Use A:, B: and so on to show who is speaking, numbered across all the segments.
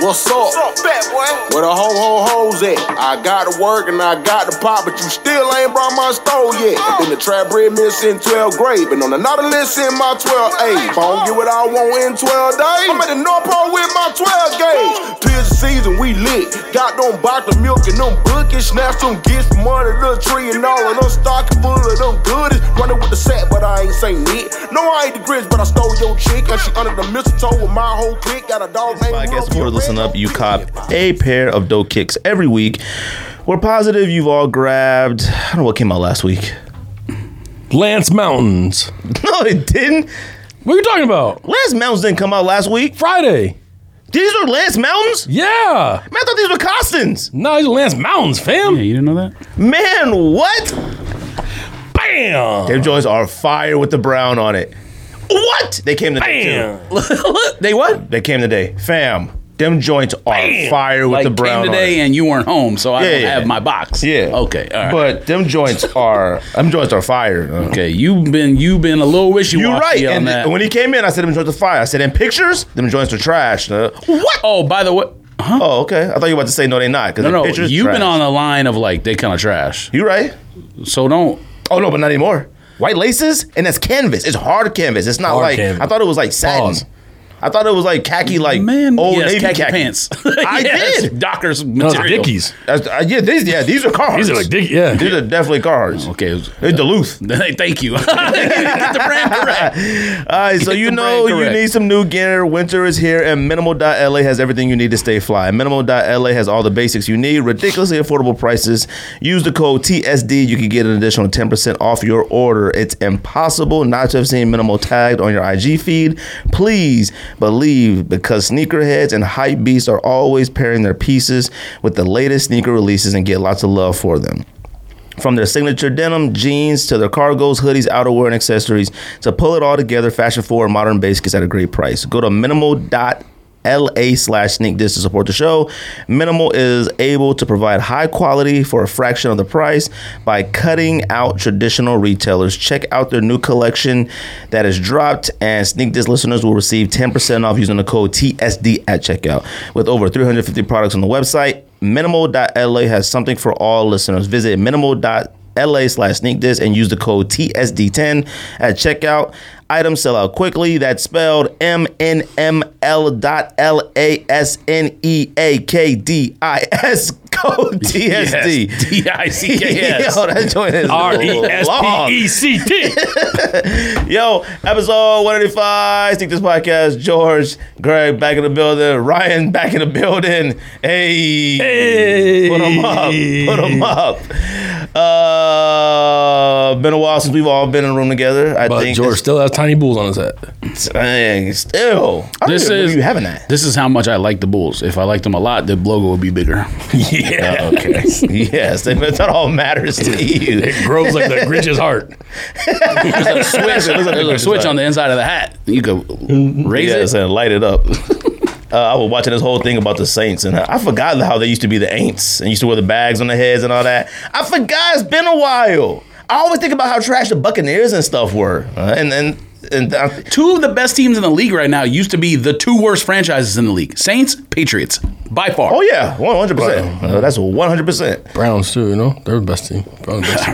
A: what's up?
B: What's up, fat boy?
A: Where the ho ho hoes at? I got to work and I got to pop, but you still ain't brought my stove yet. Been the trap bread missing 12 grade, been on another list in my 12 A. If I don't get what I want in 12 days, I'm at the North Pole with my 12 gauge. Tis the season, we lit. Got them box of milk and them bookies, snatched them gifts from under the tree and all of them stocking full of them goodies. Running with the sack, but I ain't saying it. No, I ain't the grits, but I stole your chick, and she under the mistletoe with my whole clique. Got a dog named
C: I guess
A: Ruby,
C: for
A: a
C: listen
A: red
C: up, you
A: old
C: cop
A: bitch.
C: a pair of dope kicks every week. We're positive you've all grabbed. I don't know what came out last week.
D: Lance Mountains.
C: No, it didn't.
D: What are you talking about?
C: Lance Mountains didn't come out last week.
D: Friday.
C: These are Lance Mountains.
D: Yeah.
C: Man, I thought these were Costins.
D: No, he's Lance Mountains, fam.
E: Yeah, you didn't know that?
C: Man, what?
D: Bam.
C: Their joints are fire with the brown on it. What? They came today.
D: Bam.
C: They what? They came today, fam. Them joints are fire with
E: like
C: the brown
E: came
C: on it.
E: today and you weren't home, so I
C: Yeah,
E: don't
C: yeah.
E: have my box.
C: Yeah.
E: Okay. All right.
C: But them joints are them joints are fire. though.
E: okay, you've been you've been a little wishy washy
C: You're right.
E: on
C: And
E: that.
C: when he came in, I said them joints are fire. I said in pictures, them joints are trash. Uh, what?
E: oh, by the way, huh?
C: Oh, okay. I thought you were about to say no, they not.
E: No, no,
C: pictures,
E: you've
C: trash.
E: been on the line of like they kind of trash.
C: You right?
E: So don't.
C: Oh no, but not anymore. White laces and that's canvas. It's hard canvas. It's not
D: Hard
C: like
D: canvas.
C: I thought it was like satin.
D: Pause.
C: I thought it was like khaki, like
E: Man,
C: old
E: yes,
C: navy
E: khaki,
C: khaki,
E: pants.
C: I
E: Yes,
C: did.
E: Dockers
D: No,
E: material.
D: it's Dickies.
C: That's, uh, yeah, these yeah these are cards.
D: These are like Dickies. Yeah.
C: These are definitely cards.
E: Okay. it was-
C: They're Duluth.
E: Thank you. Get the brand correct.
C: All right, so
E: Get
C: you
E: the
C: know
E: brand
C: you
E: correct.
C: need some new gear. Winter is here, and Minimal.la has everything you need to stay fly. Minimal.la has all the basics you need, ridiculously affordable prices. Use the code TSD. You can get an additional 10% off your order. It's impossible not to have seen Minimal tagged on your IG feed. Please believe because sneakerheads and hype beasts are always pairing their pieces with the latest sneaker releases and get lots of love for them. From their signature denim, jeans, to their cargos, hoodies, outerwear, and accessories, to pull it all together, fashion forward, modern basics at a great price. Go to minimal.la slash sneak this to support the show. Minimal is able to provide high quality for a fraction of the price by cutting out traditional retailers. Check out their new collection that is dropped, and sneak this listeners will receive 10% off using the code TSD at checkout. With over 350 products on the website, Minimal.la has something for all listeners. Visit minimal.la slash sneak this and use the code TSD10 at checkout. Items sell out quickly. That's spelled M N M L dot L A S N E A K D I S code TSD.
E: D I C K S.
C: Yo, that joint is
D: R E S P
C: long.
D: E C T.
C: Yo, episode 185, Sneak This Podcast. George, Greg back in the building. Ryan back in the building. Hey. Put them up. Put them up. Uh, been a while since we've all been in a room together. I
D: But
C: think
D: George still has tiny bulls on his head.
C: it's- dang, still. I don't
E: This
C: even
E: is-
C: know you having that.
E: This is how much I like the Bulls. If I liked them a lot, the logo would be bigger.
C: Yeah. Oh, okay. yes, that that all matters to you.
D: It grows like the Grinch's heart.
E: switch. There's a Mm-hmm. switch on the inside of the hat. You could raise
C: Yes,
E: it.
C: and light it up. Uh, I was watching this whole thing about the Saints, and I forgot how they used to be the Aints and used to wear the bags on their heads and all that. I forgot it's been a while. I always think about how trash the Buccaneers and stuff were, uh, and and and I,
E: Two of the best teams in the league right now used to be the two worst franchises in the league: Saints, Patriots, by far.
C: Oh yeah, one hundred percent. Uh, That's one hundred percent.
D: Browns too, you know? They're the best team. Probably the best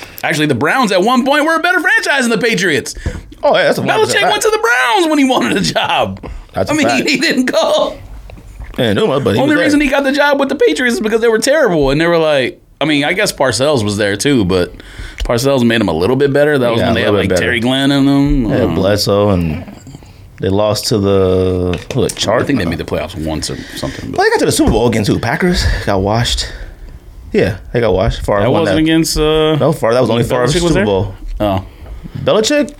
D: team.
E: Actually, the Browns at one point were a better franchise than the Patriots.
C: Oh yeah, that's a one
E: Belichick went
C: hundred
E: to the Browns when he wanted a job.
C: That's
E: I
C: a
E: mean,
C: fact.
E: he, he didn't go.
C: percent.
E: Only reason he got the job with the Patriots is because they were terrible and they were like. I mean, I guess Parcells was there too, but Parcells made him a little bit better. That was
C: Yeah,
E: when
C: a
E: they had
C: little bit
E: like
C: better.
E: Uh, Terry Glenn in them.
C: yeah,
E: Um,
C: Bledsoe and They lost to the who, the Chargers.
E: I think they made the playoffs once or something. But
C: Well, they got to the Super Bowl again too. Packers got washed. Yeah, they got washed. Favre
E: that
C: won
E: wasn't
C: that.
E: against. Uh,
C: No, Favre. That was only Favre's
E: Belichick
C: Super
E: was there?
C: Bowl.
E: Oh,
C: Belichick.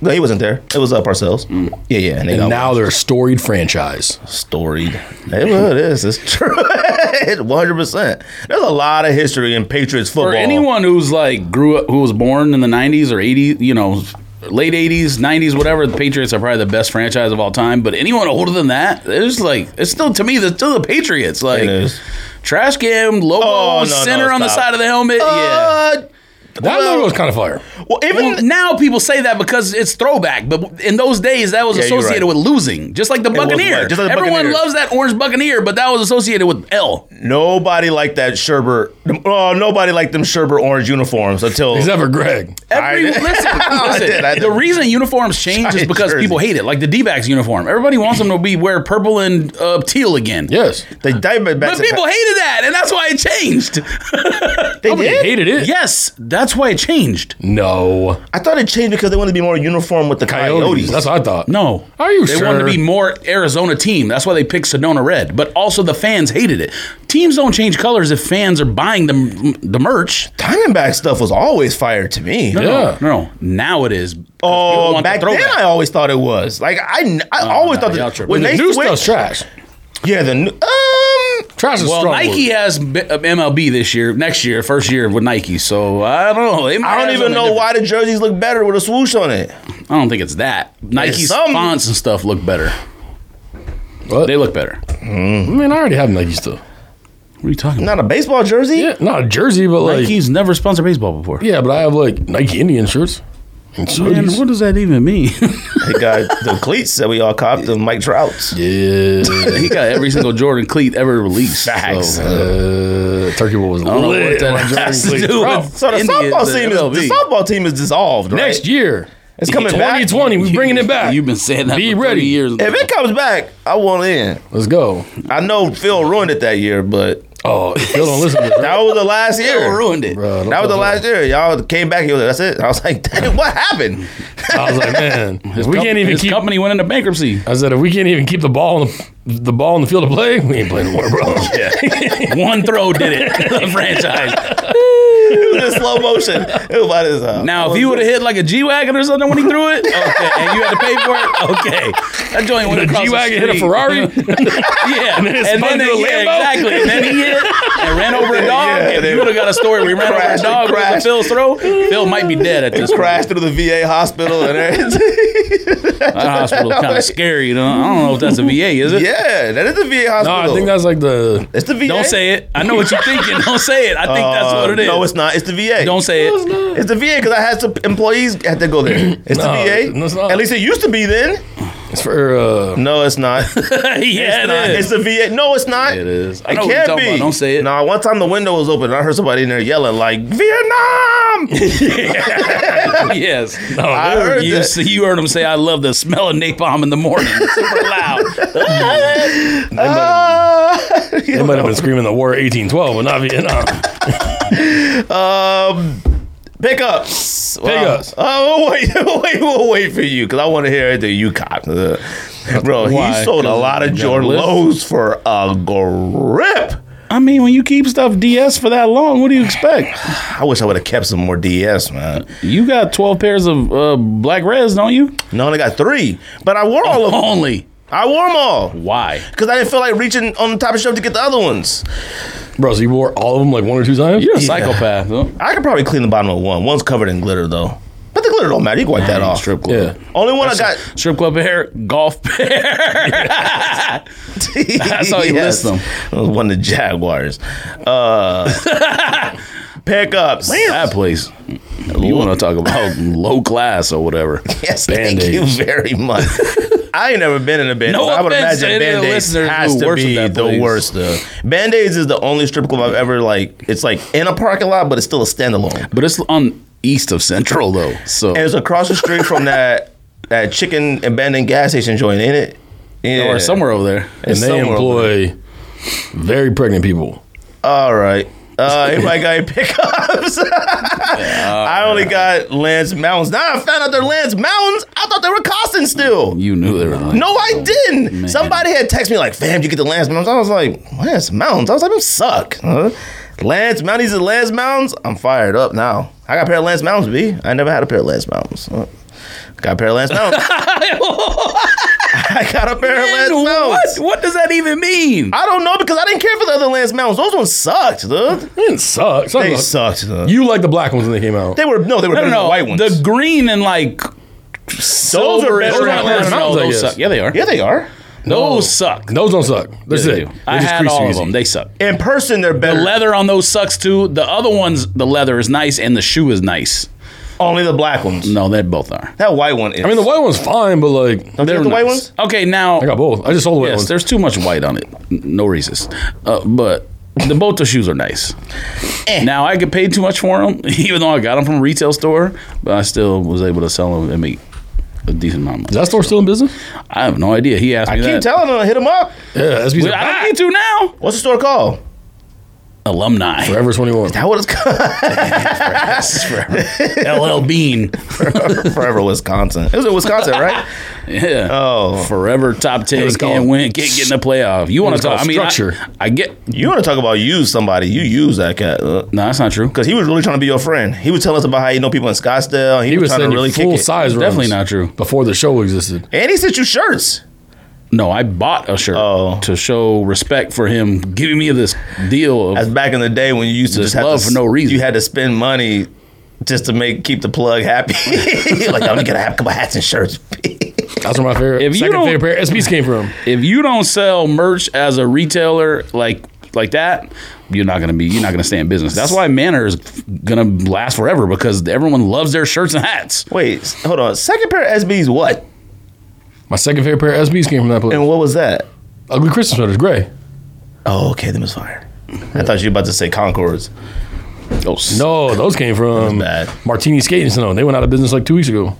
C: No, he wasn't there. It was uh, Parcells.
E: Mm.
C: Yeah, yeah. And they got
D: And now they're a storied franchise.
C: storied. It, well, it is. It's true. One hundred percent. There's a lot of history in Patriots football.
E: for anyone who's like grew up, who was born in the '90s or '80s, you know, late '80s, '90s, whatever. The Patriots are probably the best franchise of all time. But anyone older than that, it's like it's still to me, it's still the Patriots. Like
C: It is.
E: trash can logo
C: Oh, no,
E: center
C: no,
E: on the
C: stop.
E: side of the helmet. yeah.
C: Uh,
D: That logo was kind of fire.
C: Well, even
E: Well, now people say that because it's throwback, but in those days that was
C: Yeah, you're
E: associated
C: right.
E: with losing, just like the
C: was
E: Buccaneer.
C: white, just like the
E: Everyone
C: Buccaneer.
E: loves that orange Buccaneer, but that was associated with L.
C: nobody liked that Sherbert. Oh, nobody liked them Sherbert orange uniforms until
D: Except for Greg.
E: Every,
C: I-
E: listen, listen,
C: did, I did.
E: the reason uniforms change is
C: Giant
E: because
C: jersey.
E: people hate it. Like the D-backs uniform, everybody wants them to be wear purple and uh, teal again.
D: Yes.
C: the Diamondbacks.
E: But people hated that, and that's why it changed.
C: they
D: Nobody
C: did?
D: hated it.
E: yes, that's why it changed.
D: No.
C: I thought it changed because they wanted to be more uniform with the
D: Coyotes.
C: Coyotes.
D: That's what I thought.
E: No.
D: Are you
E: they
D: sure?
E: wanted to be more Arizona team. That's why they picked Sedona Red. But also the fans hated it. Teams don't change colors if fans are buying the the merch.
C: Diamondback stuff was always fire to me.
E: No,
D: Yeah.
E: no. Now it is. 'Cause people
C: Oh,
E: want the
C: back then
E: throwback.
C: I always thought it was like I, I always
E: no,
C: thought
E: y'all
C: that
E: tripping.
C: when
D: The
C: they
D: new
C: switched,
D: stuff's trash.
C: yeah, the new, um,
D: Trash is
E: well,
D: strong.
E: Nike
D: word.
E: has B- uh, MLB this year, next year, first year with Nike. So I don't know. They might
C: I
E: have
C: don't even
E: something
C: know why the jerseys look better with a swoosh on it.
E: different. I don't think it's that. Nike's
C: some-
E: fonts and stuff look better.
D: What?
E: They look better. What
D: I mean, I already have Nike stuff.
E: are you talking about?
C: Not a baseball jersey.
D: Yeah, not a jersey, but like.
E: Nike's never sponsored baseball before.
D: Yeah, but I have like Nike Indian shirts. And
E: Man,
D: hoodies.
E: what does that even mean?
C: They got the cleats that we all copped, the Mike Trouts.
D: Yeah. Uh,
E: he got every single Jordan cleat ever released.
C: Facts.
E: so-
D: Uh, Turkey Bowl was
E: don't know what
D: lit.
E: that
D: when I drank
E: has to
D: Cleveland.
E: do
D: Bro,
E: with-
C: So the
E: Indians
C: softball
E: and
C: team is
E: MLB.
C: the softball team is dissolved. Right?
D: Next year,
C: it's coming back.
D: 2020, we bringing it back.
E: You've been saying that
D: Be
E: for
D: ready.
E: 30 years.
C: If it comes back, I want in.
D: Let's go.
C: I know Phil ruined it that year, but
D: Oh, Phil don't listen to this.
C: that was the last
E: Phil
C: year.
E: ruined it.
D: Bro, don't
C: That was the
D: tell
C: last year. Y'all came back. He was like, That's it. I was like, Dang, what happened?
D: Phil. I was like, man, if we
E: Com-
D: can't even
E: his
D: keep.
E: company went into bankruptcy.
D: I said, if we can't even keep the ball on the, the ball on the field of play, we ain't playing no more, bro. yeah.
E: One throw did it. the franchise.
C: It was in slow motion. It was about his, uh,
E: Now, if he would have hit like a G wagon or something when he threw it, okay, and you had to pay for it, okay, that joint went
D: The
E: across
D: G wagon hit a
E: street.
D: Ferrari.
E: yeah, and then,
D: it spun
E: they-
D: through a
E: yeah,
D: Lambo?
E: exactly, and then he hit and ran over a dog.
C: Yeah,
E: if
C: they-
E: you would have got a story where he ran
C: Crashed,
E: over a dog with
C: crashed.
E: Phil's throw, Phil might be dead at this
C: crashed through the VA hospital and everything.
E: point. That hospital kind of scary. You know? I don't know if that's a VA, is it?
C: yeah, that is the VA
D: no,
C: hospital.
D: I think that's like the.
C: it's the VA.
E: Don't say it. I know what you're thinking. Don't say it. I think that's what it is.
C: Uh, No, it's not. It's the VA.
E: Don't say it.
C: It's the VA because I had some employees had to go there. It's
D: No,
C: the VA.
D: no, it's not.
C: At least it used to be then.
D: It's for. Uh,
C: No, it's not.
E: yeah, it
C: it's
E: is.
C: the VA. No, it's not.
E: It is. I
C: It
E: know what you're
C: can't
E: talking
C: be.
E: about. Don't say it.
C: No, one time the window was open and I heard somebody in there yelling like Vietnam.
E: yes.
C: I
E: I heard
C: heard
E: Oh, you,
C: that.
E: so you heard him say, "I love the smell of napalm in the morning." Super loud.
C: Ah.
D: they might have been screaming the war 1812, but not Vietnam.
C: Um, pickups. Wow.
D: Pickups.
C: Oh, wait, wait, we'll wait for you because I want to hear the UConn. Bro,
E: Why?
C: he sold a
E: 'Cause
C: lot of
E: you got
C: Jordan
E: a list?
C: Lowe's for a grip.
E: I mean, when you keep stuff DS for that long, what do you expect?
C: I wish I would have kept some more DS, man.
E: You got twelve pairs of uh, black reds, don't you?
C: No, I only got three, but I wore all of them.
E: Only
C: I wore them all
E: why?
C: because I didn't feel like reaching on the top of the shelf to get the other ones.
D: Bro, so you wore all of them like one or two times?
E: You're a psychopath. Huh?
C: I could probably clean the bottom of one. One's covered in glitter though, but the glitter don't matter. You can wipe that off.
E: Strip club.
D: Yeah.
C: Only one I got.
E: Strip club pair, golf pair. That's how you list them.
C: It was one of the Jaguars. Uh, pickups.
E: that place. You want to talk about low class or whatever?
C: Yes, thank
E: Band-Aids.
C: you very much. I ain't never been in a band.
E: No
C: No I would
E: offense to
C: imagine
E: any of the
C: band aids
E: listeners
C: has
E: who
C: to
E: worship
C: be
E: that
C: the
E: place.
C: worst. Uh, band aids is the only strip club I've ever like. It's like in a parking lot, but it's still a standalone.
E: But it's on east of Central though, so
C: And it's across the street from that that chicken abandoned gas station joint, ain't it? Yeah,
E: or somewhere over there.
D: And they
C: somewhere over
D: employ very pregnant people.
C: All right. Uh, anybody got any pickups? I only got Lance Mountains. Now I found out they're Lance Mountains. I thought they were costing still.
E: You knew they were. Like,
C: No, I didn't. Somebody had texted me like, "Fam, you get the Lance Mountains." I was like, "Lance Mountains." I was like, "Them suck." Huh? Lance Mounties and Lance Mountains. I'm fired up now. I got a pair of Lance Mountains, B. I never had a pair of Lance Mountains. Huh? Got a pair of Lance Mountains. I got a pair
E: Man,
C: of Lance Mountains.
E: what? What does that even mean?
C: I don't know because I didn't care for the other Lance Mountains. Those ones sucked, dude.
D: They didn't suck. Some
C: They
D: of-
C: sucked. Dude.
D: You like the black ones when they came out.
C: They were no, they were
E: I
C: better than
E: don't
C: the
E: know.
C: white ones.
E: The green and like
C: those are
E: silver
C: better.
E: and
C: than
E: brown-
C: Lance
E: no,
D: Mountains, I
E: those
D: guess.
E: suck. Yeah, they are.
C: Yeah, they are.
E: Those suck.
D: Those don't suck. That's
E: Yeah,
D: it.
E: they do.
D: They're
E: I
D: just
E: had
D: crease
E: all of
D: easy.
E: them. They suck.
C: In person, they're
E: The
C: better.
E: leather on those sucks too. The other ones, the leather is nice and the shoe is nice.
C: Only the black ones.
E: No, they both are.
C: That white one is.
D: I mean, the white one's fine, but like,
C: Don't you have the white ones.
E: Okay, now
D: I got both. I just sold the white
E: yes,
D: ones.
E: there's too much white on it. N- No racist, uh, but the both the shoes are nice. Now I get paid too much for them, even though I got them from a retail store, but I still was able to sell them and make a decent amount. Of
D: Is
E: money.
D: that store still in business?
E: I have no idea. He asked me
C: I keep
E: that.
C: telling them, hit them up.
D: Yeah, SB's
E: Well, I don't need to now.
C: What's the store called?
E: Alumni.
D: Forever 21.
C: That what it's called?
E: LL Bean.
C: Forever Wisconsin. It was in Wisconsin, right?
E: Yeah.
C: Oh,
E: Forever top ten
D: was
E: can't
D: called-
E: win can't get in the playoff. You want to talk?
D: was called
E: I mean,
D: structure.
E: I, I get.
C: you want to talk about use somebody? You use that cat because
E: No, that's not true.
C: he was really trying to be your friend. He was telling us about how you know people in Scottsdale. He,
D: He
C: was,
D: was
C: trying
D: sending
C: to really kick
D: full
C: it.
D: size runs.
E: Definitely not true.
D: Before the show existed.
C: And he sent you shirts.
E: No, I bought a shirt
C: Oh.
E: to show respect for him giving me this deal.
C: That's
E: Of,
C: back in the day when you used to just,
E: Just
C: have
E: love
C: to,
E: for no reason.
C: You had to spend money just to make keep the plug happy. like I'm gonna have a couple hats and shirts.
D: That's where my favorite,
E: If you
D: second
E: don't-
D: favorite pair of SBs came from.
E: if you don't sell merch as a retailer like like that, you're not gonna be you're not gonna stay in business. That's why Manor is gonna last forever because everyone loves their shirts and hats.
C: Wait, s- hold on. Second pair of SBs. What
D: My second favorite pair of SBs came from that place.
C: and what was that?
D: Ugly Christmas sweaters, gray.
C: Oh, okay, them is fire. I thought you were about to say Concords.
E: Oh, s-
D: No, those came from
C: bad.
D: Martini Skating Snow. They went out of business like two weeks ago.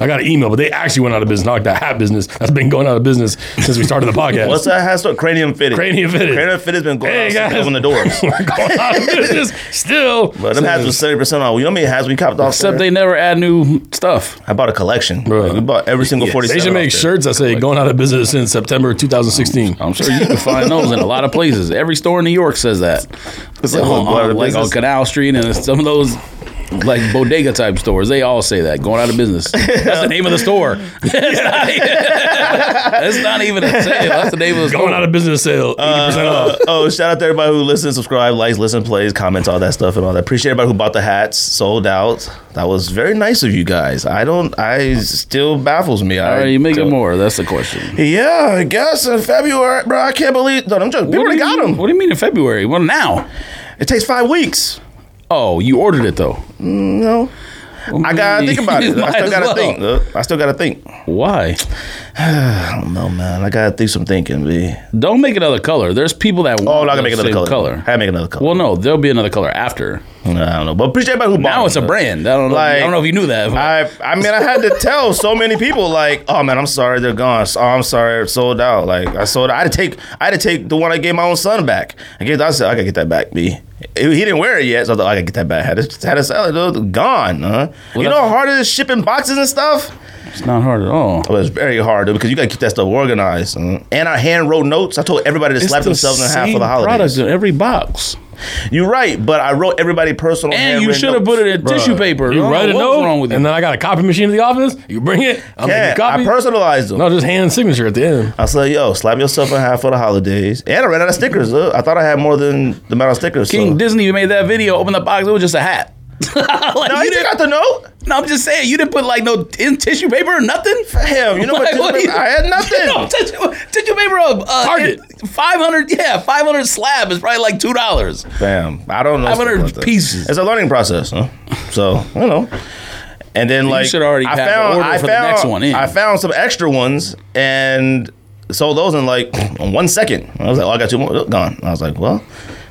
D: I got an email, but they actually went out of business, not like that hat business. That's been going out of business since we started the podcast.
C: What's that hat store? Cranium fitted.
D: Cranium Fitted.
C: Cranium fitted's been going
D: Hey,
C: out since
D: guys. Oh,
C: on the doors.
D: We're going out of business still.
C: But them hats was seventy percent off. You know how many hats we copped off?
E: except
C: there?
E: they never add new stuff.
C: I bought a collection.
D: Bruh.
C: We bought every single forty.
D: They should make shirts that say going out of business since September 2016.
E: I'm sure you can find those in a lot of places. Every store in New York says that.
C: like, oh, what,
E: like
C: going out
E: on,
C: of
E: like on
C: business?
E: Canal Street and some of those like bodega type stores, they all say that going out of business. That's the name of the store. That's not even, that's not even a sale. That's the name of the store. Uh,
D: Going out of business sale, 80% off.
C: oh, shout out to everybody who listens, subscribe, likes, listen, plays, comments, all that stuff, and all that. Appreciate everybody who bought the hats, sold out. That was very nice of you guys. I don't. I still baffles me.
E: all
C: I
E: right, you make it
C: don't-
E: more. That's the question.
C: Yeah, I guess in February, bro. I can't believe. No, I'm joking. People
E: What
C: already
E: do you
C: got
E: mean-
C: them.
E: What do you mean in February? Well, now.
C: It takes five weeks.
E: Oh, you ordered it though.
C: No, I gotta think about it. I
E: Might
C: still
E: as
C: gotta
E: well.
C: think. look. I still gotta think.
E: Why?
C: I don't know, man. I gotta do some thinking. B.
E: Don't make another color. There's people that
C: Oh,
E: want
C: no, I can make
E: the
C: another
E: same
C: color. I can make another color.
E: Well, no, there'll be another color after.
C: I don't know, but appreciate everybody who bought.
E: Now it's a
C: them.
E: brand. I don't know.
C: Like-
E: I don't know if you knew that.
C: I I mean I had to tell so many people like oh man I'm sorry they're gone oh I'm sorry sold out like I sold out. I had to take I had to take the one I gave my own son back I gave I said I gotta get that back B he he didn't wear it yet so I thought I gotta get that back had to had to sell it dude. gone huh you know how hard it is shipping boxes and stuff
E: It's not hard at all.
C: well, Oh, it's very hard dude because you gotta keep that stuff organized huh? and I hand wrote notes I told everybody to slap themselves in half for the holidays
E: Products in every box,
C: you're right but I wrote everybody personal
E: and you
C: handwritten
E: should have put
C: notes.
E: it in tissue paper.
D: Uh, You
E: I don't
D: write a
E: know what's
D: note,
E: wrong with
D: and
E: you.
D: then I got a copy machine at the office. You bring it. I'll make
C: yeah
D: a copy.
C: I personalized them
D: no, just hand signature at the end.
C: I said, yo, slap yourself in half for the holidays. And I ran out of stickers. Look. I thought I had more than the amount of stickers. so-
E: King Disney made that video. Open the box. It was just a hat. Like,
C: No,
E: you
C: you
E: didn't-
C: got the note?
E: no, I'm just saying you didn't put like no in tissue paper or nothing.
C: Damn, you know what?
E: Like,
C: tissue
E: do you-
C: paper- I had nothing.
E: No, tissue, tissue paper. Uh, uh,
D: Target.
E: Five hundred. Yeah, five hundred slab is probably like two dollars.
C: Damn, I don't know.
E: I've ordered
C: stuff like that.
E: pieces.
C: It's a learning process. Huh? So, you know. And then, like,
E: should already
C: I
E: have the
C: found,
E: order
C: I
E: for the
C: found,
E: next one in.
C: I found some extra ones and sold those in like one second. I was like, oh, I got two more. Gone. I was like, well,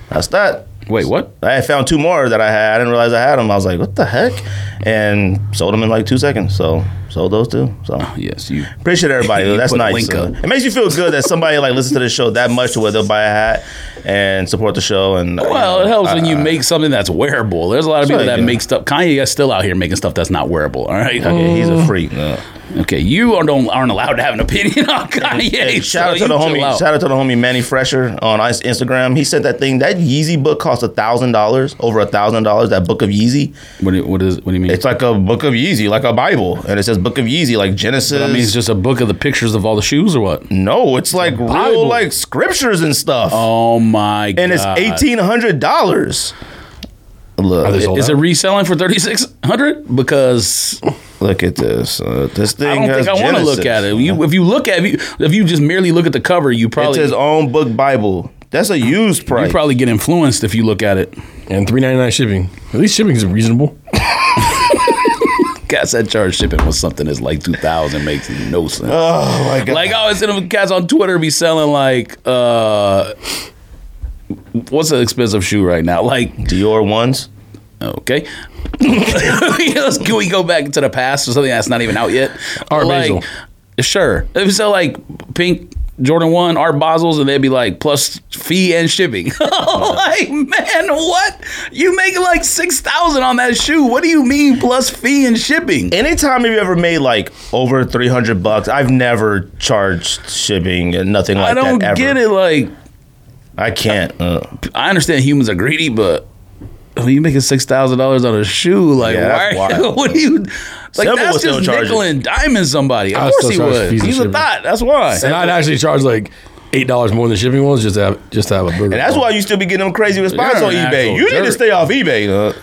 C: that's that.
E: Wait, what?
C: I had found two more that I had. I didn't realize I had them. I was like, what the heck? And sold them in like two seconds. So Sold those too. So
E: Yes, you.
C: appreciate everybody. though.
E: You
C: That's
E: put a
C: nice.
E: link
C: Uh,
E: up.
C: It makes you feel good that somebody like listens to the show that much to where they'll buy a hat and support the show. And uh,
E: Well,
C: you
E: it
C: know,
E: helps when you
C: I-
E: make something that's wearable. There's a lot of people
C: Sure,
E: that
C: yeah. Oh.
E: make stuff. Kanye is still out here making stuff that's not wearable. All right.
C: I- yeah, he's a freak. Uh,
E: Okay, you are, don't aren't allowed to have an opinion on Kanye.
C: hey, shout
E: so
C: out to
E: you
C: the
E: chill
C: homie.
E: out.
C: Shout out to the homie Manny Fresher on Ice- Instagram. He sent that thing. That Yeezy book cost a thousand dollars, over a thousand dollars. That book of Yeezy.
E: What, do you- what is? What do you mean?
C: It's like a book of Yeezy, like a Bible, and it says Book of Yeezy, like Genesis.
E: I mean, it's just a book of the pictures of all the shoes, or what?
C: no, it's like real
E: Bible.
C: like scriptures and stuff.
E: Oh my god!
C: and it's eighteen hundred dollars.
D: Are they
C: Look,
D: sold
E: Is it
D: out?
E: reselling for thirty six hundred? Because
C: look at this. Uh, this thing.
E: I don't think I want to look at it. You, if you look at you, if you just merely look at the cover, you
C: It's
E: probably
C: his own book Bible. That's a used
E: you
C: price.
E: probably get influenced if you look at it.
D: and three ninety nine shipping. At least shipping is reasonable.
E: Cats that charge shipping with something that's like two thousand makes no sense.
C: oh my god!
E: Like I always see them cats on Twitter be selling like uh what's an expensive shoe right now? Like
C: Dior ones.
E: okay. Let's- Can we go back to the past or something that's not even out yet?
D: Art
E: like,
D: Basel.
E: Sure. If you sell like pink Jordan 1 Art Basils and they'd be like plus fee and shipping. like, man, what? You make like 6,000 on that shoe. What do you mean plus fee and shipping?
C: Anytime you ever made like over three hundred bucks, I've never charged shipping and nothing like
E: I
C: that.
E: don't
C: ever.
E: get it like
C: I can't. Uh,
E: I understand humans are greedy, but when you making six thousand dollars on a shoe, like
C: Yeah, that's
E: why?
C: wild.
E: what do you? Like
C: Sybil
E: that's
C: would still
E: just
C: charge
E: nickel
C: it.
E: and diamond somebody. Of
D: I would
E: course
D: still
E: he
D: charge
E: would.
D: fees and
E: He's a
D: shipping.
E: thought. That's why.
D: And I'd actually charge like eight dollars more than shipping was just to have just to have a burger.
C: and that's why you still be getting them crazy responses
E: You're
C: on
E: an
C: eBay.
E: asshole.
C: You need to
E: You're-
C: stay off eBay. Uh,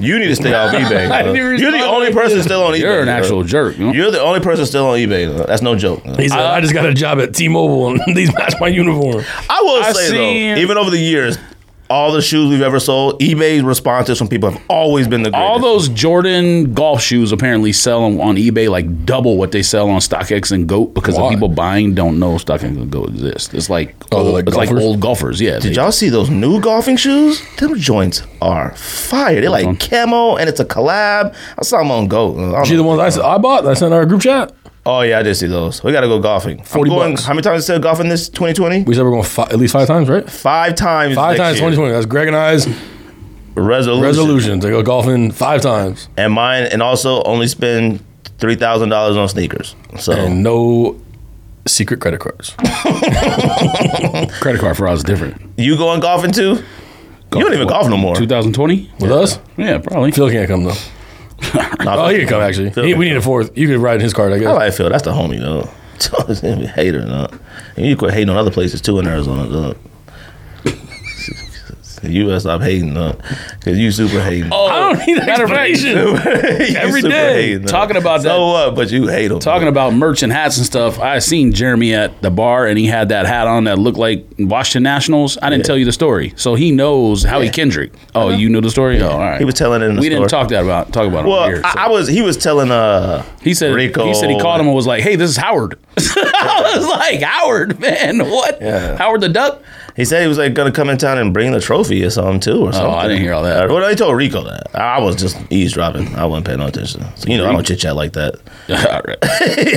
C: you need to stay off eBay.
E: I
C: uh.
E: didn't even
C: You're the
E: respond
C: only
E: like
C: person still on eBay.
E: You're an
C: uh.
E: actual jerk. you know?
C: You're the only person still on eBay. though. That's no joke.
D: He said, I, just got a job at T-Mobile and these match my uniform.
C: I will
E: I've
C: say
E: seen-
C: though, even over the years, all the shoes we've ever sold, eBay's responses from people have always been the greatest.
E: All those Jordan golf shoes apparently sell on- on eBay like double what they sell on StockX and Goat because the
D: Why?
E: people buying don't know StockX and Goat exist. It's like
D: Oh, they're
E: old,
D: like
E: it's like
D: golfers?
E: old golfers. Yeah,
C: Did y'all see those new golfing shoes? Them joints are fire. They
E: on.
C: like camo, and it's a collab. I saw them on Go. I don't
D: See Uh-huh. the
C: know.
D: ones I, said, I bought. That's in our group chat.
C: Oh yeah, I did see those. We gotta go golfing.
D: 40
C: I'm going,
D: bucks.
C: How many times did I say golfing this 2020?
D: We said we're going fi- at least five times, right?
C: Five times.
D: Five times,
C: next year.
D: twenty twenty. That's Greg and I's
C: Resolution.
D: resolution to go golfing five times
C: And mine, and also only spend three thousand dollars on sneakers. So
D: and no secret credit cards.
E: credit card fraud is different.
C: you going golfing too? you don't even golf no more.
E: 2020.
D: With us,
E: Yeah, probably.
D: Phil can't come though.
C: Nah,
D: Oh, he can come actually.
C: Phil
D: He,
C: can
D: we need a fourth. You could ride in his card, I guess.
C: I like Phil. That's the homie, though. It's gonna be a hater, though. And you quit hating on other places too in Arizona, though. You gotta stop hating, though, because you super hating.
E: I don't need that information.
C: every
E: Oh, day, talking about
C: so
E: that-
C: what? But you hate them.
E: Talking about merch and hats and stuff, I seen Jeremy at the bar and he had that hat on that looked like Washington Nationals. I didn't tell you the story, so he knows Howie Kendrick. Oh, you knew the story. Oh, all right.
C: He was telling it in the
E: we didn't
C: store.
E: talk that about talk about
C: Well,
E: him here. so.
C: I, I was. He was telling. Uh,
E: he said
C: Rico.
E: he said he called him and was like, "Hey, this is Howard." I was like, "Howard, man, what?
C: Yeah.
E: Howard the Duck?"
C: He said he was like gonna come in town and bring the trophy or something too, or something.
E: Oh, I didn't hear all that.
C: Well, he told Rico that. I I was just eavesdropping. I wasn't paying no attention. So, you know, I don't chit chat like that.
E: All right.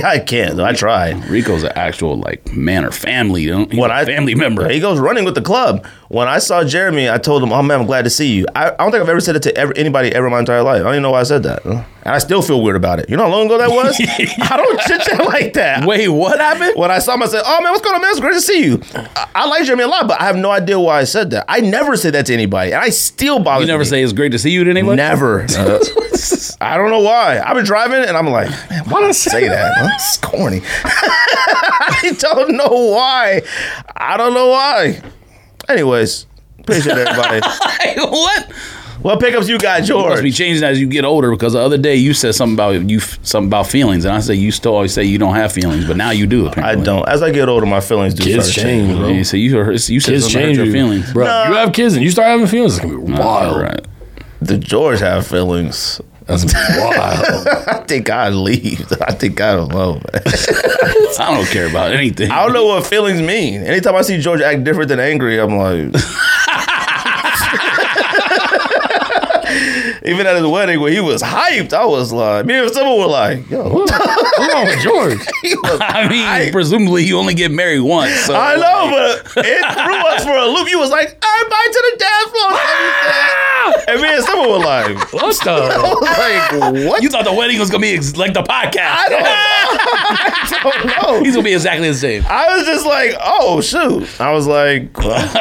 C: I can't. though. I tried.
E: Rico's an actual like man or family. You know? He's
C: When
E: a
C: I-
E: family member.
C: He goes running with the club. When I saw Jeremy, I told him, "Oh man, I'm glad to see you." I, I don't think I've ever said it to ever, anybody ever in my entire life. I don't even know why I said that, and I still feel weird about it. You know how long ago that was? I don't chit chat like that.
E: Wait, what happened?
C: When I saw him, I said, "Oh man, what's going on, man? It's great to see you." I, I like Jeremy a lot, but I have no idea why I said that. I never say that to anybody, and I still bother.
E: You never say it's great to see you to anyone.
C: never. Uh, I don't know why. I've been driving, and I'm like, man, why did I say that? Huh? It's corny. I don't know why. I don't know why. Anyways, appreciate everybody.
E: Like, what?
C: what pickups you got,
E: must be
C: George?
E: changing as you get older because the other day you said something about you something about feelings and I said you still always say you don't have feelings but now you do
C: I
E: apparently.
C: don't. As I get older, my feelings do
D: Kids
C: start to
D: change,
C: change.
D: bro.
E: You say you hurt, you said
D: kids
E: something hurt
D: change
E: your
D: you.
E: feelings.
D: bro.
C: Nah.
D: You have kids and you start having feelings. It's gonna be
E: All
D: wild.
E: right.
C: The George have feelings.
D: That's wild.
C: I think I leave. I think I don't know. Man.
E: I don't care about anything.
C: I don't know what feelings mean. Anytime I see George act different than angry, I'm like. Even at his wedding, when he was hyped, I was like, me and someone were like, yo,
D: What's wrong with George?
C: he was
E: I mean, presumably you only get married once. So
C: I know, but it threw us for a loop. You was like, I'm right to the dance floor. Stevie said. and me and someone were like,
D: What the?
C: like what?
E: You thought the wedding was gonna be ex- like the podcast.
C: No.
E: He's gonna be exactly the same.
C: I was just like, oh shoot. I was like,
D: He was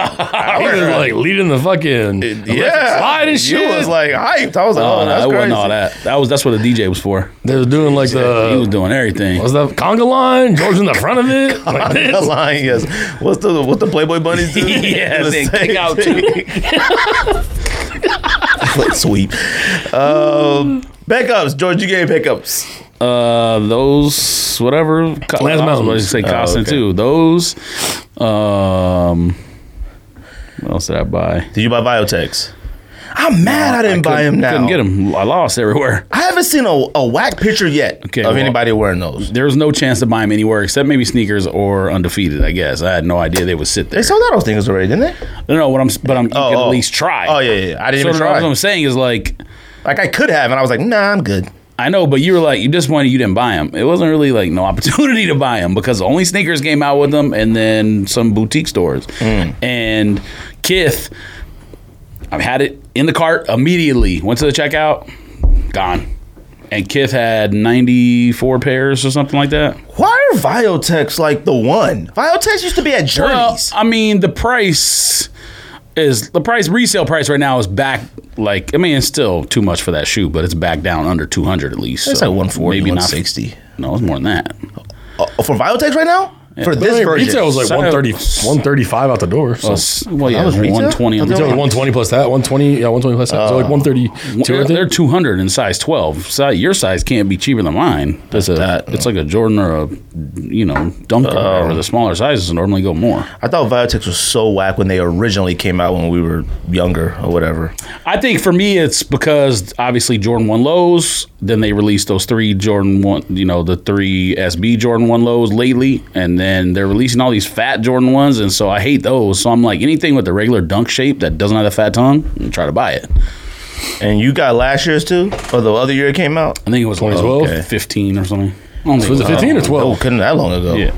D: like leading the fucking
C: yeah,
D: slide and
C: You
D: shit.
C: was like hyped. I was like, oh,
E: Oh, no,
C: that's
E: that
C: crazy.
E: wasn't all that. That was that's what the DJ was for.
D: they were doing like
E: he was
D: the
E: doing everything.
D: was that conga line? George in the front of it. Like
C: The
D: this.
C: line, yes. What's the what's the Playboy bunnies do?
E: Yeah,
C: Do the
E: they
C: same
E: kick out
C: thing. Foot sweep. Um, pickups, George. You gave pickups.
E: Uh, those whatever. Co-
D: Lance
E: I was
D: Mountain.
E: about to say
C: Oh,
E: Costin
C: okay.
E: too. Those. Um, what else did I buy?
C: Did you buy Biotex? I'm mad I didn't buy them
E: couldn't-
C: now.
E: Couldn't get them. I lost everywhere.
C: I haven't seen a, a whack picture yet
E: Okay,
C: of
E: well-
C: anybody wearing those.
E: There was no chance to buy them anywhere except maybe sneakers or undefeated. I guess I had no idea they would sit there.
C: They sold out those things already, didn't they?
E: No, no. What I'm, but I'm. You
C: Oh,
E: can
C: oh.
E: at least try.
C: Oh yeah, yeah. yeah. I didn't
E: So
C: even
E: what I'm
C: try.
E: saying is like.
C: Like I could have, and I was like, nah, I'm good.
E: I know, but you were like, you disappointed you didn't buy them. It wasn't really like no opportunity to buy them because only sneakers came out with them and then some boutique stores.
C: Mm.
E: And Kith, I had it in the cart immediately, went to the checkout, gone. And Kith had 94 pairs or something like that.
C: Why are Viotex like the one? Viotex used to be at
E: Well,
C: Journeys.
E: I mean, the price is the price resale price right now is back. Like, I mean, it's still too much for that shoe, but it's back down under 200 at least.
C: it's
E: so
C: like 140,
E: maybe not-
C: 160.
E: No, it's more than that.
C: Uh, for Viotex right now? For this version.
D: Retail was like
E: So-
D: 130, 135 out the door. So.
E: Plus, well, yeah,
C: was retail?
E: 120.
C: I
E: Oh, on
C: thought
D: Retail
E: the
D: was 120 plus that, 120, yeah, 120 plus that. so like 132,
E: they're,
D: I
E: they're
D: think.
E: 200 in size 12. So your size can't be cheaper than mine. That's a,
C: That-
E: it's like a Jordan or a, you know, Dunk or whatever. The smaller sizes normally go more.
C: I thought Viotex was so whack when they originally came out when we were younger or whatever.
E: I think for me, it's because obviously Jordan 1 lows, then they released those three Jordan 1, you know, the three SB Jordan 1 lows lately, and then they're releasing all these fat Jordan 1s, and so I hate those. So I'm like, anything with the regular dunk shape that doesn't have a fat tongue, i try to buy it.
C: And you got last year's too? Or the other year it came out?
E: I think it was
D: 2012?
E: like 15 or something. I don't think
D: Was it
E: that
D: 15 or
E: long.
D: 12?
C: Oh, couldn't that long ago.
E: Yeah.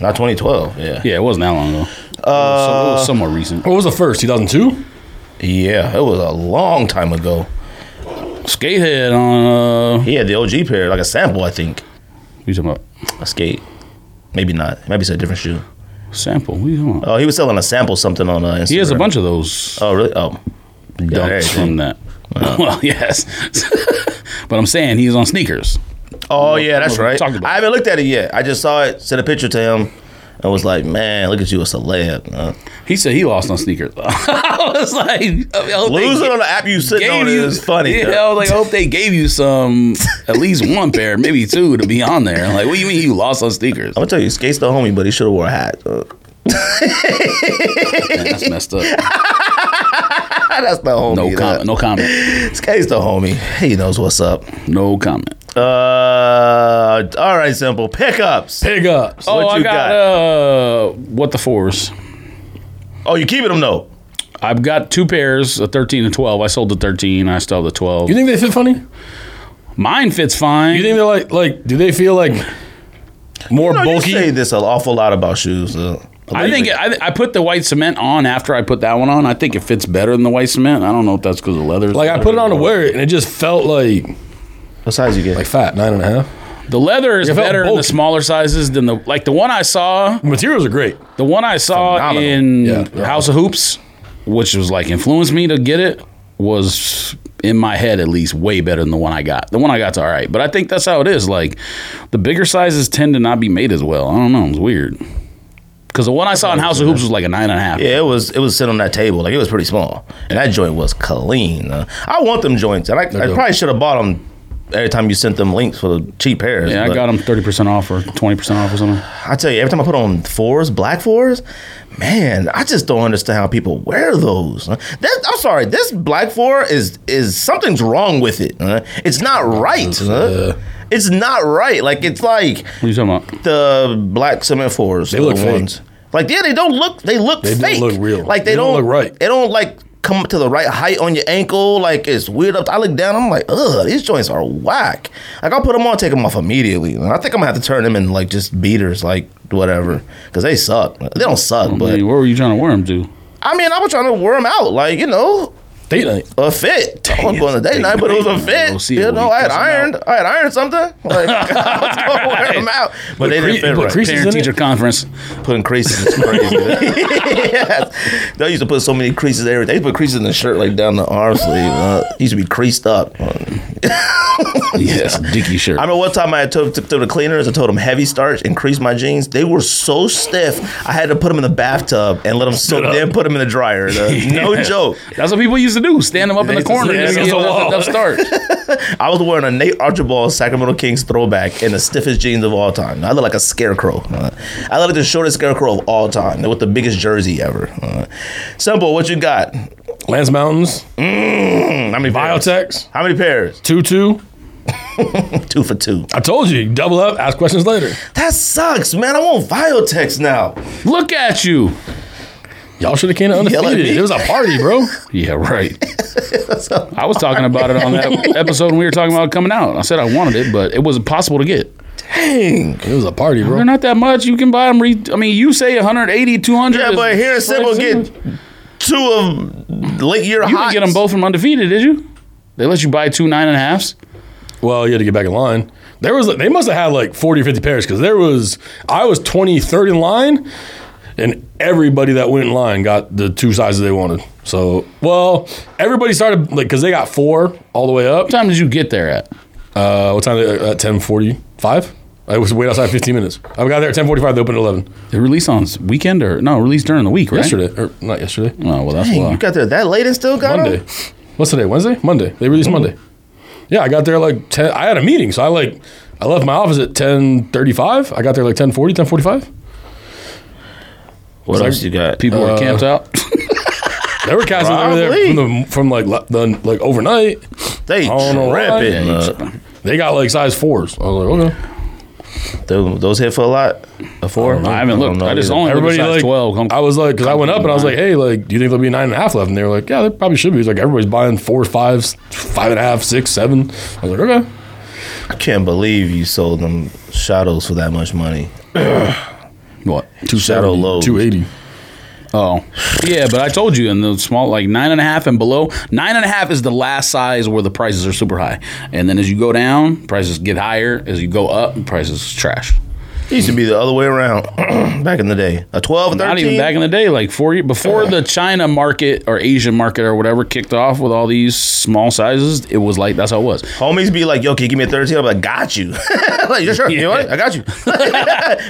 C: Not 2012. Yeah.
E: Yeah, it wasn't that long ago. Uh, it was somewhat recent.
D: What was the first? 2002?
C: Yeah. It was a long time ago.
E: Skatehead on. Uh,
C: He had the OG pair, like a sample, I think.
E: what you talking about?
C: A skate. Maybe not. Maybe it's a different shoe.
E: Sample. What you talking about?
C: Oh, he was selling a sample something on uh, Instagram.
E: He has a bunch of those
C: Oh, really? Oh. Yeah, there
E: dunks
C: it
E: from
C: is.
E: that. well, yes, but I'm saying he's on sneakers.
C: Oh, yeah, that's
E: what we're
C: right.
E: talking about.
C: I haven't looked at it yet. I just saw it, sent a picture to him, and was like, man, look at you, a celeb. Uh,
E: He said he lost on sneakers. I was like, I mean, I hope they
C: Losing
E: ga-
C: on the app you sitting on is funny.
E: Yeah,
C: though.
E: I was like, I hope they gave you some, at least one pair, maybe two, to be on there. Like, what do you mean you lost on sneakers?
C: I'm gonna tell you, Skate's the homie, but he should have wore a hat. Uh,
E: Man, that's messed up.
C: Ah, that's the homie.
E: No
C: that-
E: comment. No comment.
C: Skate's the homie. He knows what's up.
E: No comment.
C: Uh, all right, simple pickups.
D: Pickups.
E: Oh,
C: What
E: I
C: you
E: got,
C: got?
E: uh what the fours.
C: Oh, you keeping them though?
E: I've got two pairs, a 13 and 12. I sold the 13. I still have the 12.
D: You think they fit funny?
E: Mine fits fine.
D: You think they're like like? Do they feel like more
C: No, you
D: bulky?
C: say this an awful lot about shoes. Uh,
E: I think it, I, I put the white cement on after I put that one on. I think it fits better than the white cement. I don't know if that's because the leather.
D: like I put it on to wear it, and it just felt like
C: what size you get?
D: like fat nine and a half.
E: the leather is
D: It felt
E: better in
D: bulky.
E: the smaller sizes than the like the one I saw.
D: The materials are great.
E: The one I saw
C: Phenomenal.
E: in
D: Yeah, yeah.
E: House of Hoops, which was like influenced me to get it, was in my head at least way better than the one I got. The one I got's all right, but I think that's how it is. Like the bigger sizes tend to not be made as well. I don't know. It's weird. Because the one I saw in House of Hoops was like a nine and a half.
C: yeah, it was it was sitting on that table. Like it was pretty small, and that joint was clean. Uh, I want them joints, and I, I
D: dope.
C: probably should have bought them every time you sent them links for the cheap pairs.
E: Yeah, I
C: but
E: got them thirty percent off or twenty percent off or something.
C: I tell you, every time I put on fours, black fours, man, I just don't understand how people wear those. Uh, That, I'm sorry, this black four is is something's wrong with it. uh, It's not right. uh, It's not right. Like it's like
E: What are you talking about?
C: the black cement fours. They
D: look fake.
C: Like yeah, they don't look. They look.
D: don't
C: fake.
D: look real.
C: Like they,
D: They
C: don't,
D: don't look right.
C: They don't like come up to the right height on your ankle. Like it's weird. Up, I look down. I'm like, ugh, these joints are whack. Like I'll put them on, take them off immediately. And I think I'm gonna have to turn them in like just beaters, like whatever, because they suck. They don't suck, but
E: Hey, where were you trying to worm to?
C: I mean, I was trying to worm out, like you know,
D: Date night.
C: a fit. I was going to date night, but it was a
E: We'll
C: fit.
E: see
C: You
E: what
C: know,
E: we
C: I had
E: cussing
C: ironed, I had ironed something. Like I was going to wear them out, but, they
D: cre-
C: didn't fit
D: but
C: right.
D: creases in
E: Parent
D: it?
E: teacher conference.
C: Putting creases is crazy. yes. They used to put so many creases everywhere. They used to put creases in the shirt, like down the arm sleeve. Uh, it used to be creased up.
E: Yes, dicky shirt.
C: I remember one time I took, took to the cleaners. I told them heavy starch, increase my jeans. They were so stiff. I had to put them in the bathtub and let them soak.
D: up.
C: Then put them in the dryer. No joke.
E: That's what people used to do. Stand them up in the
D: used to
E: corner
D: stand
E: and
D: against
E: give
D: the wall.
E: them a start.
C: I was wearing a Nate Archibald Sacramento Kings throwback in the stiffest jeans of all time. I look like a scarecrow. Uh, I look like the shortest scarecrow of all time with the biggest jersey ever. Uh, Simple, what you got?
D: Lance Mountains.
C: Mm, How many pairs?
D: Biotex.
C: How many pairs?
D: Two two.
C: Two for two.
D: I told you. Double up. Ask questions later.
C: That sucks, man. I want Viotex now.
E: Look at you.
D: Y'all should have came to
C: at
D: undefeated.
C: me.
D: It was a party, bro.
E: Yeah, right. I was talking about it on that episode when we were talking about it coming out. I said I wanted it, but it wasn't possible to get.
C: Dang.
D: It was a party,
E: They're
D: bro.
E: not that much. You can buy them. Re- I mean, you say 180, 200.
C: Yeah,
E: is-
C: but here in Simple get two of late year
E: You didn't
C: highs.
E: get them both from undefeated, did you? They let you buy two nine and a halfs.
D: Well, you had to get back in line. There was they must have had like 40 or 50 pairs because there was I was 23rd in line and everybody that went in line got the two sizes they wanted. So, well, everybody started like cuz they got 4 all the way up.
E: What time did you get there at?
D: Uh, what time did it- at 10:45? I was wait outside 15 minutes. I got there at 10:45 they opened at 11
E: They released on s- weekend or no? Released during the week, right?
D: yesterday or not yesterday.
E: Oh well, that's
C: Dang,
E: why.
C: you got there that late and still got 'em?
D: Monday. What's today? Wednesday? Monday. They released Monday. Yeah, I got there like ten. I had a meeting, so I like I left my office at ten thirty five. I got there like 1040, 1045.
C: What else you got?
E: People were camped out.
D: They were casting over there
C: Probably.
D: from, the, from like la- the like overnight.
C: They
D: don't know why.
C: tripping.
D: Yeah,
C: uh,
D: They got like size fours. I was like, okay.
C: Tho- Those hit for a lot. A four?
E: I haven't
C: don't
E: looked.
C: know
E: I just
C: either.
E: only
D: Everybody
E: everybody size
D: like
E: twelve. Come-
D: I was like, because I went up and I was like, hey, like, do you think there'll be nine and a half left? And they were like, yeah, there probably should be. It's like everybody's buying fours, fives, five and a half, six, seven. I was like, okay.
C: I can't believe you sold them shadows for that much money.
E: what?
D: Two
C: Shadow lows.
D: two eighty.
E: Oh, yeah, but I told you in the small, like nine and a half and below, nine and a half is the last size where the prices are super high, and then as you go down, prices get higher. As you go up, prices trash.
C: It used to be the other way around back in the day. A 12, 13.
E: Not even back in the day, like four year, before the China market or Asian market or whatever kicked off with all these small sizes, it was like that's how it was.
C: Homies be like, yo, can you give me a 13? I'm like, got you. like, yeah, sure. You know what? I got you.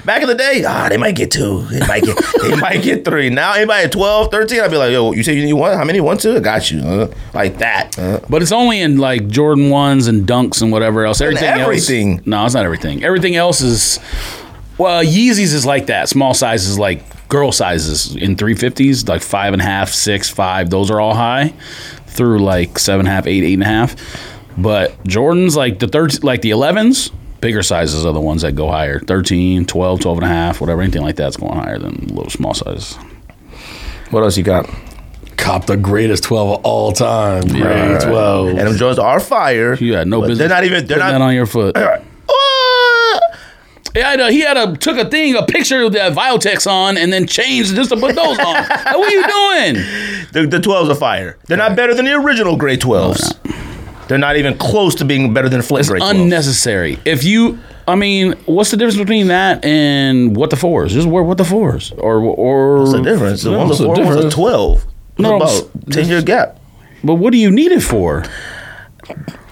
C: back in the day, ah, they might get two. They might get, they might get three. Now, anybody at 12, 13, I'd be like, yo, you say you need one? How many? One, two? I got you. Uh, like that. Uh,
E: But it's only in like Jordan ones and dunks and whatever else. Everything,
C: everything.
E: else. No, it's not everything. Everything else is. Well, Yeezys is like that. Small sizes, like girl sizes in 350s, like five and a half, six, five. Those are all high through like seven and a half, eight, eight and a half. But Jordan's like the third, like the 11s, bigger sizes are the ones that go higher 13, 12, 12 and a half, whatever, anything like that's going higher than little small sizes.
C: what else you got?
D: Cop the greatest 12 of all time. Great 12.
C: And them joints are fire.
E: You had no
C: but
E: business.
C: They're not even, they're
E: putting that
C: not.
E: on your foot.
C: What?
E: Yeah, I know. he had a took a thing, a picture of that Viotex on, and then changed just to put those on. Like, what are you doing?
C: The, the 12s are fire. They're not better than the original grade 12s. They're not even close to being better than Flint grade 12s.
E: Unnecessary. If you, I mean, what's the difference between that and what the fours? Just wear what the fours, or or
C: What's the difference? The
D: No,
C: one's
D: what's
C: a
D: the
C: four, one's a
D: difference?
C: 12. It's
E: No,
C: about 10 year gap.
E: But what do you need it for?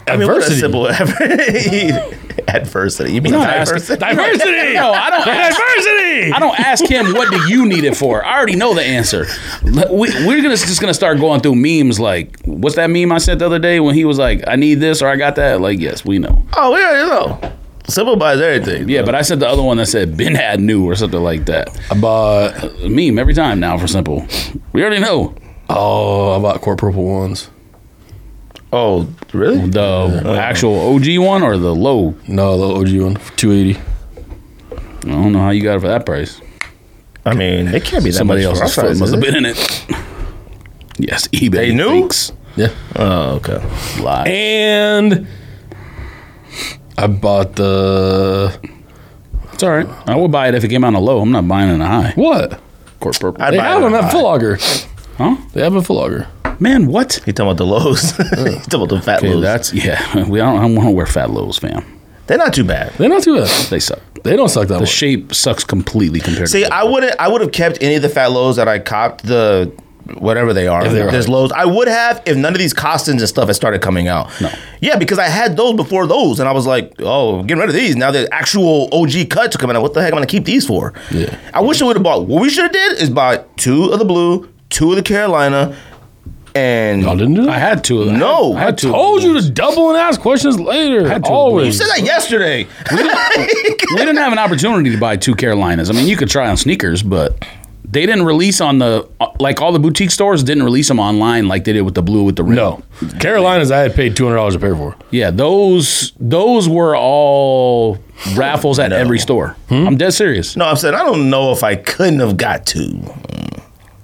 C: I mean, what a
D: Adversity.
C: simple adversity. You mean
E: not
C: diversity?
E: asking-
D: Diversity.
E: No, I don't. Ask,
D: Diversity.
E: I don't ask him what do you need it for. I already know the answer. Let- We, we're gonna just gonna start going through memes like, what's that meme I sent the other day when he was like, I need this or I got that? Like, yes, we know.
C: Oh, we already know. Simplifies everything.
E: Yeah, but I sent the other one that said Ben had new or something like that.
D: I bought,
E: A meme every time now for simple. We already know
D: oh, I bought Court Purple ones.
C: Oh, really?
E: the actual OG one or the low.
D: No, the OG one, two eighty.
E: I don't know how you got it for that price.
C: I mean, it can't be that
E: Somebody
C: much for
E: else's
C: our
E: foot
C: size, is
E: must have
C: it?
E: been in it. Yes, eBay.
C: They knew?
E: thinks.
D: Yeah.
C: Oh, okay.
E: Lie.
D: And I bought the
E: It's all right. I would buy it if it came out on a low. I'm not buying it on a high.
D: what?
E: Court purple.
C: I'd
D: They
C: buy it
D: have
C: on
D: them
C: a
D: at
C: high.
D: Foot Locker.
E: Huh?
D: They have a Foot Locker.
E: Man, what?
C: He talking about the lows. He talking about the fat
E: Okay,
C: lows.
E: that's yeah. We don't, I don't want to wear fat lows, fam.
C: They're not too bad.
D: They're not too bad.
E: They suck.
D: They don't suck that
E: The
D: much.
E: shape sucks completely compared.
C: See,
E: to
C: I wouldn't. I would have kept any of the fat lows that I copped the whatever they are.
D: If they were
C: There's lows. I would have if none of these costumes and stuff had started coming out.
E: No.
C: Yeah, because I had those before those, and I was like, oh, I'm getting rid of these. Now the actual OG cuts are coming out. What the heck am I gonna keep these for?
D: Yeah.
C: I wish I would have bought. What we should have did is bought two of the blue, two of the Carolina, and
D: Y'all didn't do that?
E: I had two of them.
C: No.
E: I had two. of
D: Told
E: them.
D: you to double and ask questions later.
E: had to.
C: you
D: Always.
C: said that yesterday.
E: we didn't have an opportunity to buy two Carolinas. I mean, you could try on sneakers, but they didn't release on the uh, like all the boutique stores didn't release them online like they did with the blue with the rim.
D: No. Carolinas, I had paid $200 a pair for.
E: Yeah, those those were all raffles at every store.
C: Hmm?
E: I'm dead serious.
C: no, I'm saying I don't know if I couldn't have got two.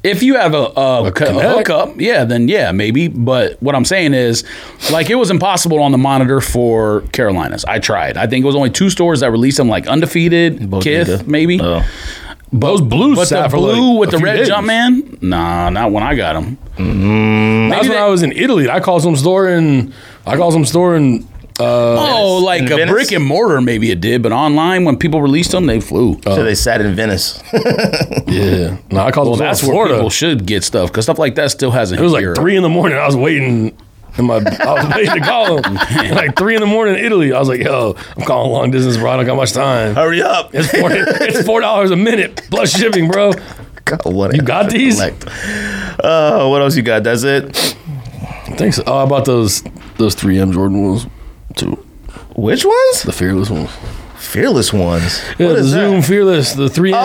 E: If you have a, a, co- a
D: connect.
E: hookup, yeah, then yeah, maybe. But what I'm saying is, like, it was impossible on the monitor for Carolinas. I tried. I think it was only two stores that released them, like Undefeated, Kith, maybe.
C: Oh.
D: Those blues
E: But
D: sat
E: the
D: for
E: blue
D: like
E: with
D: a
E: the
D: few
E: red
D: days.
E: Jumpman? Nah, not when I got them.
D: That's when I was in Italy. I called some store in. I called some store in. Uh,
E: Oh, like
C: In
E: a
C: Venice?
E: brick and mortar, maybe it did, but online when people released them, they flew.
D: Oh.
C: So they sat in Venice.
D: yeah. No, I called
E: well,
D: some
E: that's
D: store in
E: where
D: Florida.
E: people should get stuff because stuff like that still hasn't.
D: it was like three in the morning. I was waiting. In my, I was waiting to call them. like three in the morning in Italy. I was like, yo, I'm calling long distance, bro. I don't got much time.
C: Hurry up.
D: It's four, it's four dollars a minute plus shipping, bro.
C: God, what
D: You got these?
C: Uh, what else you got? That's it.
D: Thanks. Oh, I bought those those three M Jordan ones too.
C: Which ones?
D: The fearless ones.
C: Fearless ones.
D: Yeah,
C: what
D: the
C: is that?
D: Zoom Fearless, the three M. Oh,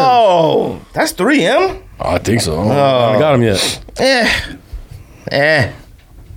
C: Oh, that's 3M.
D: I think so. I don't- I haven't got them yet.
C: Eh, eh.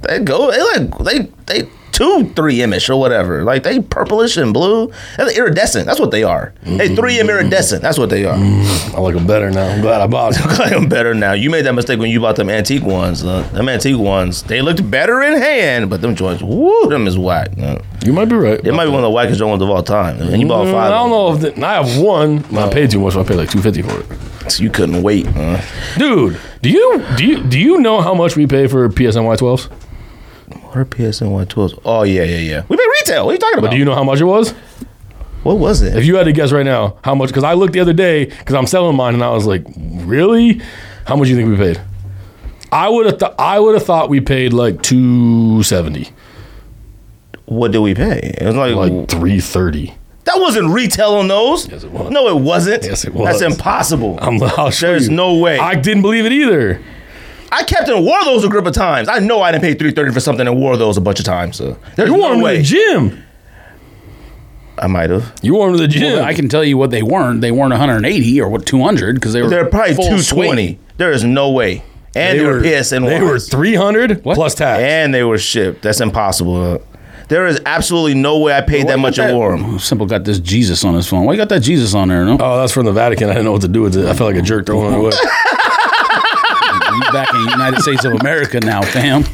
C: They go. They like they they two 3M ish or whatever. Like they purplish and blue. That's iridescent. That's what they are. They
D: Mm-hmm.
C: 3M iridescent. That's what they are.
D: I like them better now. I'm glad I bought them.
C: I am better now. You made that mistake when you bought them antique ones. Uh, them antique ones, they looked better in hand, but them joints, woo, them is whack. Uh,
D: You might be right.
C: It might be one of the wackest joints of all time. And you bought
D: Mm,
C: five.
D: I
C: of
D: don't
C: them.
D: know if the, I have one. I paid too much. So I paid like two fifty for it.
C: You couldn't wait. Uh.
D: Dude, do you do you do you know how much we pay for PSNY twelves?
C: What are PSNY 12s? Oh, yeah, yeah, yeah. We made retail. What are you talking about?
D: But do you know how much it was?
C: what was it?
D: If you had to guess right now, how much? Because I looked the other day because I'm selling mine, and I was like, really? How much do you think we paid? I would have th- I would have thought we paid like two seventy,
C: what did we pay? It was like,
D: like three thirty.
C: that wasn't retail on those. Yes,
D: it was.
C: No, it wasn't.
D: Yes, it was.
C: That's impossible. i
D: I'm I'll show
C: There's
D: you.
C: no way.
D: I didn't believe it either.
C: kept and wore those a grip of times. I know I didn't pay three thirty for something and wore those a bunch of times. So there's
D: You wore
C: no
D: them to
C: way.
D: the gym.
C: I might have.
D: You wore them to the gym.
E: I can tell you what they weren't. They weren't 180 or what 200 because they were.
C: They're probably
E: full
C: two
E: suede.
C: twenty. There is no way. And they, were, PSNY.
D: They were three hundred plus tax.
C: and they were shipped. That's impossible. There is absolutely no way I paid that much and wore them.
E: Oh, Simple got this Jesus on his phone. Why you got that Jesus on there? No,
D: Oh, that's from the Vatican. I didn't know what to do with it. I felt like a jerk throwing it away.
E: you back in the United States of America now, fam.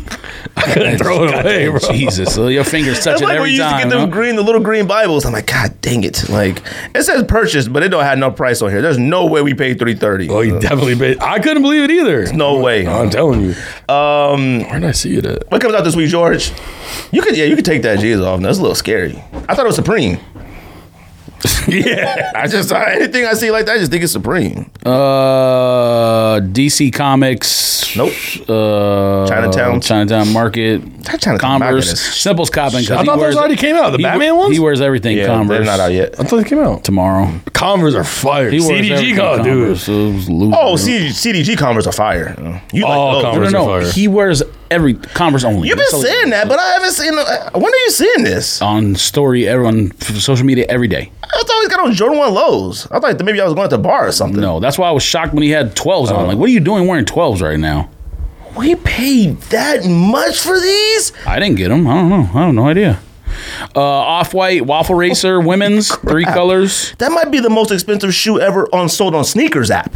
D: I couldn't throw it away, bro.
E: Jesus, so your fingers
C: That's
E: touching
C: like when
E: every
C: you used to
E: time.
C: get them
E: huh?
C: green, the little green Bibles. I'm like, God dang it! Like it says purchased, but it don't have no price on here. There's no way we paid three thirty.
D: Oh, you definitely paid. I couldn't believe it either.
C: No way.
D: I'm telling you. Um, Where did I see it at?
C: What comes out this week, George? You could, yeah, you could take that jeans off. That's a little scary. I thought it was Supreme.
D: yeah.
C: I just I, anything I see like that, I just think it's Supreme.
E: Uh, DC Comics.
C: Nope.
E: Uh,
C: Chinatown.
E: Chinatown Market.
C: That Chinatown Market
E: Converse.
C: is-
E: Simple's copping. 'cause
D: I
E: he
D: thought
E: wears-
D: those already came out. The
E: he we-
D: Batman ones.
E: He wears everything
C: Yeah,
E: Converse.
C: they're not out yet.
D: I thought they came out.
E: Tomorrow. uh,
D: Converse are fire.
E: He wears
D: CDG
E: everything
D: got dude.
E: Converse, so it was losing.
C: Oh, C, CDG Converse are fire. You like
D: Oh,
C: those.
D: Converse.
E: No, no, no.
D: are fire.
E: He wears every Converse only.
C: You've
E: That's
C: been
E: all he-
C: saying that, but I haven't seen. uh, When are you seeing this?
E: on story, everyone f- social media every day.
C: I thought he's got on Jordan One lows. I thought that maybe I was going to the bar or something.
E: No, that's why I was shocked when he had 12s on. Like, what are you doing wearing 12s right now?
C: We paid that much for these?
E: I didn't get them. I don't know. I have no idea. Uh, Off white waffle racer, women's three colors.
C: That might be the most expensive shoe ever on sold on sneakers app.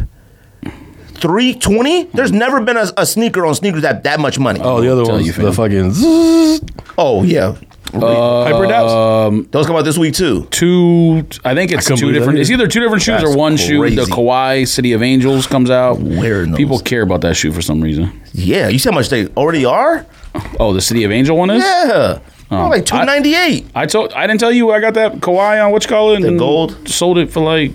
C: three twenty. There's never been a, a sneaker on sneakers that that much money.
D: Oh, the other
E: Tell
D: one's
E: you,
D: the
E: fam.
D: fucking zzz,
C: Oh, yeah,
D: hyper daps.
C: those come out this week too.
E: two. I think it's
D: couldn't
E: two
D: believe
E: different.
D: that
E: It's either two different shoes
C: That's
E: or one shoe. The
C: crazy.
E: Kawhi City of Angels comes out.
C: Wearing those.
E: People care about that shoe for some reason.
C: Yeah, you see how much they already are.
E: Oh, the City of Angel one is.
C: Yeah, oh, like two
E: I-
C: ninety eight.
E: I told. I didn't tell you I got that Kawhi on what you call it.
C: The
E: and
C: gold?
E: sold it for like.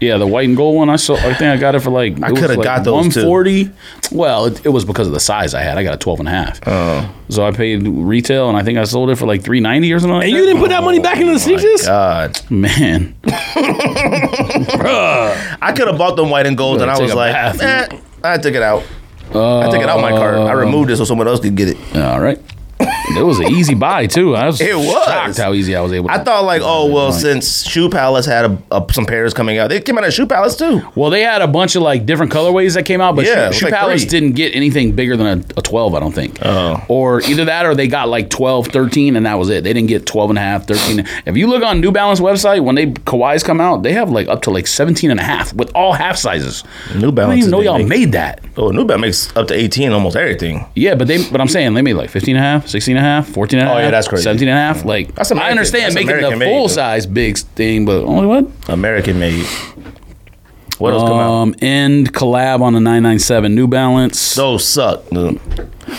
E: Yeah, the white and gold one. I sold. I think I got it for like. I
C: coulda got those, too.
E: 140. Well, it, it was because of the size I had. I got a 12 and a half. Oh. So I paid retail, and I think I sold it for like 390 or something. Like
D: And
E: that.
D: you didn't put that money back into the sneakers?
C: God,
E: man.
C: I could have bought them white and gold, and I
E: take
C: was
E: a
C: like,
E: bath. Oh.
C: eh, I took it out. I took it out my cart. I removed it so someone else could get it.
E: All right. It was an easy buy too. I was
C: It was.
E: shocked how easy I was able. to
C: I thought like, oh well, since Shoe Palace had a, a, some pairs coming out, they came out of Shoe Palace too.
E: Well, they had a bunch of like different colorways that came out, but
C: Yeah, it
E: yeah,
C: was
E: Shoe
C: like
E: Palace
C: three.
E: didn't get anything bigger than a, a 12, I don't think.
C: Oh.
E: Or either that or they got like 12, 13, and that was it. They didn't get 12 and a half, 13. if you look on New Balance website, when they Kawhis come out, they have like up to like 17 and a half with all half sizes.
C: New
E: I don't
C: Balance.
E: even know y'all made that.
C: Oh, New Balance makes up to eighteen almost everything.
E: Yeah, but they but I'm saying they made like 15 and a half, 16 and a half, 14 and a
C: Oh,
E: half.
C: yeah, that's crazy. Mm-hmm.
E: 17 and a half. Like
C: That's
E: I
C: American.
E: understand
C: That's
E: making
C: American
E: the
C: made,
E: full
C: though.
E: size big thing, but only what?
C: American made. What else come out?
E: Um, end collab on the 997 New Balance.
C: Those suck.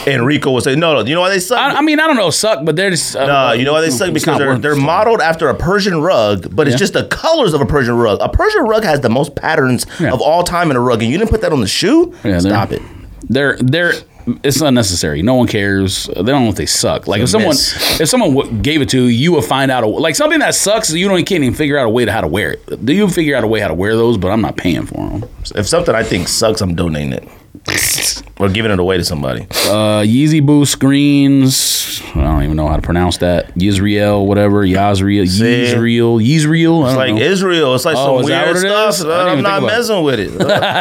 C: Enrico would say, no, no. You know why they suck?
E: I, I mean, I don't know, suck, but they're just. Uh,
C: Nah, you know why they suck?
E: it's
C: Because
E: not
C: they're,
E: worth
C: they're
E: it.
C: modeled after a Persian rug, but it's
E: Yeah.
C: just the colors of a Persian rug. A Persian rug has the most patterns
E: Yeah.
C: of all time in a rug, and you didn't put that on the shoe?
E: Yeah, they're-
C: Stop it.
E: They're they're. It's unnecessary. No one cares. They don't know if they suck. Like if
C: It's a
E: someone
C: miss.
E: if someone w- gave it to you, you would find out a, like something that sucks. You don't you can't even figure out a way to how to wear it. Do you figure out a way how to wear those? But I'm not paying for them.
C: If something I think sucks, I'm donating it. or giving it away to somebody.
E: Uh, Yeezy Boost screens. I don't even know how to pronounce that. Yisrael, whatever. Yazriel. Yisrael. Yisrael. I don't
C: It's like
E: know.
C: Israel. It's like
E: Oh,
C: some
E: is that
C: weird
E: what it is?
C: stuff.
E: I didn't
C: I'm
E: even
C: not
E: think about it.
C: messing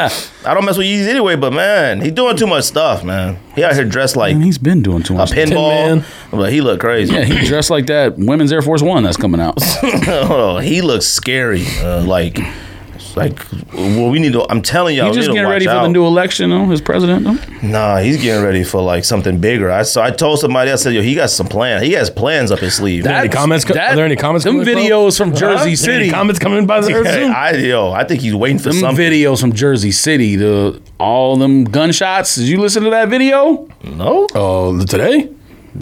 C: with it. I don't mess with Yeezy anyway, but man, he doing too much stuff, man. He out here dressed like
E: And he's been doing too
C: a
E: much.
C: pinball,
D: man.
C: but he look crazy.
E: Mm-hmm. Yeah, he dressed like that. Women's Air Force One that's coming out.
C: oh, he looks scary. Uh, like, it's like, well, we need to. I'm telling y'all,
E: He's just
C: we need
E: getting
C: to
E: ready
C: watch
E: for the
C: out.
E: new election, though, as president. Though.
C: Nah, he's getting ready for like something bigger. I so I told somebody, I said, yo, he got some plan. He has plans up his sleeve.
D: Any comments? co-
E: that-
D: are there any comments?
E: Them
D: coming in, bro?
E: videos from Jersey
D: Is there any
E: City.
D: comments coming by the
C: Hey,
D: Zoom?
C: I yo, I think he's waiting for
E: Them
C: something.
E: videos from Jersey City. The all them gunshots. Did you listen to that video?
C: no.
D: Oh, the- today?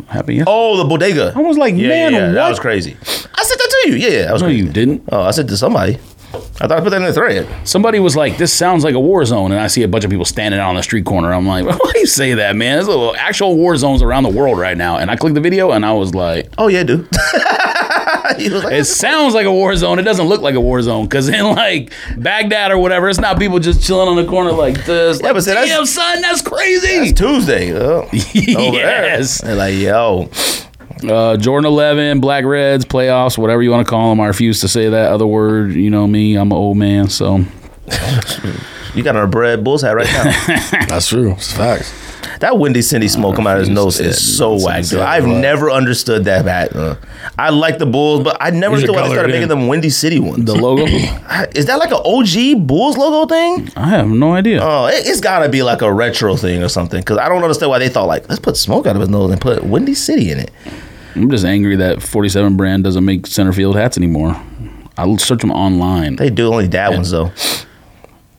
E: Happy. Yeah.
C: Oh, the bodega.
E: I was like,
C: Uh, yeah,
E: man,
C: yeah, that
E: what?
C: was crazy. I said that to you. Yeah, that was
E: No,
C: crazy.
E: you didn't.
C: Oh, I said to somebody. I thought I put that in the thread.
E: Somebody was like, "This sounds like a war zone," and I see a bunch of people standing out on the street corner. I'm like, "Why do you say that, man? There's little actual war zones around the world right now." And I clicked the video, and I was like,
C: Oh yeah, dude. He was like,
E: It sounds like a war zone. It doesn't look like a war zone because in like Baghdad or whatever, it's not people just chilling on the corner like this.
C: Yeah, but see, that's-
E: Damn, son, that's crazy.
C: Tuesday. Oh, over there.
E: Yes.
C: They're like, yo,
E: uh, Jordan 11, Black Reds, playoffs, whatever you want to call them. I refuse to say that other word. You know me, I'm an old man. So
C: you got on a bread bull's hat right now.
D: That's true. It's facts.
C: that Windy City smoke come out of his nose is so whack, dude. I've never understood that hat. Uh, I like the Bulls, but I never
D: These are
C: understood why they started
D: colored
C: making
D: in.
C: them Windy City ones.
E: the logo,
C: I- is that like an OG Bulls logo thing?
E: I have no idea.
C: Oh, it, it's gotta be like a retro thing or something. Cause I don't understand why they thought like, let's put smoke out of his nose and put Windy City in it.
E: I'm just angry that 47 brand doesn't make center field hats anymore. I search them online.
C: They do only dad ones though.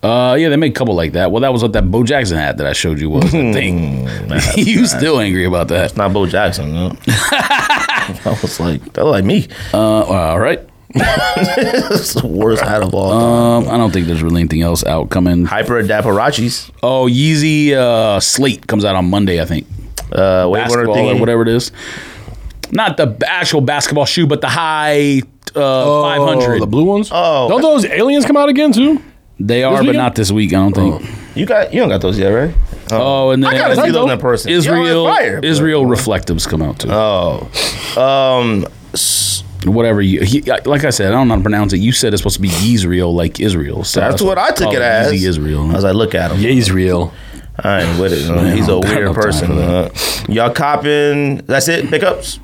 E: Uh, yeah, they made a couple like that. Well, that was what that Bo Jackson hat that I showed you was.
C: Hmm,
E: I think you still angry about that.
C: Not Bo Jackson. No. I was like, that look like me.
E: Uh, all right.
C: That's the worst hat of all. time.
E: Um, I don't think there's really anything else out coming.
C: Hyper Adaparachi's.
E: Oh, Yeezy uh, Slate comes out on Monday, I think.
C: Uh, Wave Runner
E: Basketball or
C: thingy.
E: whatever it is. Not the b- actual basketball shoe, but the high uh, 500.
D: Oh, The blue ones?
C: Oh.
D: Don't those aliens come out again, too?
E: they are, but
D: weekend?
E: not this week. I don't think.
C: You got you don't got those yet, right?
E: Oh, and then
C: Oh, I gotta see those in person.
E: Israel
C: Y'all are fire, bro.
E: Israel reflectives come out too.
C: Oh, um, s-
E: Whatever you, he, like I said, I don't know how to pronounce it. You said it's supposed to be Yisrael, like Israel. So
C: that's what I took
E: call
C: it as.
E: Yeezy Oh, Israel.
C: I was like, look at him.
D: Israel.
C: I ain't with it. man. He's
E: I
C: a
E: don't got
C: weird
E: no time
C: person.
E: for
C: uh, y'all copping? That's it. Pickups.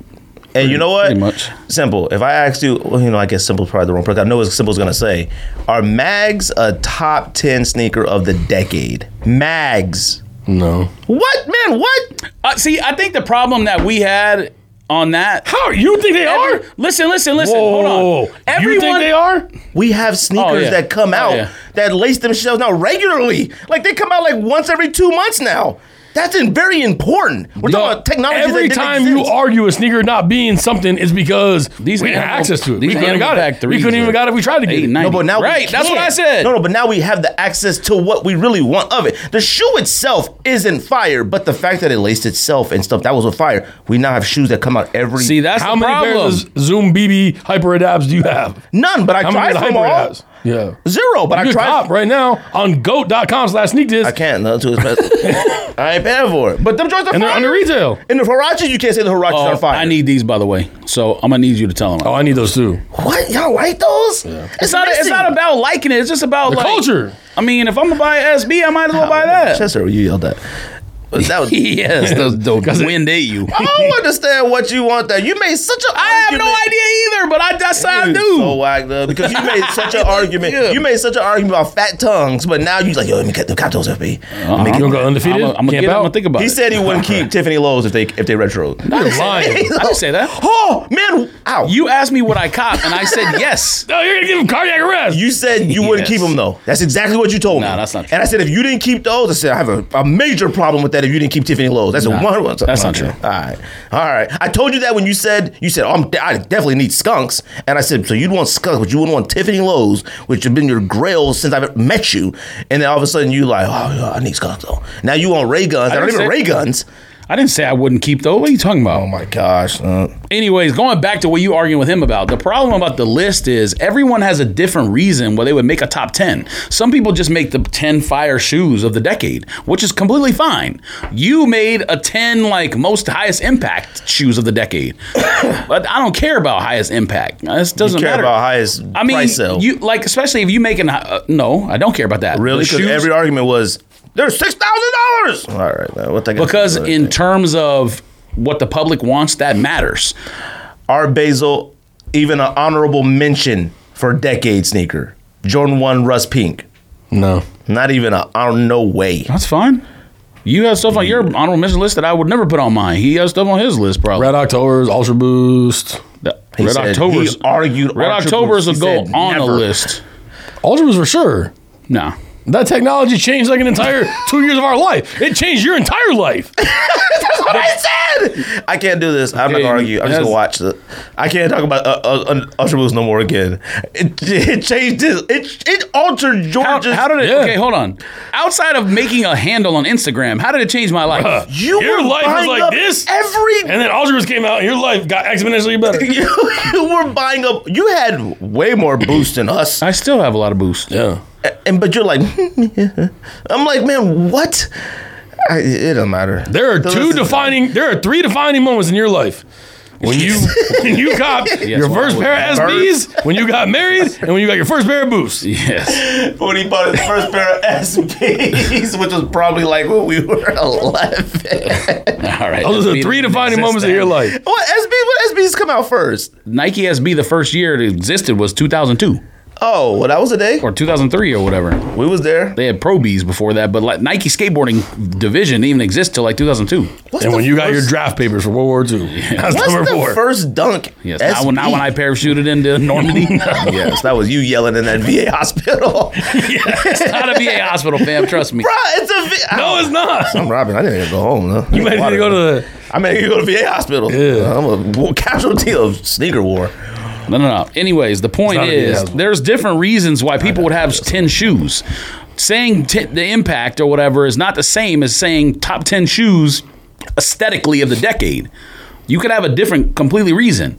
C: And you know what?
E: pretty much.
C: Simple. If I asked you, well, you know, I guess simple's probably the wrong person. I know what simple's gonna say. Are Mags a top ten sneaker of the decade? Mags.
D: No.
C: What man? What?
E: Uh, see, I think the problem that we had on that.
D: How you think they
E: Every-
D: are?
E: listen, listen, listen. Hold on. Everyone,
D: you think they are?
C: We have sneakers
E: Oh, yeah.
C: that come
E: Oh,
C: out
E: yeah.
C: that lace themselves now regularly. Like they come out like once every two months now. That's in, very important. We're
D: No,
C: talking about technology.
D: Every
C: that didn't
D: time you
C: exist.
D: argue a sneaker not being something, it's because
E: These
D: these we didn't have
E: animal-
D: access to it.
E: these
D: we couldn't have
E: animal
D: got
E: pack
D: it. We
E: threes
D: couldn't
E: are
D: even got it. if We tried to get
E: eight,
D: it.
E: nine.
C: No, but now we
E: Right, that's what
C: can.
E: I said.
C: No, no, but now we have the access to what we really want of it. The shoe itself isn't fire, but the fact that it laced itself and stuff that was a fire. We now have shoes that come out every
E: See, that's
D: How
E: the
D: many
E: problem.
D: pairs of Zoom BB Hyper Adapts do you have?
C: none. But I
D: How
C: tried
D: many of the
C: them
D: Hyper
C: all.
D: Adapts? Yeah.
C: Zero, but
D: You
C: I
D: can
C: tried.
D: cop right now on goat.com slash sneak
C: I
D: disc,
C: can't. That's too expensive. I ain't paying for it. But them joints are
D: and they're
C: fire.
D: under retail.
C: In the Hirachis, you can't say the Hirachis
E: Oh,
C: are fire.
E: I need these, by the way. So I'm gonna need you to tell them.
D: Oh, I need those too.
C: what y'all like those?
E: it's not. It's not about liking it. It's just about like,
D: culture.
E: I mean, if I'm gonna buy a SB, I might as well buy that.
C: Chester, you yelled that. But that was.
E: yes, those don't wind at you.
C: I don't understand what you want. That you made such a.
E: I have no idea either, but I that's how I do.
C: So whacked up because you made such an argument.
E: Yeah.
C: You made such an argument about fat tongues, but now you like, yo, let me cut the those FB.
D: You gonna go undefeated?
E: I'm gonna- I'm gonna
D: Camp
E: get it. I'm
D: out?
E: gonna think Uh-huh. about
C: He
E: it.
C: said he wouldn't keep Tiffany Lowe's if they if they retro.
D: You're lying.
E: I didn't say that.
C: Oh man, ow! You,
E: You asked me what I cop, and I said yes.
D: No, you're gonna give him cardiac arrest.
C: you said you wouldn't
E: Yes.
C: keep them though. That's exactly what you told me.
E: Nah, that's not true.
C: And I said if you didn't keep those, I said I have a, a major problem with that. If you didn't keep Tiffany Lowe's, that's a one.
E: that's not true.
C: All right, all right. I told you that when you said you said oh, I'm, I definitely need skunks, and I said so you'd want skunks, but you wouldn't want Tiffany Lowe's, which have been your grail since I've met you. And then all of a sudden you like, oh, yeah, I need skunks though. Now you want ray guns? I, don't
E: didn't
C: even
E: say-
C: ray guns.
E: I didn't say I wouldn't keep though. What are you talking about?
C: Oh my gosh. uh,
E: anyways, going back to what you arguing with him about, the problem about the list is everyone has a different reason why they would make a top 10. Some people just make the 10 fire shoes of the decade, which is completely fine. You made a 10 like most highest impact shoes of the decade. but I don't care about highest impact. This doesn't
C: care
E: matter.
C: about highest
E: I mean,
C: price sale.
E: you like especially if you make an uh, no, I don't care about that.
C: Really?
E: The
C: Because
E: shoes-
C: every argument was there's six thousand dollars. All right, man, what the
E: because in terms of what the public wants, that matters.
C: our Basil, even an honorable mention for decade sneaker, Jordan One Rust Pink.
D: No.
C: Not even a I don't know way.
E: That's fine. You have stuff on your honorable mention list that I would never put on mine. He has stuff on his list, probably.
D: Red October's Ultra Boost.
E: Red,
C: He said-
E: October's
C: he argued.
E: Red
C: Archer
E: October's
C: Boost.
E: would
C: He
E: go
C: said
E: on a
C: never.
E: list.
D: Ultra Boost for sure.
E: Nah.
D: That technology changed like an entire two years of our life. It changed your entire life.
C: I said I can't do this. I'm not
E: Okay,
C: gonna argue. I'm just
E: that's-
C: gonna watch the. I can't talk about uh, uh, uh, Ultra Boost no more again. It, it changed his. It it altered
E: How,
C: George's.
E: how did it?
D: Yeah.
E: Okay, hold on. Outside of making a handle on Instagram, how did it change my life?
C: you
D: Your
C: were
D: life was
C: buying
D: like
C: up
D: this?
C: every
D: And then Ultra Boost came out, and your life got exponentially better.
C: you, you were buying up. You had way more boost than us,
E: I still have a lot of boost.
D: Yeah.
C: and but you're like, I'm like, man, what? I, it doesn't matter.
D: There are
C: Those
D: two
C: is-
D: defining. There are three defining moments in your life. When you when you got your
E: well,
D: first
E: I
D: pair of SBs, when you got married, and when you got your first pair of boots.
E: Yes.
C: when he bought his first pair of SBs, which was probably like when we were 11.
E: All right.
D: Those are the
E: SB
D: three
E: didn't
D: defining
E: exist
D: moments of
E: then.
D: your life.
C: what SB? What SBs come out first?
E: Nike SB, the first year it existed was 2002
C: Oh, well, that was the day
E: or 2003 or whatever.
C: we was there.
E: They had Pro B's before that, but like Nike skateboarding division didn't even exist till like 2002.
C: What's
D: And
C: the
D: when you got your
C: first-
D: draft papers for World War II, that's
C: What's
D: number
C: the
D: four.
C: first dunk?
E: Yes, now, when- now
C: SB?
E: when I parachuted into Normandy, yeah,
C: yes, that was you yelling in that VA hospital.
E: it's not a VA hospital, fam. Trust me.
C: Bro, it's a V.
D: no, it's not.
C: I'm robbing. I didn't even go home. No.
D: You might need to go to the.
C: I mean, you go to VA hospital.
D: Yeah.
C: I'm a w- casualty of sneaker war.
E: No, no, no. Anyways, the point
D: not a VA
E: is,
D: hospital.
E: there's different reasons why people would have ten shoes. Saying t- the impact or whatever is not the same as saying top ten shoes aesthetically of the decade. You could have a different, completely reason.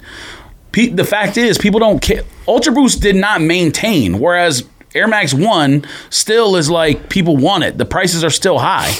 E: Pe- the fact is, people don't care. Ultra Boost did not maintain, whereas Air Max One still is like people want it. The prices are still high.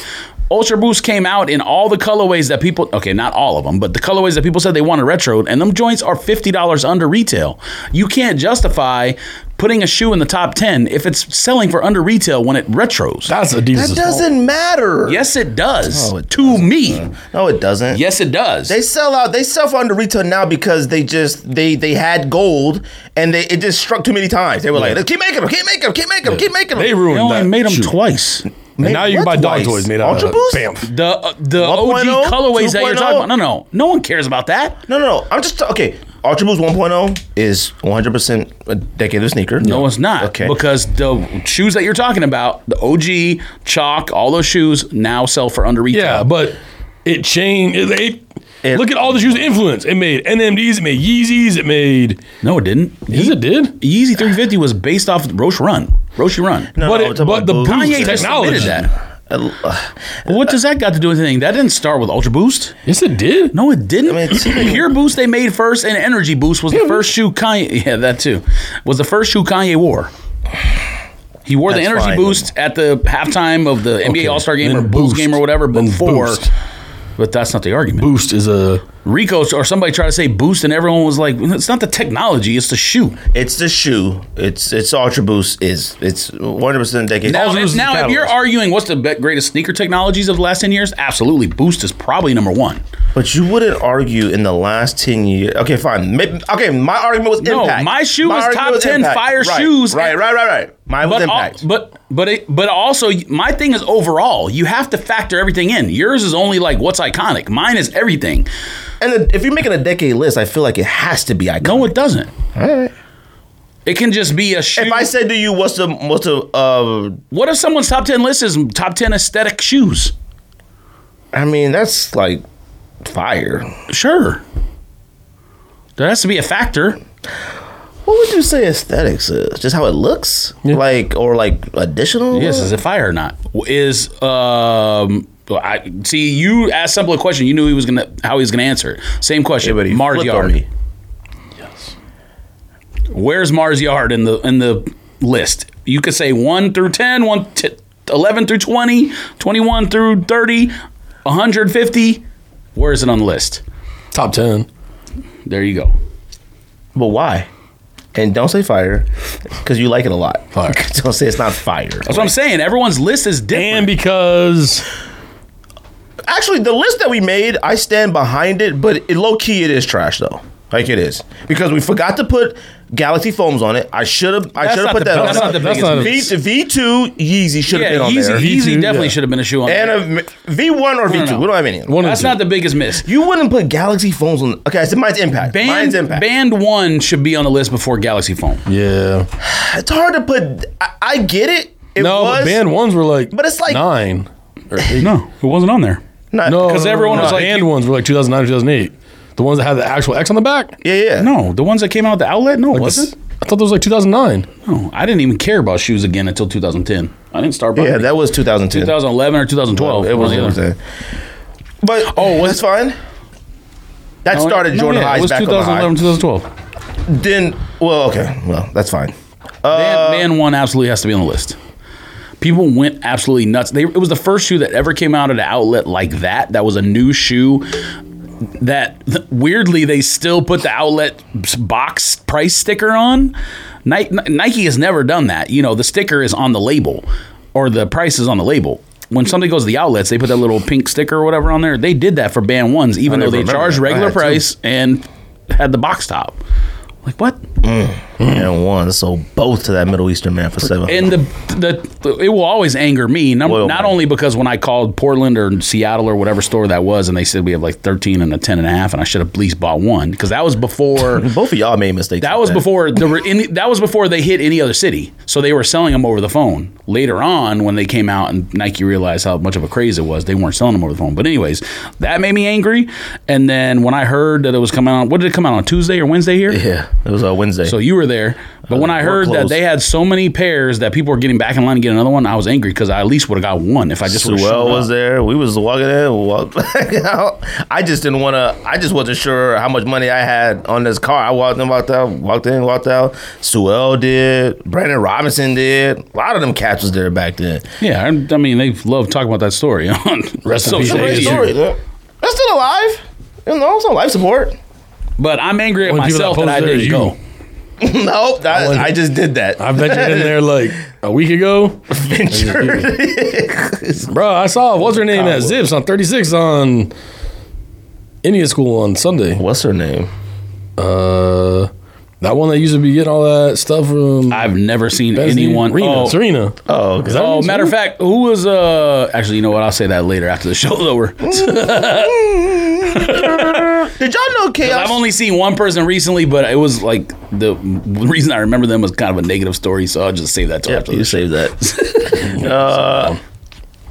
E: Ultra Boost came out in all the colorways that people okay, not all of them, but the colorways that people said they wanted retro, and them joints are fifty dollars under retail. You can't justify putting a shoe in the top ten if it's selling for under retail when it retros.
D: That's Adidas.
C: That doesn't matter.
E: yes, it does
C: it
E: to me.
C: No, it doesn't.
E: Yes, it does.
C: They sell out. They sell for under retail now because they just they they had gold and they it just struck too many times. They were like, keep making them, keep making them, keep making them, keep making them.
D: They ruined
E: They only
D: that.
E: made them
D: shoe.
E: twice.
D: And now you can
C: what
D: buy dog
C: twice?
D: toys made out
C: Ultra
D: of
C: Boost?
D: Bam.
E: The uh, the
C: 1.0,
E: OG colorways that you're
C: 2.0.
E: talking about. No, no, no one cares about that.
C: No, no, no. I'm just okay. Ultra Boost 1.0 is 100 percent a decade of sneaker.
E: No, it's not.
C: Okay.
E: Because the shoes that you're talking about, the OG, chalk, all those shoes now sell for under retail.
D: Yeah, but it changed. It, it-
C: It-
D: look at all the shoes influence. It made NMDs. It made Yeezys. It made.
E: No, it didn't. E-,
D: Yes, it did.
E: Yeezy 350 was based off Roche Run. Roche Run.
C: No,
D: but
C: no,
D: it-
C: I'm talking
D: but
C: about
D: the
C: Boost.
D: Boost
E: Kanye technology.
D: technology.
E: that.
C: Uh, uh,
E: What does that got to do with anything? That didn't start with Ultra Boost.
D: Yes, it did.
E: No, it didn't.
C: I mean, it's-
E: Pure Boost they made first, and Energy Boost was the first shoe Kanye. Yeah, that too was the first shoe Kanye wore. He wore the
C: That's
E: Energy
C: fine.
E: Boost at the halftime of the NBA All Star Game or
D: then
E: Bulls
D: Boost.
E: game or whatever
D: Then
E: before.
D: Boost.
E: But that's not the argument.
D: Boost is a.
E: Rico or somebody tried to say Boost, and everyone was like, "It's not the technology; it's the shoe."
C: it's the shoe. It's it's Ultra Boost is it's 100 percent decade.
E: Now,
D: Ultra Boost is the
E: now if
D: catalyst.
E: you're arguing what's the be- greatest sneaker technologies of the last ten years, absolutely, Boost is probably number one.
C: But you wouldn't argue in the last 10 years. Okay, fine. Maybe, okay, my argument was
E: No,
C: impact.
E: my shoe was
C: argument
E: top 10 fire
C: right,
E: shoes.
C: Right, right, right, right. Mine was
E: But al-
C: impact.
E: but but it, but also, my thing is overall, you have to factor everything in. Yours is only like what's iconic. Mine is everything.
C: and the, if you're making a decade list, I feel like it has to be iconic.
E: No, it doesn't. It can just be a shoe.
C: If I said to you, what's the what's the uh,
E: what if someone's top ten list is top ten aesthetic shoes?
C: I mean, that's like fire.
E: Sure, there has to be a factor.
C: What would you say aesthetics is? Just how it looks, like or like additional.
E: Yes, is it fire or not? Is um. well, I see you asked simple a question. You knew he was gonna how he was gonna answer. Same question,
C: Everybody
E: Mars
C: flipped on
E: Yard.
C: me.
E: Where's Mars Yard in the in the list? You could say 1 through 10, 1 t- 11 through 20, 21 through 30, 150. Where is it on the list?
D: Top 10.
E: There you go.
C: But why? And don't say fire, because you like it a lot.
D: Fire.
C: don't say it's not fire.
E: That's what I'm saying. Everyone's list is
D: And
E: different.
D: because
C: Actually, the list that we made, I stand behind it, but it, low key, it is trash though. Like it is because we forgot to put Galaxy foams on it. I should have. I
E: That's
C: should have
E: not
C: put
E: the-
C: that.
E: that's
C: on
E: not the
D: biggest
C: V-
D: miss.
C: V two Yeezy should have
E: yeah,
C: been on
E: Yeezy,
C: there.
E: Yeezy
D: V2,
E: definitely
D: yeah.
E: should have been a shoe on
C: and
E: there.
C: a V one or V two.
E: no.
C: We don't have any.
D: one
E: That's not the biggest miss.
C: You wouldn't put Galaxy phones on. Okay, I said mine's impact. mine's
E: Band,
C: impact.
E: band one should be on the list before Galaxy Phone.
D: Yeah.
C: It's hard to put. I, I get it. It
D: No, but
C: was,
D: band ones were like.
C: But it's like- Uh,
D: nine. Or eight.
E: No, it wasn't on there.
C: not,
D: No,
E: 'Cause
D: no,
E: everyone
D: no,
E: was
D: no.
E: like-
D: band ones were like 2009, 2008. The ones that had the actual X on the back.
C: Yeah, yeah.
E: No, the ones that came out of the outlet. No, it wasn't.
D: I thought that was like 2009.
E: No, I didn't even care about shoes again until 2010. I didn't start.
C: Yeah,
E: buying
C: that was 2010.
E: 2011 or 2012.
C: it was.
E: one
C: It
E: or the
C: was
E: other.
C: that. But oh, that's fine. That started
E: No,
C: Jordan
E: yeah,
C: High's back on the high.
E: 2012.
C: Then, well, okay, well, that's fine. Uh,
E: Band, Band one absolutely has to be on the list. People went absolutely nuts. They, it was the first shoe that ever came out at an outlet like that. That was a new shoe. That th- weirdly they still put the outlet s- box price sticker on. Nike, Nike has never done that. You know the sticker is on the label, or the price is on the label. When somebody goes to the outlets, they put that little pink sticker or whatever on there. They did that for band ones, even though
C: never
E: they
C: remember
E: charged
C: that. I
E: regular
C: had two.
E: price and had the box top. Like what? Hmm.
C: And one, so both to that Middle Eastern man for seven.
E: and the, the it will always anger me. Num-
C: Well,
E: not
C: man.
E: only because when I called Portland or Seattle or whatever store that was, and they said we have like thirteen and a ten and a half, and I should have at least bought one because that was before
C: both of y'all made mistakes.
E: that
C: like
E: was before there were any, that was before they hit any other city. So they were selling them over the phone. Later on, when they came out and Nike realized how much of a craze it was, they weren't selling them over the phone. But anyways, that made me angry. And then when I heard that it was coming out, what did it come out on Tuesday or Wednesday here?
C: Yeah. It was uh, Wednesday.
E: So you were there.
D: Uh,
E: But when I
C: we're
E: heard that
C: close.
E: they had so many pairs that people were getting back in line to get another one, I was angry because I at least would have got one if I just would
C: Sewell was
E: have
C: there. We was walking in, walked back out. I just didn't want to. I just wasn't sure how much money I had on this car. I walked in, walked out, walked in, walked out. Sewell did. Brandon Robinson did. A lot of them cats was there back then.
E: Yeah, I, I mean, they love talking about that story on
D: Rest in
E: social
D: peace,
E: media.
D: Asian.
C: That's still alive. You know, it's on life support.
E: But I'm angry at
D: Only people that
E: myself that,
D: posted
E: I
D: there is
E: didn't
D: you.
E: go.
C: nope, I, I just did that.
D: I bet you in there like a week ago, bro. I saw what's her name at Zips on 36 on Indian School on Sunday.
C: What's her name?
D: Uh, that one that used to be getting all that stuff from
E: I've never seen
D: Bessie-
E: anyone.
D: Rena,
E: oh,
D: Serena.
C: Oh, okay.
D: Is that her
E: oh,
D: name,
E: matter of
D: Serena?
E: fact, who was uh? Actually, you know what? I'll say that later after the show's over.
C: did y'all know chaos?
E: I've only seen one person recently, but it was like the reason I remember them was kind of a negative story, so I'll just save that till after
C: you
E: the show.
C: saved that. uh,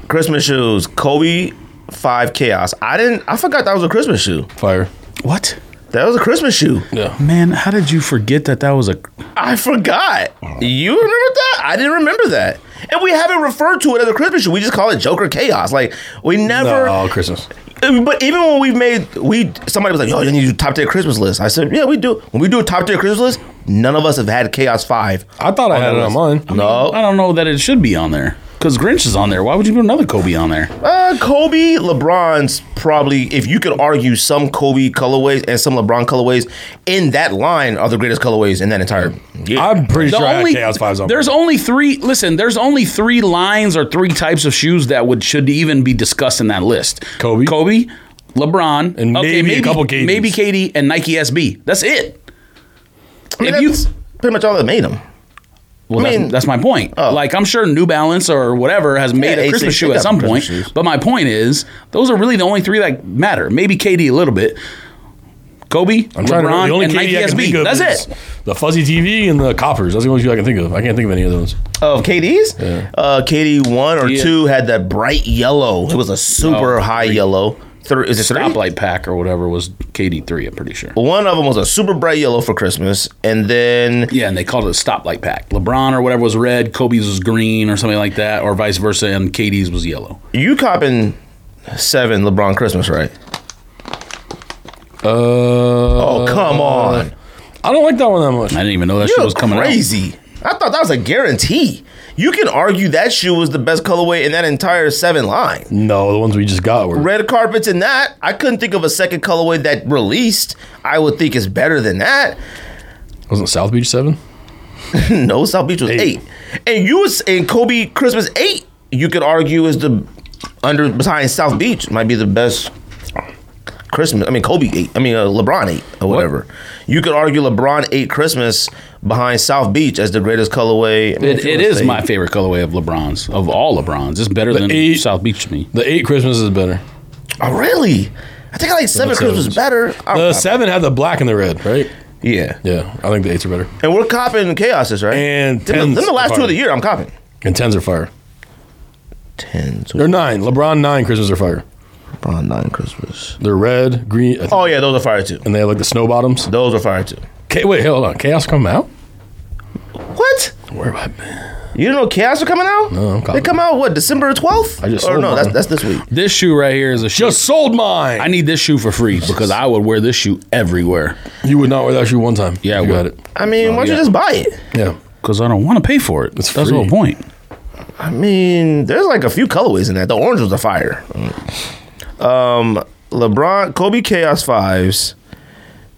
C: Christmas shoes, Kobe Five Chaos. I didn't. I forgot that was a Christmas shoe.
D: fire.
E: What?
C: That was a Christmas shoe.
E: Man, how did you forget that that was a?
C: I forgot. You remember that? I didn't remember that. And we haven't referred to it as a Christmas shoe. We just call it Joker Chaos. Like we never.
D: No, Christmas.
C: But even when we've made we somebody was like, "Yo, you need to do top tier Christmas list." I said, "Yeah, we do." When we do a top tier Christmas list, none of us have had Chaos Five.
D: I thought I had it on mine.
C: No,
E: I don't know that it should be on there because Grinch is on there. Why would you put another Kobe on there?
C: Uh, Kobe, LeBron's probably, if you could argue, some Kobe colorways and some LeBron colorways in that line are the greatest colorways in that entire. Yeah.
D: I'm pretty
E: The
D: sure I
E: only
D: had Chaos Fives on.
E: there's only three. Listen, there's only three lines or three types of shoes that would should even be discussed in that list.
D: Kobe.
E: Kobe, LeBron,
D: And maybe a couple KDs.
E: maybe Katie and Nike SB. That's it.
C: I mean,
E: if you-
C: that's pretty much all that made them.
E: Well,
C: I
E: that's,
C: mean-
E: that's my point.
C: Oh.
E: Like, I'm sure New Balance or whatever has made
C: Yeah,
E: a
C: A6,
E: Christmas shoe
C: they
E: at
C: got
E: some point.
C: Christmas shoes.
E: But my point is, those are really the only three that matter. Maybe KD a little bit. Kobe,
D: I'm trying to remember.
E: LeBron,
D: The only
E: and Nike
D: KD I can think
E: SB.
D: of
E: That's
D: is
E: it.
D: The fuzzy TV and the coppers. That's the only two I can think of. I can't think of any of those.
C: Of KD's? Uh, KD one or
E: Yeah.
C: two had that bright yellow. It was a super
E: Oh,
C: high yellow. Three, is it three?
E: Stoplight pack or whatever was KD three. I'm pretty sure.
C: One of them was a super bright yellow for Christmas, and then
E: Yeah, and they called it a stoplight pack. LeBron or whatever was red, Kobe's was green or something like that, or vice versa, and KD's was yellow.
C: you copping seven LeBron Christmas, right?
D: Uh,
C: Oh,
E: Uh,
C: come on.
D: I don't like that one that much.
E: I didn't even know that
C: You're
E: shit was coming out.
C: crazy. I thought that was a guarantee. You can argue that shoe was the best colorway in that entire seven line.
D: No, the ones we just got were.
C: Red carpets in that. I couldn't think of a second colorway that released. I would think is better than that.
D: Wasn't South Beach seven?
C: no, South Beach was eight,
D: Eight.
C: and you was in Kobe Christmas eight. You could argue is the under behind South Beach might be the best Christmas. I mean Kobe eight. I mean uh, LeBron eight or whatever. You could argue LeBron eight Christmas behind South Beach as the greatest colorway. I mean, if
E: It,
C: you
E: it
C: wanna
E: is
C: say-
E: my favorite colorway of LeBron's of all LeBron's. It's better than
D: eight-
E: South Beach to me.
D: The eight Christmas is better.
C: Oh, really? I think I like seven
D: seven Uh,
C: Christmas
D: is-
C: better. I-
D: The
C: I-
D: seven had the black and the red, right?
C: yeah.
D: Yeah, I think the eights are better.
C: And we're copping chaoses, right?
D: And
C: then,
D: tens
C: the last two of
D: are-
C: the year, I'm copping.
D: And tens are fire.
C: Tens,
D: They're nine. LeBron nine Christmas are fire.
C: LeBron nine Christmas.
D: They're red, green, I think-
C: Oh yeah, those are fire too.
D: and they have like the snow bottoms.
C: Those are fire too.
D: Ca- wait, hold on. Chaos come out?
C: What?
D: Where have I been?
C: You didn't know chaos are coming out?
D: No, I'm
C: They
D: copping.
C: come out what December twelfth?
D: I just
C: Or
D: sold
C: no, that's
D: mine.
C: that's this week.
E: This shoe right here is a shoe.
D: Just sold mine.
E: I need this shoe for free because I would wear this shoe everywhere.
D: you would not wear that shoe one time.
E: Yeah, I
D: you got
E: would.
D: it.
C: I mean, why don't
E: yeah.
C: you just buy it?
D: Yeah.
E: Because I don't want to pay for it. That's the
D: free.
E: whole point.
C: I mean, there's like a few colorways in that. The orange was a fire. Um, LeBron, Kobe Chaos Fives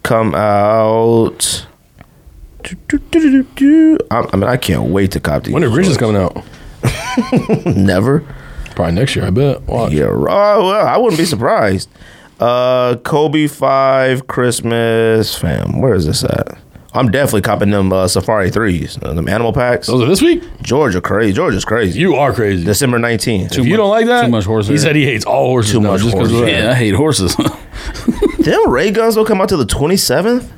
C: come out. I, I mean, I can't wait to cop these.
D: When are Grinches coming out?
C: Never.
D: Probably next year, I bet. Watch.
C: Yeah. right. Oh, well, I wouldn't be surprised. Uh, Kobe Five Christmas fam. Where is this at? I'm definitely copping them uh, Safari threes, uh, them animal packs.
D: Those are this week?
C: Georgia crazy. Georgia's crazy.
D: You are crazy.
C: December 19th.
D: if you don't like that,
E: too much horse
D: He
E: hair.
D: said he hates all horses.
C: Too
D: now,
C: much
D: just 'cause of
C: horse
D: that.
E: Yeah, I hate horses.
C: Them ray guns don't come out till the 27th.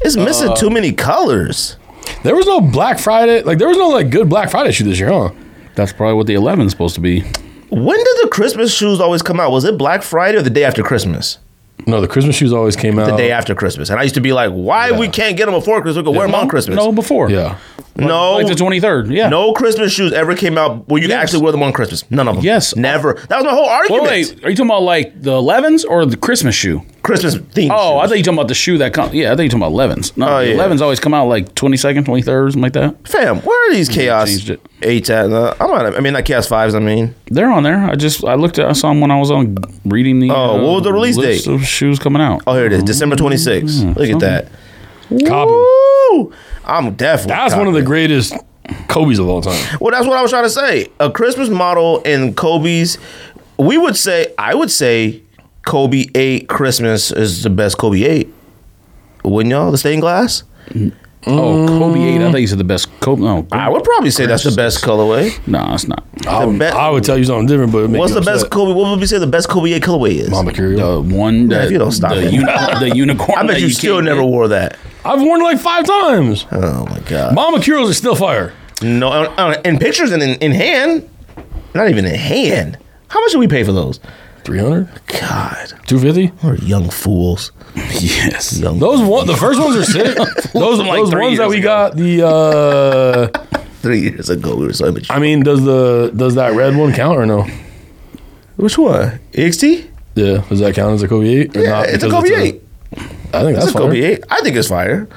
C: It's missing too many colors.
D: There was no Black Friday. Like there was no like good Black Friday shoe this year, huh?
E: That's probably what the 11 is supposed to be.
C: When did the Christmas shoes always come out? Was it Black Friday or the day after Christmas?
D: No, the Christmas shoes always came out
C: the day after Christmas. And I used to be like, why we can't get them before Christmas? We could wear them on Christmas.
E: No, before.
D: Yeah,
C: no,
E: Like the 23rd. Yeah.
C: no Christmas shoes ever came out where you could
E: Yes.
C: actually wear them on Christmas. None of them.
E: Yes.
C: never. That was my whole
E: Wait,
C: argument.
E: wait, are you talking about like the 11s or the Christmas shoe?
C: Christmas theme. shoes.
E: Oh, I thought you were talking about the shoe that comes. Yeah, I thought you were talking about 11s. No,
C: Oh,
E: the
C: yeah.
E: 11s always come out like 22nd, 23rd, something like that.
C: fam, where are these chaos
E: changed it.
C: eights at? Uh, I'm not. I mean, not chaos fives. I mean,
E: They're on there. I just I looked at I saw them when I was on reading the. uh,
C: Oh, what was the release
E: list
C: date?
E: Of shoes coming out.
C: oh here it is, December 26th. Look at that.
D: Cobham.
C: Woo! I'm definitely.
D: That's one of the greatest Kobe's of all time.
C: Well, that's what I was trying to say. A Christmas model in Kobe's, we would say, I would say Kobe 8 Christmas is the best Kobe 8. Wouldn't y'all? The stained glass?
E: Oh, Kobe eight. I thought you said the best Kobe. No,
C: I would probably say that's the best colorway.
E: no, it's not.
C: Oh.
D: I would,
C: best-
D: I would tell you something different, but it
C: What's the best Kobe? What would we say the best Kobe 8 colorway is?
D: Mama Curio.
E: The one that
C: if you don't stop
E: the,
C: it.
E: uni- the unicorn.
C: I bet
E: that
C: you, still
E: can't
C: never
E: get.
C: wore that.
D: I've worn it like five times.
C: Oh my God.
D: Mama Curios are still fire.
C: No, uh, uh, in pictures and in, in hand, not even in hand. How much do we pay for those?
D: 300?
C: God,
D: 250?
C: we're young fools.
E: Yes.
C: Young
D: Those one, the first ones are sick. those
E: Like
D: those
E: three
D: ones that
E: years
D: we
E: ago.
D: got. The uh,
C: three years ago, we were so immature.
D: I mean, does the does that red one count or no?
C: Which one? EXT?
D: Yeah, does that count as a Kobe eight or
C: Yeah,
D: not?
C: it's a
D: Because
C: Kobe eight.
D: I think that's
C: It's a Kobe
D: fire.
C: eight. I think it's fire.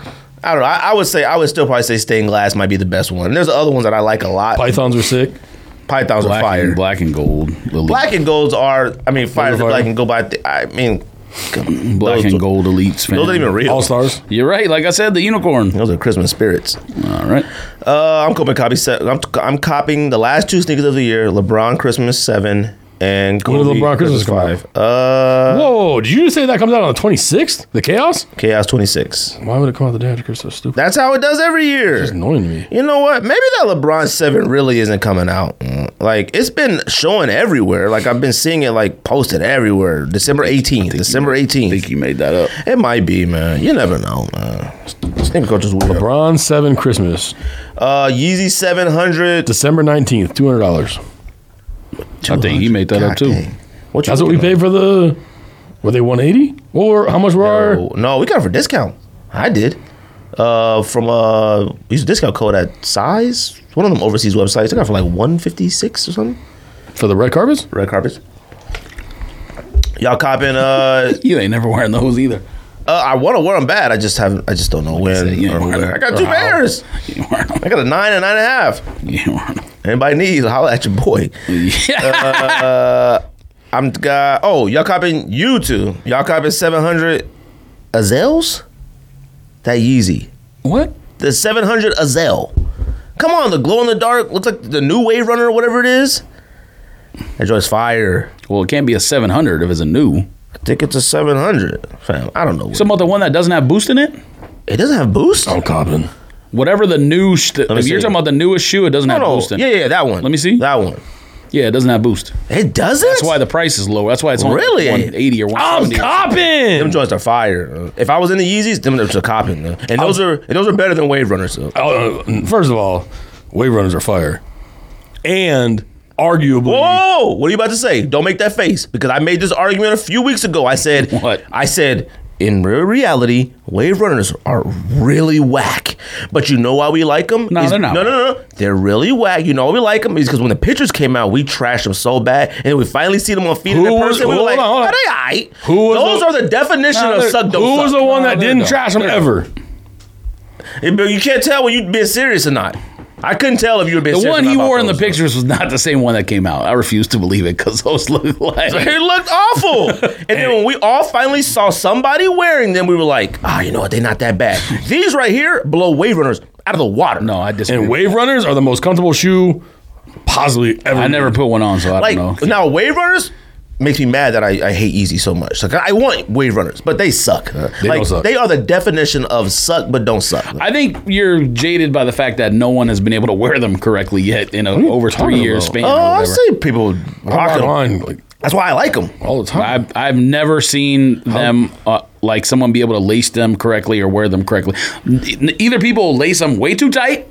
C: I don't know. I, I would say I would still probably say stained glass might be the best one. There's other ones that I like a lot.
D: Pythons are sick.
C: Pythons
E: Black
C: are fire.
E: and
C: black.
E: black and gold. Elite.
C: and golds are. I mean, fire.
D: are
C: The
D: fire.
C: black and gold. But I, thi- I mean, come-
E: Black
C: those,
E: and gold elites. Fan.
C: Those aren't even real.
D: All stars.
E: You're right. Like I said, the unicorn.
C: Those are Christmas spirits.
E: All right.
C: Uh, I'm copying copy. Se- I'm, I'm copying the last two sneakers of the year: LeBron Christmas seven and
D: When did
C: Kobe
D: LeBron Christmas come out?
C: Uh,
D: Whoa! Did you just say that comes out on the twenty sixth? The Chaos?
C: Chaos twenty six.
D: Why would it come out the day after Christmas? Stupid.
C: That's how it does every year.
D: Annoying to me.
C: You know what? Maybe that LeBron 7 really isn't coming out. Mm. Like, it's been showing everywhere. Like, I've been seeing it, like, posted everywhere. December 18th. December
E: I think
C: 18th.
E: you made that up.
C: It might be, man. You never know, man. Sneaker culture's weird.
D: Bronze seven Christmas,
C: Uh, Yeezy 700.
D: December nineteenth, two hundred dollars.
E: I think he made that up
C: God
E: too.
C: dang. What you
D: That's what we
C: looking
D: paid for the. Were they one eighty? What were how much were
C: at?
D: our?
C: Oh, No, we got it for discount. I did. Uh, from uh, we used a discount code at size. One of them overseas websites. I got it for like 156 or something.
D: For the red carpets?
C: Red carpets. Y'all copping uh
E: You ain't never wearing those either.
C: Uh, I want to wear them bad. I just haven't. I just don't know when.
E: said, you
C: or
E: ain't wearing
C: where.
E: them.
C: I got two
E: Or how.
C: pairs.
E: You ain't wearing them.
C: I got a nine and nine and a half.
E: You ain't wearing them.
C: Anybody needs? Holla at your boy.
E: Yeah.
C: I'm got. Oh, y'all copping you two. Y'all copping seven hundred Azels. That Yeezy.
E: what?
C: The seven hundred Azel. Come on, the glow in the dark looks like the new Wave Runner or whatever it is. That joint's fire.
E: Well, it can't be a 700 if it's a new.
C: I think it's a seven hundred. Fam, I don't know.
E: Some about the one that doesn't have boost in it.
C: it doesn't have boost.
E: Oh,
D: I'm copping.
E: Whatever the new, sh- if
C: me
E: you're
C: see.
E: talking about the newest shoe, it doesn't
C: no,
E: have
C: no.
E: boost in
C: Yeah,
E: it.
C: yeah, that one.
E: Let me see.
C: That one.
E: Yeah, it doesn't have boost.
C: It doesn't.
E: That's why the price is lower. That's why it's only
C: Really?
E: 180 or
D: I'm
E: 170.
C: Them
D: copping.
C: joints are fire. If I was in the Yeezys, them are copping. man. And those are and those are better than Wave Runners. Though.
D: Oh, uh, First of all, wave runners are fire, and arguably
C: Whoa! Oh, What are you about to say? Don't make that face because I made this argument a few weeks ago. I said
E: What?
C: I said in real reality, Wave Runners are really whack. But you know why we like them?
E: No, they're not
C: No, no, no, no. They're really whack. You know why we like them is because when the pictures came out, we trashed them so bad, and we finally see them on feet in
D: Who was-
C: person. we were
D: hold
C: like,
D: on, hold on.
C: are they alright?
D: Who was
C: Those
D: the-
C: are the definition
D: Nah,
C: of
D: they're-
C: suck. Don't
D: Who was
C: suck.
D: the one that
E: they're
D: didn't
E: dumb.
D: trash them ever?
C: It- but you can't tell when you're being serious or not. I couldn't tell if you were being
E: The
C: serious.
E: one
C: or not
E: he
C: about
E: wore in the
C: those.
E: pictures was not the same one that came out. I refuse to believe it because those look like.
C: It looked awful. and then when we all finally saw somebody wearing them, we were like, ah, you know what? They're not that bad. These right here blow wave runners out of the water.
E: No, I disagree.
D: And wave runners are the most comfortable shoe possibly ever.
E: I never put one on, so I
C: Like,
E: don't know.
C: now wave runners makes me mad that I, I hate Easy so much. Like, I want wave runners, but they suck.
D: They
C: like,
D: don't suck.
C: They are the definition of suck, but don't suck.
E: I think you're jaded by the fact that no one has been able to wear them correctly yet in a over three
D: talking
E: year
D: about?
E: span.
C: oh,
E: or
C: I
E: whatever.
C: see people rock
D: Rock
C: 'em.
D: line like
C: That's why I like them.
D: all the time.
E: I've, I've never seen them uh, like someone be able to lace them correctly or wear them correctly. N- Either people lace them way too tight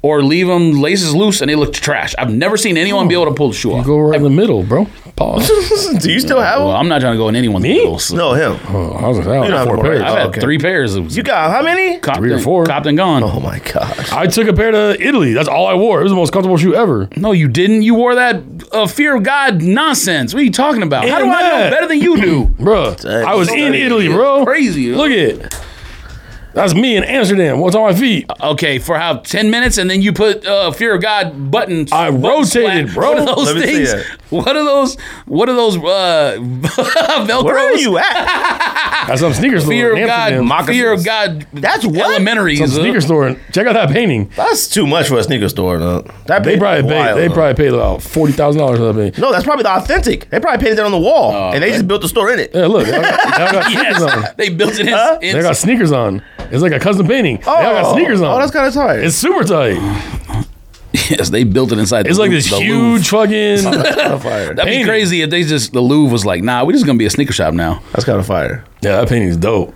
E: or leave them laces loose and they look trash. I've never seen anyone be able to pull the shoe off.
D: Oh. Go right in the middle, bro. Pause.
C: Do you still have
E: Well,
C: them?
E: I'm not trying to go in anyone's
D: Me?
E: middles.
C: No, him.
D: oh, I was like, that was
C: don't have
D: four
C: to worry.
D: pairs.
E: I've had
C: Oh, okay.
E: three pairs. It was
C: You got how many?
E: copped
D: three or
E: and-
D: four.
E: Copped and gone.
C: Oh my gosh.
D: I took a pair to Italy. That's all I wore. It was the most comfortable shoe ever.
E: No, you didn't. You wore that uh, fear of God nonsense. What are you talking about? How do I know
D: that.
E: better than you do?
D: Bruh, I was in Italy, bro.
E: Crazy.
D: Look at That's me in Amsterdam. What's on my feet?
E: Okay, for how ten minutes, and then you put uh, fear of God buttons.
D: I
E: button
D: rotated, bro.
E: What are those
C: Let me see
E: things?
C: it.
E: What are those? What are those? Uh, Velcros.
C: Where are you at?
D: That's some sneaker store
E: Fear
D: in
E: of God.
D: Amsterdam.
E: Fear of God.
C: That's what?
E: Elementaries.
D: Some
E: uh,
D: sneaker store. in- Check out that painting.
C: That's too much for a sneaker store, though. That
D: They
C: paid
D: probably paid.
C: wild,
D: They
C: though.
D: probably paid about forty thousand dollars for that painting.
C: No, that's probably the authentic. They probably painted that on the wall, and they just built the store in it.
D: Yeah, look. Oh, They all got, they all got sneakers on.
E: Yes, they built it in. in-
D: They all got sneakers on. It's like a custom painting. they all got sneakers on.
C: Oh, that's kind of tight.
D: It's super tight.
E: yes, they built it inside.
D: It's
E: the
D: like
E: Lou-
D: this
E: the Louvre.
D: huge fucking.
C: kind of fire.
E: That'd be
D: painting.
E: crazy if they just the Louvre was like, nah, we're just gonna be a sneaker shop now.
C: That's kind of fire.
D: yeah, that painting's dope.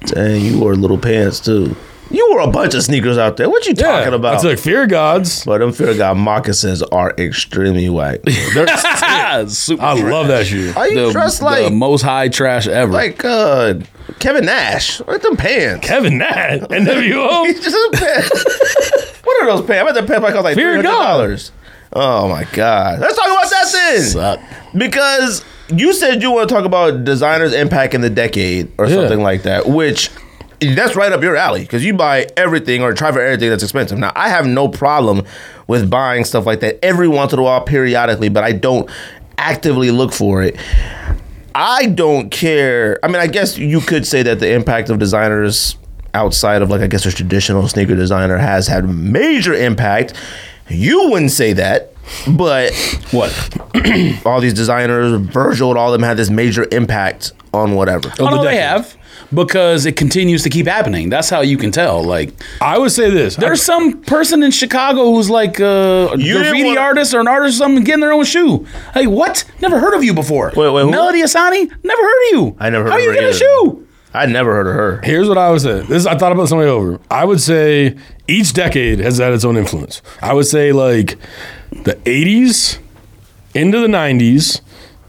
C: Dang, you wore little pants too. You wore a bunch of sneakers out there. What you
D: Yeah,
C: talking about?
D: It's like fear gods.
C: but them fear God moccasins are extremely white.
D: They're-
E: Ah, Super
D: I
E: trash.
D: love that shoe.
C: Are you
E: the,
C: dressed
E: the
C: like
E: most high trash ever.
C: like uh, Kevin Nash? Look at them pants.
D: Kevin Nat, NWO.
C: Just them pants. Oh. what are those pants? I bet the pants probably cost like three
D: Fear
C: hundred
D: God.
C: dollars. Oh my god! Let's talk about that then.
E: Suck.
C: Because you said you want to talk about designers' impact in the decade or
D: Yeah.
C: something like that, which that's right up your alley because you buy everything or try for everything that's expensive. Now, I have no problem with buying stuff like that every once in a while, periodically, but I don't actively look for it. I don't care. I mean, I guess you could say that the impact of designers outside of like I guess a traditional sneaker designer has had major impact. You wouldn't say that, but
E: What?
C: all these designers, Virgil, and all them had this major impact on whatever.
E: Oh, no,
D: the
E: they
D: decade.
E: have because it continues to keep happening. That's how you can tell. Like,
D: I would say this.
E: there's some person in Chicago who's like a
C: didn't
E: graffiti
C: wanna-
E: artist or an artist or something getting their own shoe. Like, what? Never heard of you before.
C: Wait, wait, who?
E: Melody Asani? Never heard of you.
C: I never heard
E: How
C: of
E: you
C: her
E: getting a
C: either.
E: shoe?
C: I never heard of her.
D: Here's what I would say. This I thought about this on the way over. I would say each decade has had its own influence. I would say like the 80s into the 90s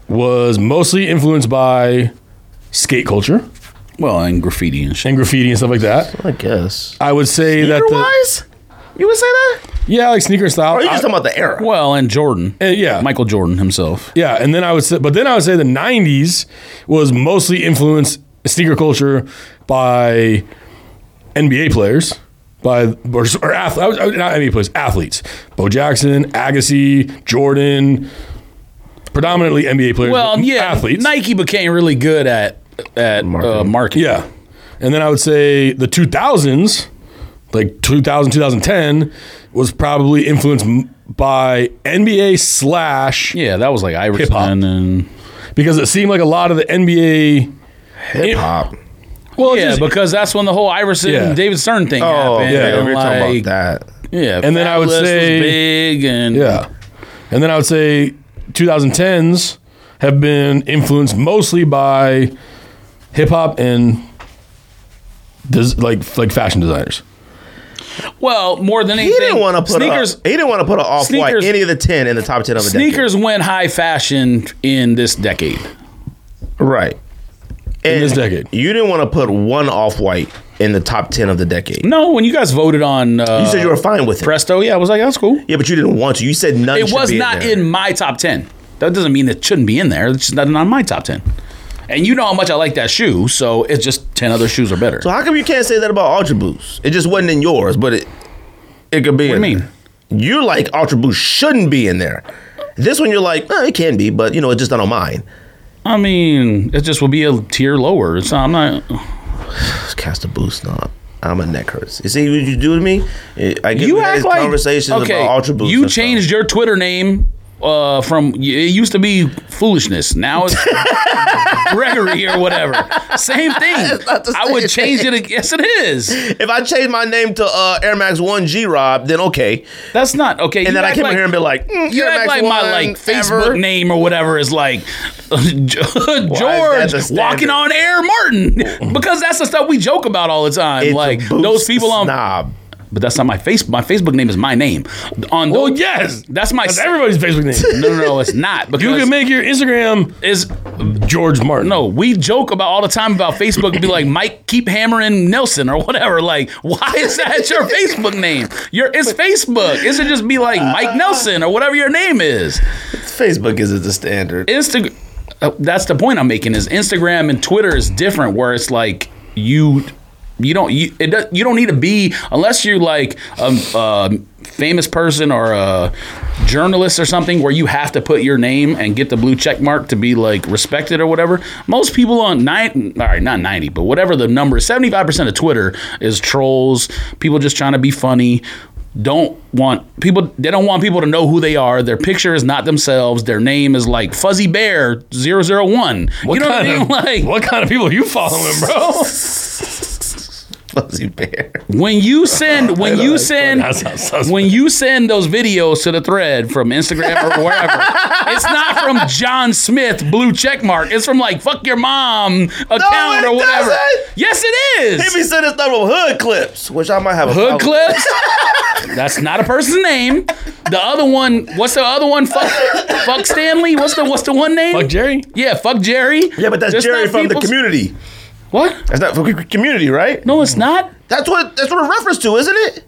D: was mostly influenced by skate culture
E: Well, and graffiti and shit.
D: and graffiti and stuff like that.
C: I guess.
D: I would say that
C: Sneaker
D: the
C: wise, you would say that?
D: yeah, like sneaker style.
C: Or are Oh, you
D: I-
C: just talking about the era?
E: Well, and Jordan.
D: eh, yeah,
E: Michael Jordan himself.
D: yeah, and then I would say, but then I would say the 90s was mostly influenced sneaker culture by NBA players by or, or ath- I was- I was- not NBA players, athletes. Bo Jackson, Agassi, Jordan, predominantly NBA players.
E: Well,
D: but
E: yeah.
D: athletes.
E: Nike became really good at at marketing. Uh,
C: Marketing.
E: marketing.
D: yeah, and then I would say the 2000s, like 2000 2010, was probably influenced m- by NBA slash
E: Yeah, that was like Iverson
D: Hip-hop.
E: and
D: because it seemed like a lot of the NBA.
C: Hip hop.
D: Well,
E: yeah,
D: just-
E: because that's when the whole Iverson
D: Yeah.
E: David Stern thing
C: Oh,
E: happened.
C: yeah.
E: and,
C: we were talking
E: like,
C: about that.
E: Yeah,
D: And then I would
E: Fabulous was
D: say-
E: big and
D: Yeah. And then I would say 2010s have been influenced mostly by hip hop and des- like like fashion designers.
E: Well, more than
C: He
E: anything,
C: didn't want to put
E: sneakers.
C: A, he didn't want to put an off white
E: sneakers-
C: any of the ten in the top ten of the
E: Sneakers went high fashion in this decade.
C: decade. Right. And
D: this decade.
C: you didn't want to put one off white in the top ten of the decade.
E: No, when you guys voted on uh,
C: You said you were fine with it.
E: Presto, yeah, I was like, that's cool.
C: yeah, but you didn't want to. You said none.
E: It
C: should
E: was
C: be
E: not
C: in. there.
E: in my top ten. That doesn't mean it shouldn't be in there. It's just not on my top ten. And you know how much I like that shoe, so it's just ten other shoes are better.
C: So how come you can't say that about Ultra Boost? It just wasn't in yours, but it it could be. What
E: do you
C: mean? You're like Ultra Boost shouldn't be in there. This one you're like, eh, it can be, but you know it's just not on mine.
E: I mean, it just will be a tier lower. It's not, I'm not.
C: Let's cast a boost, not. I'm a neck hurts. You see what you do to me? I get
E: You
C: we had
E: act
C: these
E: like
C: conversations about Ultra Boost.
E: You
C: and stuff.
E: changed your Twitter name uh, from it used to be foolishness. Now it's Gregory or whatever. Same thing.
C: the
E: I would
C: same
E: change it. Yes, it is.
C: If I change my name to uh, Air Max One G Rob, then okay.
E: That's not okay.
C: And
E: you
C: then I
E: act
C: came
E: like-
C: in here and be like, mm,
E: You
C: Air
E: act
C: Max
E: like my
C: 1
E: like Facebook
C: ever.
E: name or whatever is like
C: that the
E: George
C: standard?
E: walking on Air Martin because that's the stuff we joke about all the time.
C: It's a
E: like
C: boost
E: those people on,
C: snob.
E: but that's not my face. My Facebook name is my name. On
D: Well,
E: those,
D: yes.
E: that's my.
D: That's everybody's Facebook name.
E: no, no, no, it's not. Because
D: you can make your Instagram
E: is
D: George Martin.
E: no, we joke about all the time about Facebook and be like, Mike, keep hammering Nelson or whatever. Like, why is that your Facebook name? Your it's Facebook. It should just be like Mike Nelson or whatever your name is.
C: Facebook isn't the standard.
E: Instagram. uh, That's the point I'm making is Instagram and Twitter is different, where it's like you. You don't you it does, you don't need to be unless you're like a, a famous person or a journalist or something where you have to put your name and get the blue check mark to be like respected or whatever. Most people on nine all right not ninety but whatever the number seventy five percent of Twitter is trolls. People just trying to be funny don't want people they don't want people to know who they are their picture is not themselves their name is like fuzzy bear 001 you know what i
D: kind
E: mean
D: of,
E: like
D: what kind of people are you following, bro?
C: Fuzzy bear.
E: when you send when you send
D: That sounds suspect.
E: when you send those videos to the thread from instagram or wherever it's not from john smith blue checkmark it's from like fuck your mom account
C: it
E: or whatever
C: doesn't.
E: yes it is
C: He be Oh. sending stuff with hood clips, which I might have a
E: Hood
C: problem
E: clips. That's not a person's name. The other one, what's the other one? Fuck, fuck Stanley. What's the what's the one name?
D: Fuck Jerry.
E: yeah, fuck Jerry.
C: Yeah, but that's
E: Just
C: Jerry
E: not
C: from the
E: people's-
C: community.
E: What?
C: That's not from the community, right?
E: No, it's not.
C: That's what that's what a reference to, isn't it?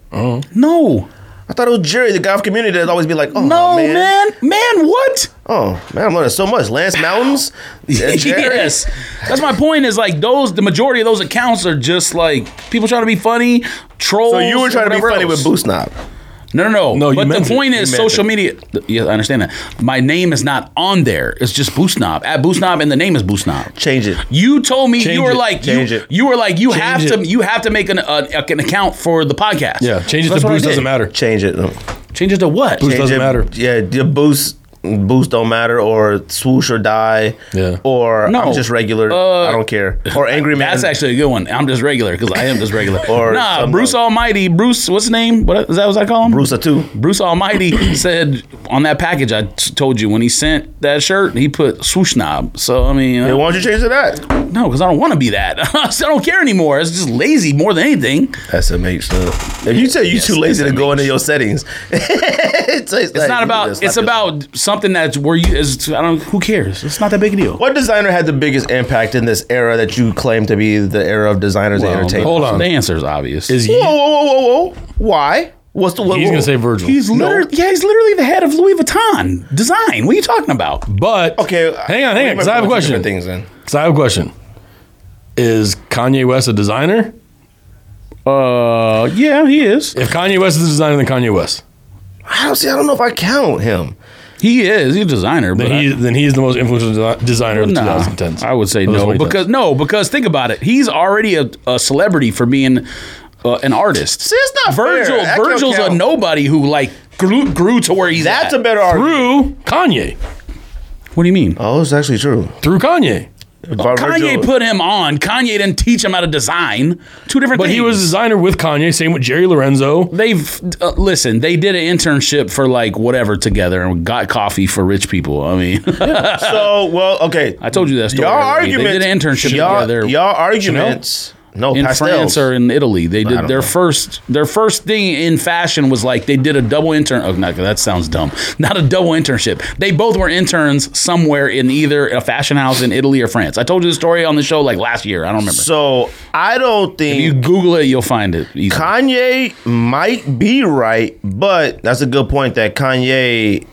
E: No,
C: I thought it was Jerry, the guy from community that'd always be like, oh
E: no,
C: man.
E: man, man, what?
C: Oh man, I'm learning so much. Lance Mountains? Yeah, Jerry.
E: yes, that's my point. Is like those. The majority of those accounts are just like people trying to be funny, trolls.
C: So you were trying to be
E: whatever
C: funny
E: else.
C: with Boost Knob.
E: No, no, no.
D: No, you
E: but
D: meant
E: the
D: it.
E: point
D: You
E: is,
D: meant
E: social media. Yeah, I understand that. My name is not on there. It's just Boosnob at Boosnob, and the name is Boosnob.
C: Change it.
E: You told me
D: Change
E: you were
D: it.
E: like you,
C: Change it.
E: you were like you have
D: Change
E: to
D: it.
E: you have to make an uh, an account for the podcast.
D: Yeah, change it
C: That's
D: to
C: what I
D: Boost.
C: did.
D: Doesn't matter.
C: Change it. Boost
E: Change it to what?
D: Boost doesn't matter.
C: Yeah, your boost boost don't matter or swoosh or die.
D: Yeah.
C: Or
E: No.
C: I'm just regular.
E: Uh,
C: I don't care. Or angry man.
E: That's actually a good one. I'm just regular because I am just regular.
C: Or
E: nah,
C: some-
E: Bruce Almighty. Bruce, what's his name? What is that? What I call him?
C: Bruce too.
E: Bruce Almighty said on that package I t- told you when he sent that shirt, he put swoosh knob. So I mean,
C: Hey,
E: uh,
C: why don't you change to that?
E: no, because I don't want to be that. I don't care anymore. It's just lazy more than anything.
C: SMH. stuff. If you tell you too lazy to go into your settings, it's,
E: It's not about. It's about something that's where you. Is, I don't. Who cares? It's not that big a deal.
C: What designer had the biggest impact in this era that you claim to be the era of designers
E: Um,
C: and entertainers?
D: hold on.
E: The answer is obvious.
D: Is
C: Whoa,
D: he,
C: whoa, whoa, whoa, whoa! Why? What's the? What,
D: he's
C: what-
D: gonna say Virgil?
E: He's literally, yeah, he's literally the head of Louis Vuitton design. What are you talking about?
D: But
C: Okay,
D: hang on, hang on, because I have a question.
C: Things then.
D: Because I have a question. Is Kanye West a designer?
E: Uh, yeah, he is.
D: If Kanye West is a designer, then Kanye West.
C: I don't see. I don't know if I count him.
E: He is. He's a designer. But
D: Then he then he is the most influential desi- designer of the
E: Nah,
D: 2010s.
E: I would say
D: That's
E: no
D: what he does.
E: because no because think about it. He's already a, a celebrity for being uh, an artist.
C: See, it's not fair.
E: Virgil.
C: That don't
E: Virgil's a
C: count.
E: nobody who like grew, grew to where he's
C: That's a
E: at.
C: better argument.
D: through Kanye,
E: what do you mean?
C: Oh, it's actually true.
D: through Kanye.
E: Kanye put him on. Kanye didn't teach him how to design. Two different
D: But
E: things.
D: he was a designer with Kanye. Same with Jerry Lorenzo.
E: They've uh, listen. They did an internship for like whatever together and got coffee for rich people. I mean,
C: So well, okay.
E: I told you that story.
C: y'all
E: already.
C: arguments.
E: They did an internship
C: y'all,
E: together
C: Y'all arguments. No,
E: in
C: Oh, pastels.
E: France or in Italy.
C: I
E: They did
C: don't
E: their
C: know.
E: first their first thing in fashion was like they did a double intern. Oh, no, that sounds dumb. Not a double internship. They both were interns somewhere in either a fashion house in Italy or France. I told you the story on the show like last year. I don't remember.
C: so I don't think
E: you Google it, you'll find it. easy.
C: Kanye might be right, but that's a good point that Kanye.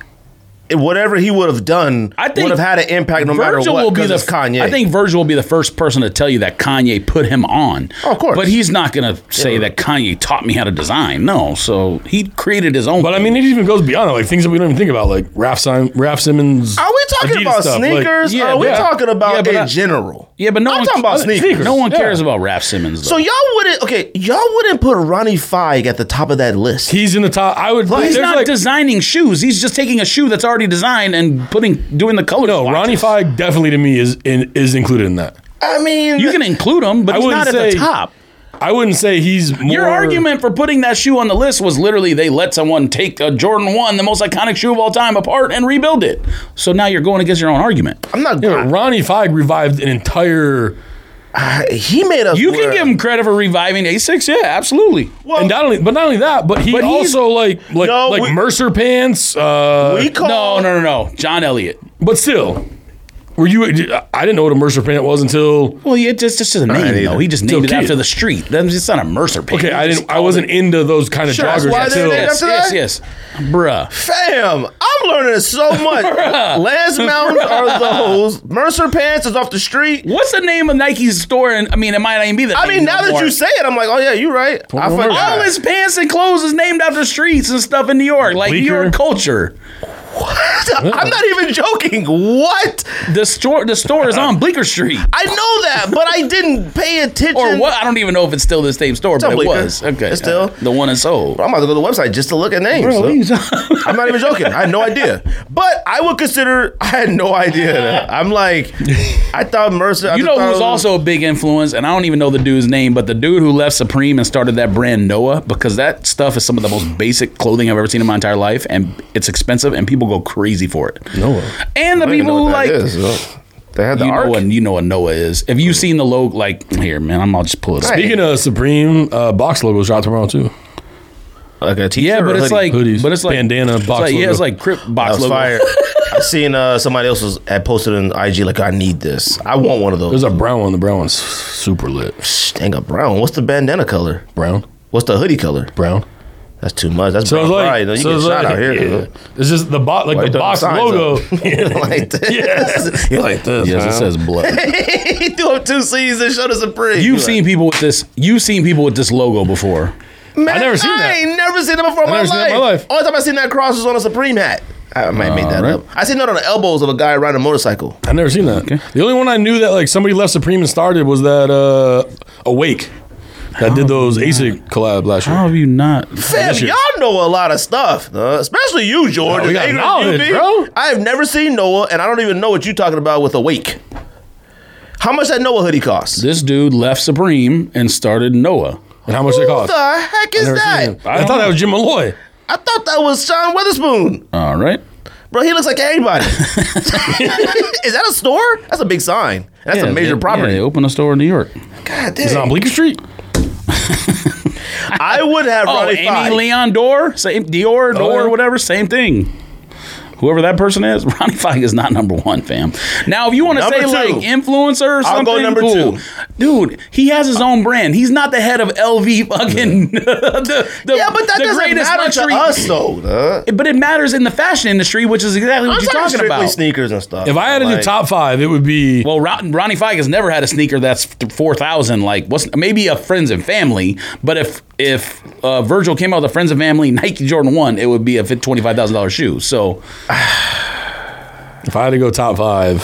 C: Whatever he would have done,
E: I think
C: would have had an impact no matter what. because it's
E: f-
C: Kanye.
E: I think Virgil will be the first person to tell you that Kanye put him on.
C: Oh, of course.
E: But he's not going to say that Kanye taught me how to design. No. So he created his own.
D: But I mean, it even goes beyond that. Like things that we don't even think about, like Raf, Sim- Raf Simmons.
C: Are we talking
D: Adidas
C: about
D: stuff, like-
C: sneakers?
E: yeah,
C: Are we
E: yeah.
C: talking
E: Yeah,
C: about
E: but
C: in
E: I-
D: uh,
C: general?
E: yeah, but no
C: I'm
E: one
C: talking about sneakers.
E: No one
D: yeah.
E: cares about Raph Simmons. Though.
C: So y'all wouldn't okay, y'all wouldn't put Ronnie Feig at the top of that list.
D: He's in the top. I would.
E: He's
D: there's
E: not
D: like-
E: designing shoes. He's just taking a shoe that's already already designed and putting doing the color.
D: No, Ronnie Fieg definitely to me is in, is included in that.
C: I mean,
E: You can include him, but
D: I
E: he's
D: wouldn't
E: not at the
D: say-
E: top.
D: I wouldn't say he's more,
E: Your argument for putting that shoe on the list was literally they let someone take a Jordan 1, the most iconic shoe of all time, apart and rebuild it. So now you're going against your own argument.
C: I'm not.
D: You know, Ronnie Fieg revived an entire
C: he made us.
E: You can
C: wear-
E: give him credit for reviving A6. Yeah, absolutely.
C: Well,
D: and not only but not only that, but he
E: But he's-
D: also like like
C: No,
D: like
C: we-
D: Mercer pants. Uh,
C: we call
E: No, no, no, no. John Elliott.
D: but still, were you? I didn't know what a Mercer pant was until
E: Well, yeah, just, just a name,
C: either.
E: though. He just
D: It's
E: named it
D: okay.
E: after the street. That's it's not a Mercer pig.
D: okay. I didn't. I wasn't into those kind of
C: Sure, that's
D: joggers
C: why they're
D: until
C: there.
E: Yes,
C: after
E: yes,
C: that?
E: yes. Bruh.
C: Fam, I'm learning so much. Last mountains are those. Mercer pants is off the street.
E: What's the name of Nike's store? And I mean, it might not even be the
C: I
E: name
C: mean, now
E: no
C: that
E: more.
C: you say it, I'm like, oh yeah, you're right. I
D: Mercer.
E: all
C: forgot.
E: his pants and clothes is named after streets and stuff in New York, like New
D: Bleecker.
E: York culture.
C: I'm not even joking. What?
E: The store, the store is on Bleecker Street,
C: I know that, but I didn't pay attention.
E: or what? I don't even know if it's still the same store, but
C: on
E: it
C: Bleecker.
E: was okay. Uh,
C: It's still-
E: the one in Seoul.
C: I'm about to go to the website just to look at names. so- I'm not even joking. I had no idea. But I would consider. I had no idea. that. I'm like, I thought Mercer. I
E: You
C: just
E: know
C: thought it
E: who's
C: was-
E: also a big influence, and I don't even know the dude's name, but the dude who left Supreme and started that brand Noah, because that stuff is some of the most basic clothing I've ever seen in my entire life, and it's expensive, and people go crazy for it.
D: Noah.
E: And the
C: I don't even know
E: people who
C: what
E: like
C: that is, so. They had the
E: you know
C: arc.
E: what you know what Noah is. If you've seen the logo, like here, man, I'm I'll just pull it. up.
D: Speaking of Supreme, uh, box logo shot tomorrow too.
C: Like a
E: Yeah,
C: t-shirt
E: but
C: or
E: it's
C: hoodie?
E: like,
D: Hoodies,
E: but it's like
D: bandana,
E: it's
D: box
E: like- Yeah,
D: logo.
E: it's like Crip
C: I
E: box
C: was
E: logo.
C: fired. I seen uh, somebody else was had posted on IG like I need this. I want one of those.
D: There's a brown one. The brown one's super lit.
C: Shh, Dang a brown. What's the bandana color?
D: Brown,
C: What's the hoodie color?
D: brown.
C: That's too much. That's
D: So
C: brown
D: it's like,
C: pride. though. You
D: so
C: get
D: it's
C: shot
D: like-
C: out here.
D: yeah. It's just the box, like
C: Why you
D: the
C: throwing
D: box
C: signs
D: logo.
C: up? like this.
D: Yes.
C: You're like this.
E: Yes,
C: man.
E: it says blood.
C: he threw up two C's and showed us a print.
E: You've seen people with this. You've seen people with this logo before.
C: Man,
D: I never seen
C: I
D: that.
C: ain't never seen that before in my,
D: never
C: life.
D: seen that in my life.
C: Only time I seen that cross was on a Supreme hat. I might have made that
E: Alright.
C: up. I seen that on the elbows of a guy riding a motorcycle.
D: I've never seen that.
E: Okay.
D: The only one I knew that like somebody left Supreme and started was that uh Awake that
C: Oh,
D: did those ASIC collab last year.
E: How have you not?
C: Fam,
D: year.
C: y'all know a lot of stuff, uh, especially you, George.
D: we
C: It's
D: got
C: angry
D: knowledge,
C: you, B.
D: bro.
C: I have never seen Noah, and I don't even know what you're talking about with Awake. How much that Noah hoodie costs?
E: This dude left Supreme and started Noah.
D: And how much they
C: What
D: cost?
C: the heck is
D: Never seen
C: that?
D: him. I, thought that was Jim Malloy.
C: I thought that was Sean Witherspoon.
E: All right.
C: Bro, he looks like everybody. is that a store? That's a big sign. That's
E: Yeah,
C: a major
E: they-
C: property.
E: Yeah, they opened a store in New York.
C: God
D: It's
C: damn.
D: on Bleecker Street.
C: I would have
E: Oh,
C: Ronnie
E: Amy
C: Fieg.
E: Leon Dor, same Dior,
C: Oh.
E: Dor,
D: yeah.
E: whatever, same thing. Whoever that person is, Ronnie Fike is not number one, fam. Now, if you want to
C: Number
E: say
C: two.
E: like influencer or
C: I'll
E: something,
C: go number
E: cool.
C: two.
E: dude, he has his own brand. He's not the head of LV fucking the, the
C: Yeah, but that
E: the
C: doesn't
E: greatest
C: matter
E: luxury.
C: to us, though. Huh?
E: But it matters in the fashion industry, which is exactly what
C: I'm
E: you're talking
C: strictly
E: about.
C: sneakers and stuff.
D: If I had to do
C: Like,
D: top five, it would be
E: Well, Ron, Ronnie Fike has never had a sneaker that's four thousand. Like, what's maybe a friends and family? But if if uh, Virgil came out with a friends and family Nike Jordan One, it would be a twenty five thousand dollars shoe. So
D: if I had to go top five.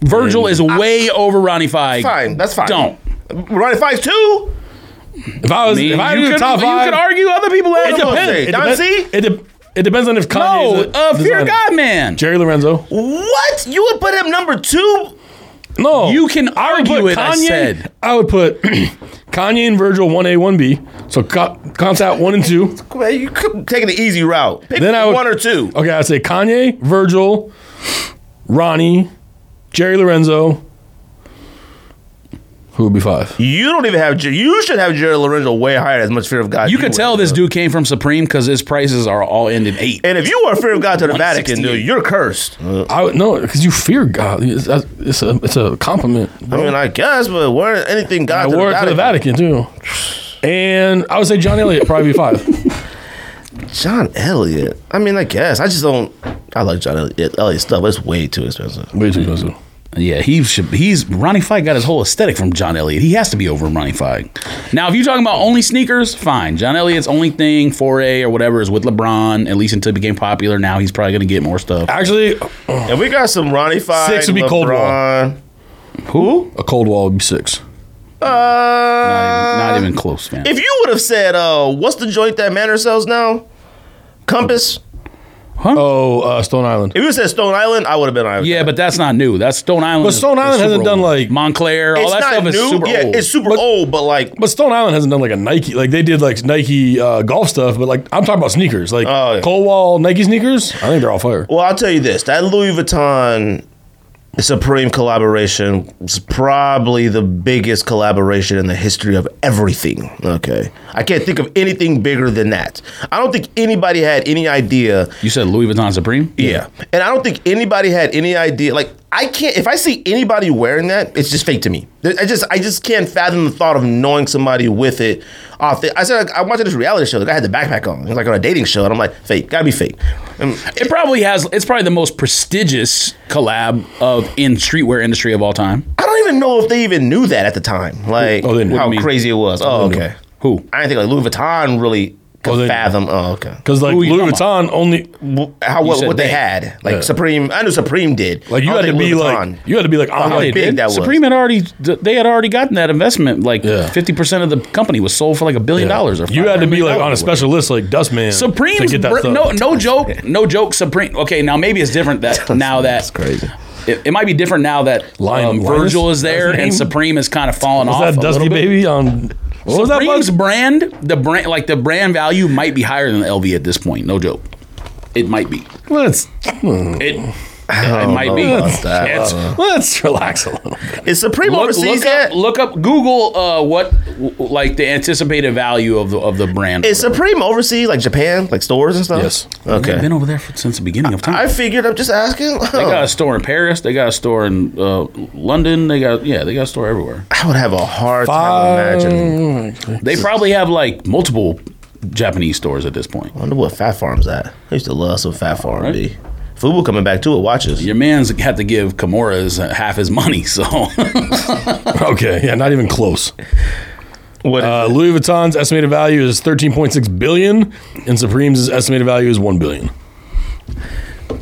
E: Virgil is way over Ronnie Fike.
C: fine, that's fine.
E: Don't.
C: Ronnie Five's two.
D: If I was,
E: I mean,
D: if I had to
E: you,
D: do
E: could,
D: top
E: you
D: five,
E: could argue other people.
C: It
E: Had
C: depends.
E: them.
C: Hey,
D: it,
C: Don
D: depends-
C: C?
D: it, de- it depends on if
E: No,
D: Kanye.
E: uh, fear God, man.
D: Jerry Lorenzo.
C: What? You would put him number two?
D: No,
E: You can argue it, I said.
D: I would put Kanye and Virgil one A one B. So co- contact one and two.
C: Come on, you could taking the easy route. Pick
D: Then I would
C: one or two.
D: Okay, I'd say Kanye, Virgil, Ronnie, Jerry Lorenzo. Who would be five?
C: You don't even have. Jer- You should have Jared Lorenzo way higher. As much fear of God.
E: You could
C: would.
E: tell this dude came from Supreme because his prices are all ended eight.
C: And if you are fear of God to the Vatican,
E: 168.
C: dude, you're cursed.
D: I would no, because you fear God. It's, it's a it's a compliment.
C: I mean, I guess, but weren't anything God
D: I
C: to the,
D: wore it to the Vatican too. And I would say John Elliott probably be five.
C: John Elliott. I mean, I guess. I just don't. I like John Elliott, Elliott stuff, but it's way too expensive.
D: Way too expensive.
E: Yeah, he should. He's Ronnie Fike got his whole aesthetic from John Elliott. He has to be over Ronnie Fike. Now, if you're talking about only sneakers, fine. John Elliott's only thing, foray or whatever, is with LeBron. At least until he became popular. Now he's probably gonna get more stuff.
D: Actually,
C: And we got some Ronnie Five.
D: Six would be Coldwell.
E: Who?
D: a cold wall would be six.
C: Uh,
E: Not even close, man.
C: If you would have said, uh, what's the joint that Manor sells now? Compass?
D: Oh, uh, Stone Island.
C: If you said Stone Island, I would have been on.
E: Yeah, but that's not new. That's Stone Island.
D: But
E: is-
D: Stone
E: is
D: Island
E: super
D: hasn't done,
E: old.
D: like-
E: Monclair.
C: it's
E: all that
C: not
E: stuff
C: new.
E: is super
C: yeah,
E: old.
C: it's super old, but like,
D: But Stone Island hasn't done like a Nike. Like they did like Nike uh, golf stuff, but like I'm talking about sneakers, like
C: Oh, yeah.
D: Colwall Nike sneakers. I think they're all fire.
C: well, I'll tell you this: that Louis Vuitton Supreme collaboration is probably the biggest collaboration in the history of everything. Okay, I can't think of anything bigger than that. I don't think anybody had any idea
E: You said Louis Vuitton Supreme.
C: Yeah. And I don't think anybody had any idea. Like, I can't, if I see anybody wearing that, it's just fake to me. There- I just, I just can't fathom the thought of knowing somebody with it off the, I said, like, I watched this reality show. The guy had the backpack on. It was like on a dating show. And I'm like, fake, gotta be fake. And
E: It probably has. It's probably the most prestigious collab of in streetwear industry of all time.
C: I don't even know if they even knew that at the time. Like,
D: Oh, they knew.
C: how
D: What do you mean?
C: crazy it was. Oh, okay.
E: Who?
C: I didn't think like Louis Vuitton really could
D: Oh, they-
C: fathom. Oh, okay.
D: Because like
E: Who you
D: Louis
E: talking
D: Vuitton only
C: How, what,
E: said
C: what they
E: they.
C: had. Like,
D: Yeah.
C: Supreme, I knew Supreme did.
D: like you
C: I don't
D: had
C: think
D: to be
C: Louis
D: like
C: Vuitton-
D: you had to be like
C: how
D: on it,
C: big
D: dude.
C: that was.
E: Supreme had already. They had already gotten that investment. Like
D: Yeah.
E: fifty percent of the company was sold for like a billion dollars. Or
D: You had to
E: $500
D: be like on a
E: dollars.
D: special list like Dustman
E: Supreme's
D: to get that
E: br-
D: stuff.
E: no no joke no joke Supreme. Okay, now maybe it's different that now that
C: That's crazy.
E: It, it might be different now that
D: Lion-
E: um,
D: Linus?
E: Virgil is
D: That's
E: there
D: his
E: and
D: name?
E: Supreme is kind of falling
D: was
E: off.
D: that
E: a little
D: Dusty
E: bit.
D: Baby on what was that
E: Supreme's
D: bug?
E: brand, the brand, like the brand value might be higher than the LV at this point. No joke, it might be.
D: Let's hmm.
E: It, it, might be. It's-
D: Uh, let's relax a little.
C: Is Supreme
E: Look,
C: overseas
E: look,
C: yet?
E: up, look up Google uh, what w- like the anticipated value of the of the brand.
C: Is Supreme overseas, like Japan, like stores and stuff?
D: Yes.
E: They've
C: Okay.
E: been over there for, since the beginning of time.
C: I figured. I'm just asking.
E: They got a store in Paris. They got a store in uh, London. They got yeah, they got a store everywhere.
C: I would have a hard time imagining.
E: They probably have like multiple Japanese stores at this point.
C: I wonder what Fat Farm's at. I used to love some Fat Farm.
E: Right.
C: B. Fubu coming back to it. Watches.
E: Your man's had to give Kimura's half his money, so
D: Okay, yeah, not even close.
C: What?
D: Uh, Louis Vuitton's estimated value is 13.6 billion, and Supreme's estimated value is 1 billion.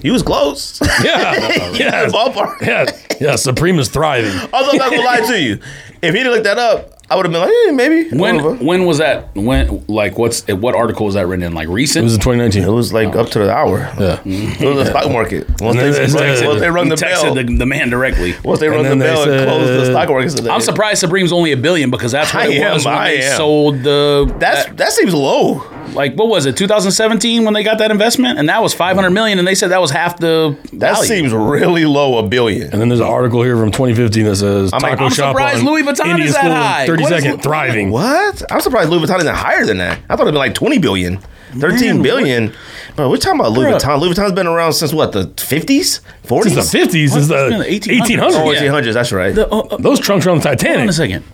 C: you was close.
D: Yeah, yeah,
C: Ballpark.
D: yeah, yeah. Supreme is thriving.
C: Although I'm not gonna lie to you, if he'd have looked that up, I would have been like, eh, maybe.
E: when
C: Whatever.
E: when was that? When like what's what article was that written in? Like
D: It
E: recent?
D: was in
C: it
D: 2019.
C: was like up to the hour.
D: Yeah.
E: Mm-hmm.
C: It was the stock market. Once
D: then
C: they,
D: it's
C: once-
D: like-
C: once they rung
E: He
C: the bell,
E: texted the, the man directly.
C: once they
D: And
C: rung the
D: then they
C: bell and closed the
D: said-
C: stock market. today.
E: I'm surprised Supreme's only a billion because that's what
C: I
E: it
C: am,
E: was when
C: I
E: they
C: am.
E: sold the
C: That's that seems low.
E: like what was it 2017 when they got that investment and that was 500 million and they said that was half the
C: That
E: value.
C: seems really low. A billion.
D: And then there's an article here from 2015 that says
C: like,
D: Taco
C: I'm
D: Shop
E: surprised
D: on
E: Louis Vuitton
D: Indian
E: is that
D: School in
E: high. What
D: 30
E: is
D: second,
E: Lou-
D: thriving.
C: What? I'm surprised Louis Vuitton isn't higher than that. I thought it'd be like 20 billion, 13 billion. But we're talking about Louis
E: Bruh.
C: Vuitton. Louis Vuitton's been around since what, the 50s? 40s?
D: Since the 50s, since the
E: It's been
D: 1800s.
E: 1800s.
C: Oh,
E: yeah.
C: 1800s, that's right.
E: The- oh, oh,
D: Those trunks are on the
E: hold on a
D: Titanic.
E: second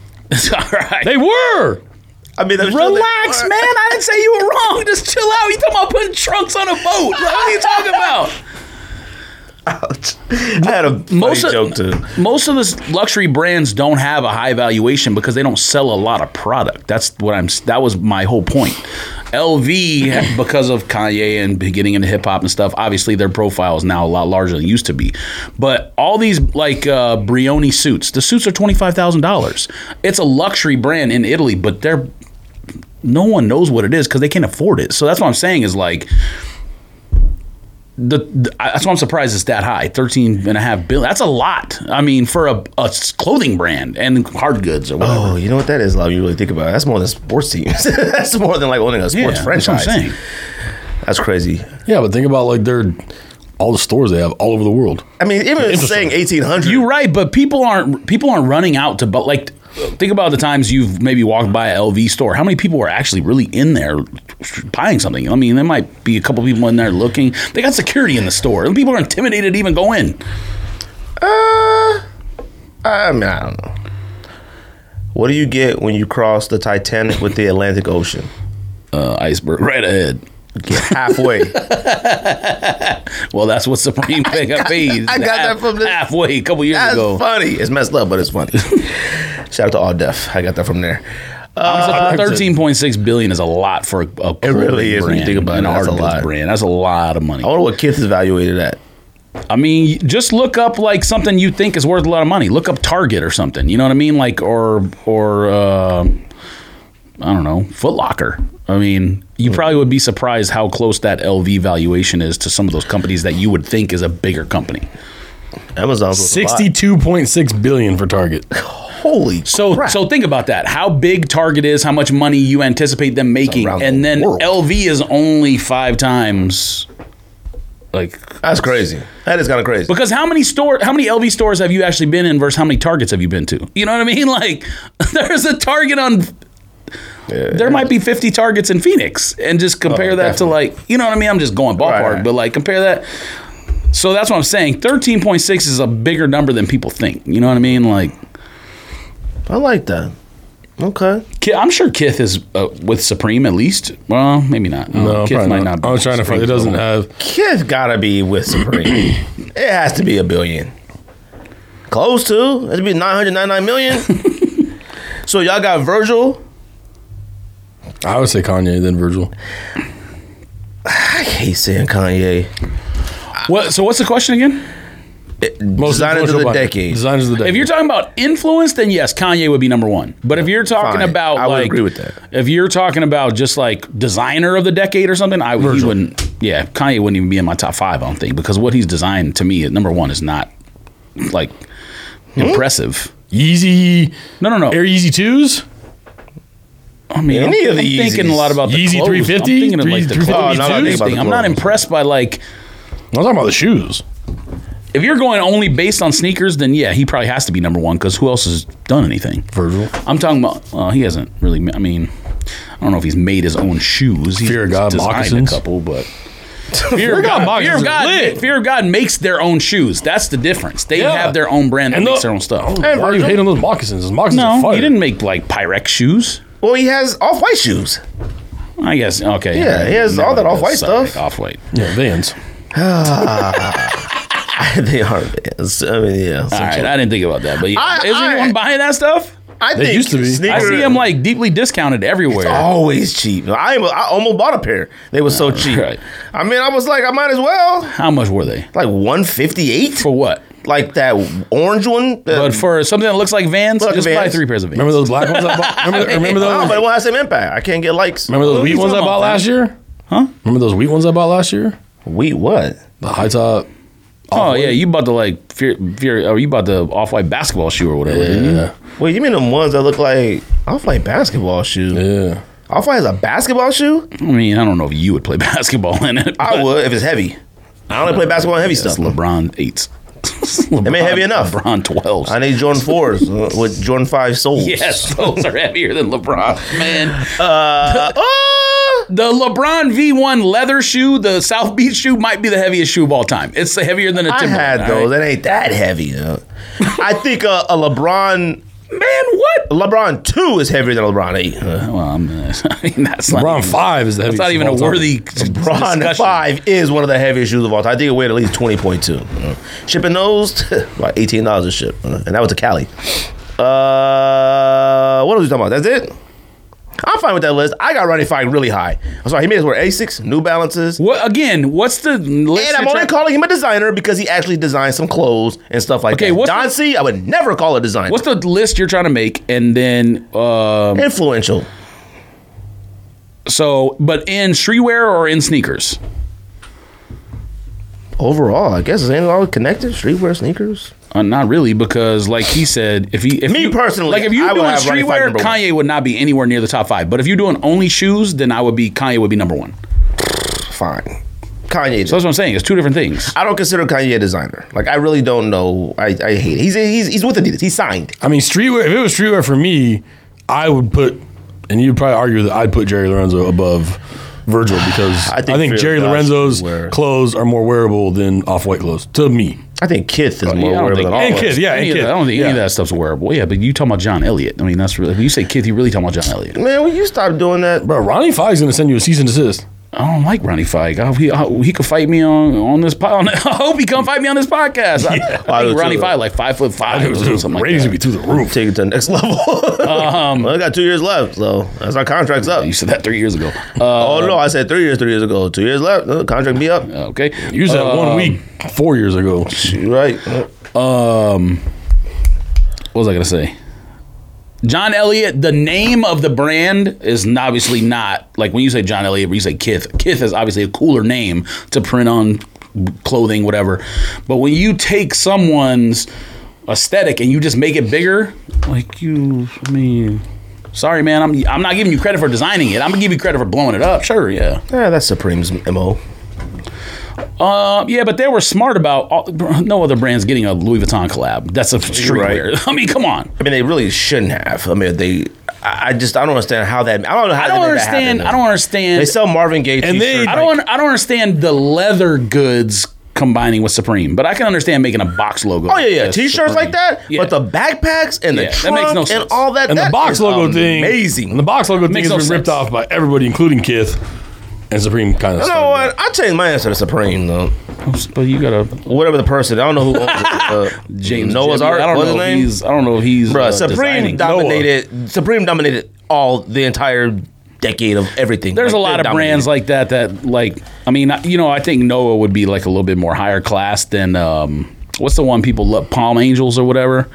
E: all right
D: They were.
C: I mean, that was
E: Relax, man. I didn't say you were wrong. Just chill out. You talking about putting trunks on a boat? Like, what are you talking about?
C: I had a
E: Most
C: funny joke
E: of
C: too.
E: most of the luxury brands don't have a high valuation because they don't sell a lot of product. That's what I'm. That was my whole point. LV because of Kanye and getting into hip hop and stuff. Obviously, their profile is now a lot larger than it used to be. But all these like uh, Brioni suits, the suits are twenty five thousand dollars. It's a luxury brand in Italy, but they're no one knows what it is because they can't afford it. So that's what I'm saying is like the, the- I- that's why I'm surprised it's that high 13 and a half billion. That's a lot. I mean, for a, a s- clothing brand and hard goods or whatever.
C: Oh, you know what that is, love? You really think about it. That's more than sports teams. that's more than like owning a sports
E: that's
C: Oh, franchise.
E: what I'm saying.
C: That's crazy.
D: Yeah, but think about like their all the stores they have all over the world.
C: I mean, even saying 1800.
E: You're right, but people aren't people aren't running out to but like think about the times you've maybe walked by a LV store. How many people were actually really in there buying something? I mean, there might be a couple people in there looking. They got security in the store. and People are intimidated to even go in.
C: I mean, I don't know. What do you get when you cross the Titanic with the Atlantic Ocean?
E: Uh, iceberg right ahead.
C: Get halfway.
E: Well, that's what Supreme picked up fees.
C: I got that from this-
E: halfway a couple years
C: That's
E: ago.
C: funny. It's messed up, but it's funny. Shout out to All Deaf. I got that from there.
E: I'm sorry, 13.6 billion is a lot for a, a it
C: really is
E: brand,
C: when you think about
E: and
C: it.
E: a
C: That's
E: hard Oh.
C: a
E: goods
C: lot.
E: brand. That's a lot of money.
C: I wonder what Kith is evaluated at.
E: I mean, just look up like something you think is worth a lot of money. Look up Target or something. You know what I mean? Like or or uh, I don't know, Foot Locker. I mean, you probably would be surprised how close that LV valuation is to some of those companies that you would think is a bigger company.
C: Amazon's was a lot.
D: Sixty-two point six billion for Target.
E: Oh,
C: Holy
E: So
C: crap.
E: so think about that. How big Target is, how much money you anticipate them making,
C: around
E: and
C: the
E: then
C: world.
E: LV is only five times. Like
C: that's crazy. That is kind of crazy.
E: because how many store how many LV stores have you actually been in versus how many Targets have you been to? You know what I mean? Like there's a Target on there might be 50 targets in Phoenix and just compare that to like, you know what I mean? I'm just going ballpark,
C: Oh, Right, right.
E: but like compare that. So that's what I'm saying. 13.6 is a bigger number than people think. You know what I mean? Like,
C: I like that. Okay.
E: Ki- I'm sure Kith is uh, with Supreme at least. Well, maybe not.
D: No,
E: Kith
D: probably
E: might not.
D: not.
E: be
D: I was trying to find. It
E: Supreme.
D: doesn't have.
C: Kith gotta be with Supreme. it has to be a billion. Close to. That'd be 999 million. so y'all got Virgil.
D: I would say Kanye then Virgil.
C: I hate saying Kanye.
E: What, so what's the question again?
D: Most
C: Designers of
D: influential
C: the
D: body.
C: decade.
D: Designers of the decade.
E: If you're talking about influence, then yes, Kanye would be number one. But if you're talking
C: Fine.
E: about
C: I would
E: like,
C: agree with that.
E: If you're talking about just like designer of the decade or something, I he wouldn't. Yeah, Kanye wouldn't even be in my top five. I don't think because what he's designed to me at number one is not like Hmm? impressive.
D: Yeezy
E: No, no, no.
D: Air Yeezy twos.
E: I mean,
C: Any
E: I'm,
C: of the
E: I'm thinking a
C: Yeezys.
E: lot about the
D: Yeezy
E: clothes.
D: 350?
E: I'm thinking of like the
D: 350?
E: clothes
C: Oh, no, I think about
E: thing.
C: the
E: I'm not
C: clothes.
E: impressed by like
D: I'm talking about the shoes.
E: if you're going only based on sneakers, then yeah, he probably has to be number one because who else has done anything?
D: Virgil.
E: I'm talking about. Well, he hasn't really. ma- I mean, I don't know if he's made his own shoes. He's
D: Fear of God
E: designed
D: moccasins.
E: a couple, but
D: Fear of God,
E: Fear of
D: moccasins are
E: God,
D: lit.
E: Fear of God makes their own shoes. That's the difference. They
D: Yeah.
E: have their own brand that
D: And
E: makes
D: the-
E: their own stuff.
D: Hey, why are you hating on those moccasins? Those moccasins are
E: No,
D: fire.
E: he didn't make like Pyrex shoes.
C: Well, he has off white shoes.
E: I guess. Okay.
C: Yeah, he has all that off-white stuff.
E: Off white.
D: Yeah, Vans.
C: they are. Vans. I mean, yeah.
E: All right, I didn't think about that, but yeah.
C: I-
E: is
C: I-
E: anyone buying that stuff?
C: I
D: They used to be.
E: I see them like deeply discounted everywhere.
C: always cheap. I, am- I almost bought a pair. They were so cheap.
E: right.
C: I mean, I was like, I might as well.
E: How much were they
C: Like 158.
E: for what?
C: Like that orange one.
E: But for something that looks like Vans,
C: Look,
E: just buy
C: Vans.
E: three pairs of Vans.
D: Remember those black ones I bought? Remember, remember those?
C: oh, but it won't have the same impact. I can't get likes.
D: remember those wheat
E: you
D: ones I
E: talking
D: bought
E: about,
D: last year? Huh? Remember those wheat ones I bought last year?
C: Wait, what?
D: The high top.
E: Oh yeah, you bought the like fear, fear, or you bought the off-white basketball shoe or whatever. didn't you?
D: Yeah,
C: Wait, you mean them ones that look like off white basketball shoes?
D: yeah.
C: Off white has a basketball shoe?
E: I mean, I don't know if you would play basketball in it.
C: I
E: but
C: would if it's heavy. I only play basketball on heavy
E: It's
C: stuff.
E: LeBron eights. LeBron,
C: ain't heavy enough.
E: LeBron twelves.
C: I need Jordan fours uh, with Jordan five soles.
E: Yes, those are heavier than LeBron. Man,
C: Uh, oh!
E: the LeBron V1 leather shoe, the South Beach shoe, might be the heaviest shoe of all time. It's heavier than a
C: I had
E: Timberland. all
C: those.
E: right?
C: That ain't that heavy. though. I think uh, a LeBron
E: Man, what?
C: LeBron two is heavier than LeBron eight. Uh,
E: Well, I'm, uh, I mean, that's not
D: LeBron
E: even-
D: five is the heaviest.
E: It's not even a
D: of all time.
E: worthy
C: LeBron
E: discussion.
C: five is one of the heaviest shoes of all time. I think it weighed at least twenty point two. Shipping those like eighteen dollars a ship, uh, and that was to Cali. Uh, what are we talking about? That's it. I'm fine with that list. I got Ronnie Fike really high. I'm sorry, he made us wear Asics, New Balances.
E: What again? What's the list?
C: And I'm
E: you're
C: only
E: trying-
C: calling him a designer because he actually designed some clothes and stuff like
E: Okay,
C: that.
E: what's
C: Don
E: the-
C: C, I would never call a designer.
E: What's the list you're trying to make? And then, um,
C: influential?
E: so, but in streetwear or in sneakers?
C: Overall, I guess it ain't all connected. Streetwear, sneakers.
E: Uh, not really, because like he said, if he, if
C: Me
E: you-
C: personally,
E: like if you're
C: I would
E: doing
C: have Ronnie Fike
E: streetwear,
C: number one.
E: Kanye would not be anywhere near the top five. But if you're doing only shoes, then I would be Kanye would be number one.
C: Fine. Kanye.
E: So that's what I'm saying. It's two different things.
C: I don't consider Kanye a designer. Like I really don't know. I, I hate it. He's, he's he's with Adidas. He's signed.
D: I mean, streetwear. If it was streetwear for me, I would put, and you'd probably argue that I'd put Jerry Lorenzo above Virgil because I
C: I
D: think,
C: think Fear
D: Jerry
C: of God
D: Lorenzo's
C: streetwear.
D: clothes are more wearable than off-white clothes to me.
C: I think Kith is more
E: Oh, Yeah, I don't
C: aware
E: think-
C: than all
D: And
C: of
D: Kith,
C: us.
D: yeah, and
E: Any of
D: Kith.
E: that- I don't think
D: yeah.
E: any of that stuff's wearable. Yeah, but you talking about John Elliott? I mean, that's really when you say kid, you really talking about John Elliott?
C: Man, will you stop doing that?
D: Bro, Ronnie Fike's gonna send you a cease and desist.
E: I don't like Ronnie Fike. I, hope he, I, hope he could fight me on on this. Po- on, I hope he come fight me on this podcast. I- I,
C: I do
E: think Ronnie
C: too.
E: Fike like five foot five or something like
D: ratings
E: that.
D: would be through the roof.
C: Take it to the next level.
E: Um,
C: well, I got two years left, so that's our contract's up.
E: You said that three years ago. Uh,
C: oh no, I said three years, three years ago. Two years left. Uh, contract be up.
E: okay.
D: You said
E: Uh,
D: one week four years ago.
C: Right.
E: What was I gonna say? John Elliott, the name of the brand is obviously not like when you say John Elliott, you say Kith. Kith is obviously a cooler name to print on clothing, whatever. But when you take someone's aesthetic and you just make it bigger, like you, I mean, sorry, man, I'm I'm not giving you credit for designing it. I'm gonna give you credit for blowing it up. Sure, yeah.
C: Yeah, that's Supreme's mo.
E: Uh, yeah, but they were smart about all, no other brands getting a Louis Vuitton collab. That's a streetwear. I mean, come on.
C: I mean, they really shouldn't have. I mean, they. I I just I don't understand how that. I don't know how.
E: I
C: they
E: don't
C: made that
E: understand.
C: happen,
E: I don't
C: though.
E: understand.
C: They sell Marvin Gaye
D: And they-
C: t-shirts.
E: I don't. un- I don't understand the leather goods combining with Supreme, but I can understand making a box logo.
C: Oh yeah, yeah, t-shirts like that.
E: Yeah.
C: But the backpacks and the
E: Yeah, that
C: trunk
E: makes no sense.
C: and all that.
D: And
C: that
D: the box
C: is
D: logo thing,
C: amazing.
D: And the box logo thing
E: Makes no
D: has been ripped
E: sense.
D: off by everybody, including Kith and Supreme. Kind of.
C: You know what? I change my answer to Supreme though.
E: But you got a
C: Whatever the person, I don't know who owns it. Uh,
E: James
C: Noah's
E: Jimmy.
C: Ark.
E: I don't
C: What's
E: know.
C: his
E: if
C: name?
E: He's, I don't know if he's
C: Bruh,
E: uh,
C: Supreme
E: designing.
C: dominated. Supreme dominated all the entire decade of everything.
E: There's
C: Like,
E: a lot
C: they
E: of brands
C: dominated.
E: like that that like. I mean, I- you know, I think Noah would be like a little bit more higher class than um, what's the one people love, Palm Angels or whatever.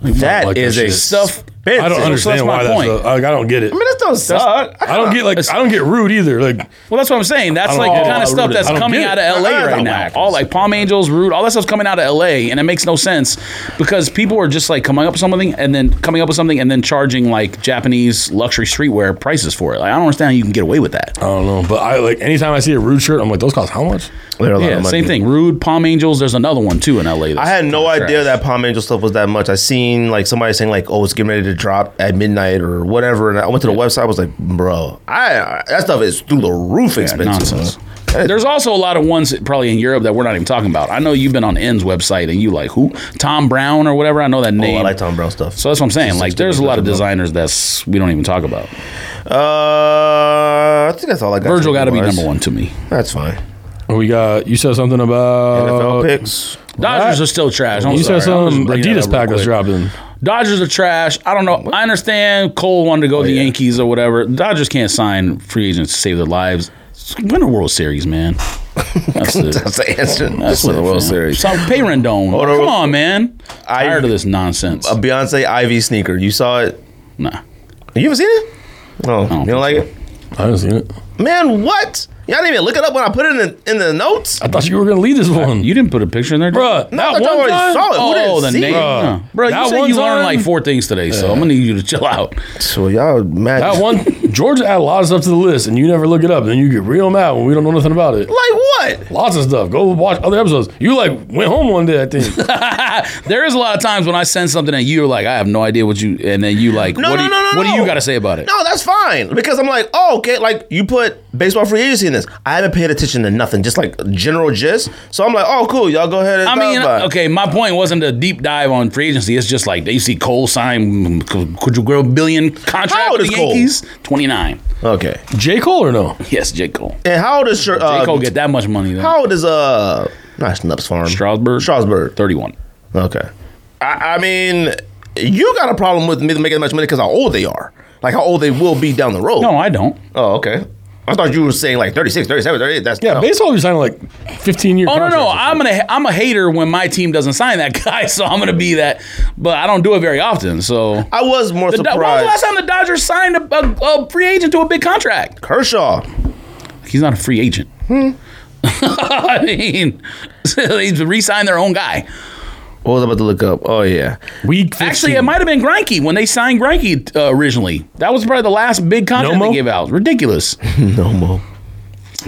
C: that
D: like that
C: is a
D: shit.
C: stuff.
D: I don't understand
E: that's my
D: why that's.
E: point.
D: a- Like, I don't get it.
C: I mean, that don't suck.
D: I don't get like. I don't get rude either. Like.
E: Well, that's what I'm saying. That's
D: don't
E: like
D: get
E: the
D: it.
E: kind
D: I
E: of stuff
D: don't
E: that's
D: get it.
E: coming
D: I
E: out of LA
C: I
E: right
C: don't
E: now.
C: like
E: All like Palm Angels, Rude, all that stuff's coming out of LA, and it makes no sense because people are just like coming up with something and then coming up with something and then charging like Japanese luxury streetwear prices for it. Like, I don't understand how you can get away with that.
D: I don't know, but I like anytime I see a rude shirt, I'm like, those cost how much?
C: They're a lot
E: yeah,
C: of money.
E: same thing. Rude, Palm Angels. There's another one too in LA.
C: I had no idea that Palm Angel stuff was that much. I seen like somebody saying like, "Oh, it's getting ready to drop at midnight or whatever," and I went to the website. I was like, "Bro, I, I that stuff is through the roof expensive."
E: nonsense.
C: man.
E: There's also a lot of ones that probably in Europe that we're not even talking about. I know you've been on N's website and you like who Tom Brown or whatever. I know that
C: Oh,
E: name.
C: I like Tom Brown stuff.
E: so that's what I'm saying. Like, there's a lot of designers that's we don't even talk about.
C: Uh, I think that's all I got.
E: Virgil got to be
C: wise.
E: number one Uh, to me.
C: That's fine.
D: We got you said something about
C: NFL picks.
E: Dodgers are still trash. I'm
D: You
E: sorry.
D: said some
E: I'm just bringing that
D: Adidas
E: up
D: pack
E: real
D: was
E: quick.
D: dropping.
E: Dodgers are trash. I don't know. I understand Cole
C: Oh,
E: wanted to go to the Yankees or whatever. Dodgers can't sign free agents to save their lives. Win a World Series, man. That's it.
C: That's the answer.
E: That's
C: That's the
E: it,
C: World
E: man.
C: Series.
E: So pay Rendon.
C: Hold on.
E: Come on, man.
C: I-
E: Tired of this nonsense.
C: A Beyonce Ivy sneaker. You saw it.
E: nah.
C: You haven't seen it? No, you
E: think
C: don't like
E: so.
C: it,
D: I haven't seen it.
C: man. What? Y'all didn't even look it up when I put it in the, in the notes.
D: I thought you were gonna lead this one,
E: You didn't put a picture in there, did you?
D: Bruh,
C: I
D: That
C: thought y'all
D: one
C: already
D: time.
C: saw it.
E: Oh,
C: Who didn't
E: the
C: see
E: name.
C: it?
E: Huh. Bro,
D: That
E: you said
D: one
E: you learned
D: time-
E: like four things today, so I'm gonna need you to chill out.
C: So y'all mad?
D: That one, Georgia added a lot of stuff to the list, and you never look it up. And then you get real mad when we don't know nothing about
C: Like
D: it.
C: what?
D: Lots of stuff. Go watch other episodes. You like went home one day, I think.
E: There is a lot of times when I send something and you're like, I have no idea what you, and then you like,
C: No,
E: what,
C: no,
E: do you,
C: no, no,
E: what do
C: no.
E: you got to say about it?
C: No, that's fine because I'm like, oh, okay. Like you put baseball free agency in this. I haven't paid attention to nothing, just like general gist. So I'm like, oh, cool. Y'all go ahead and.
E: I
C: talk
E: mean,
C: about it.
E: okay, my point wasn't a deep dive on free agency. It's just like they see Cole sign, could you grow a billion contract
C: How old
E: with
C: is
E: the
C: Cole?
E: Yankees? 29.
C: okay.
D: J Cole or no?
E: Yes, J. Cole.
C: And how does your
E: J.
C: uh,
E: Cole get that much money then?
C: how old is uh not Schnups Farm
E: Strasburg?
C: Strasburg?
E: 31.
C: Okay. I, I mean, you got a problem with me making that much money because how old they are, like how old they will be down the road.
E: No, I don't.
C: Oh, okay. I thought you were saying like 36, 37, 38. That's
D: Yeah,
C: no.
D: baseball you signed like 15 year.
E: Oh no, no, I'm gonna I'm a hater when my team doesn't sign that guy, so I'm gonna be that. But I don't do it very often. So
C: I was more
E: the, Do- when was the last
C: surprised.
E: time the Dodgers signed a, a, a free agent to a big contract?
C: Kershaw.
E: He's not a free agent.
C: Hmm.
E: I mean, they re-signed their own guy.
C: What was I about to look up? Oh yeah.
D: Week 15.
E: Actually, it might have been Greinke when they signed Greinke uh, originally. That was probably the last big contract
D: Nomo?
E: they gave out. Ridiculous.
C: No more.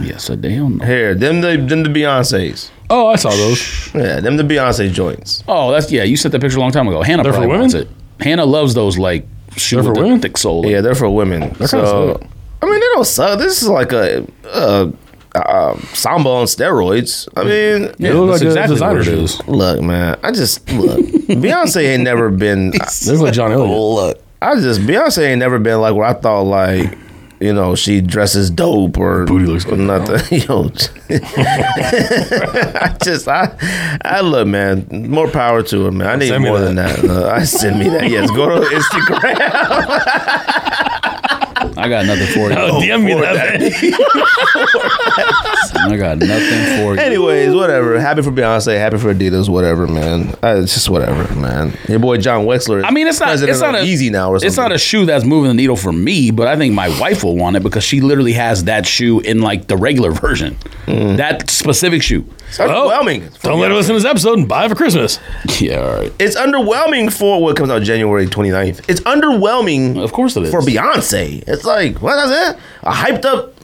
E: yes, I damn. know.
C: Here, them the them the Beyonces.
D: Oh, I saw those.
C: Yeah, them the Beyonce joints.
E: Oh, that's yeah. You sent that picture a long time ago. Hannah
D: They're for
E: probably
D: women?
E: wants it. Hannah loves those like shoe
D: for
E: with the
D: women?
E: thick sole.
C: Yeah, they're for women.
D: kinda
C: So,
D: sick.
C: I mean, they don't suck. This is like a, a, a samba on steroids. I mean,
E: Yeah,
D: look
E: that's
D: like a
E: exactly what
D: designer
E: it
D: shoe.
E: is.
C: look, man. I just look. Beyonce ain't never been.
D: They look like John
E: Oh,
D: Elliott.
C: look, I just Beyonce ain't never been like where I thought like. You know, she dresses dope or
D: Booty looks good,
C: nothing. Yo, I just I I look, man. More power to her, man. I need
D: Send me
C: more
D: that.
C: than that. Uh, I send me that. Yes, go to Instagram.
E: I got nothing for you.
D: Oh, DM me that.
E: I got nothing for you.
C: Anyways, whatever. Happy for Beyonce. Happy for Adidas. Whatever, man. Uh, it's just whatever, man. Your boy John Wexler. Is
E: I mean, it's not.
C: president
E: It's not
C: of
E: a,
C: easy now. Or something.
E: It's not a shoe that's moving the needle for me, but I think my wife will want it because she literally has that shoe in like the regular version,
C: Mm.
E: that specific shoe.
C: It's underwhelming.
D: Oh, Don't let her listen to this episode and buy it for Christmas.
E: Yeah, all right.
C: It's underwhelming for what comes out January 29th. It's underwhelming.
E: Of course it is.
C: for Beyonce. It's like what is that? A hyped up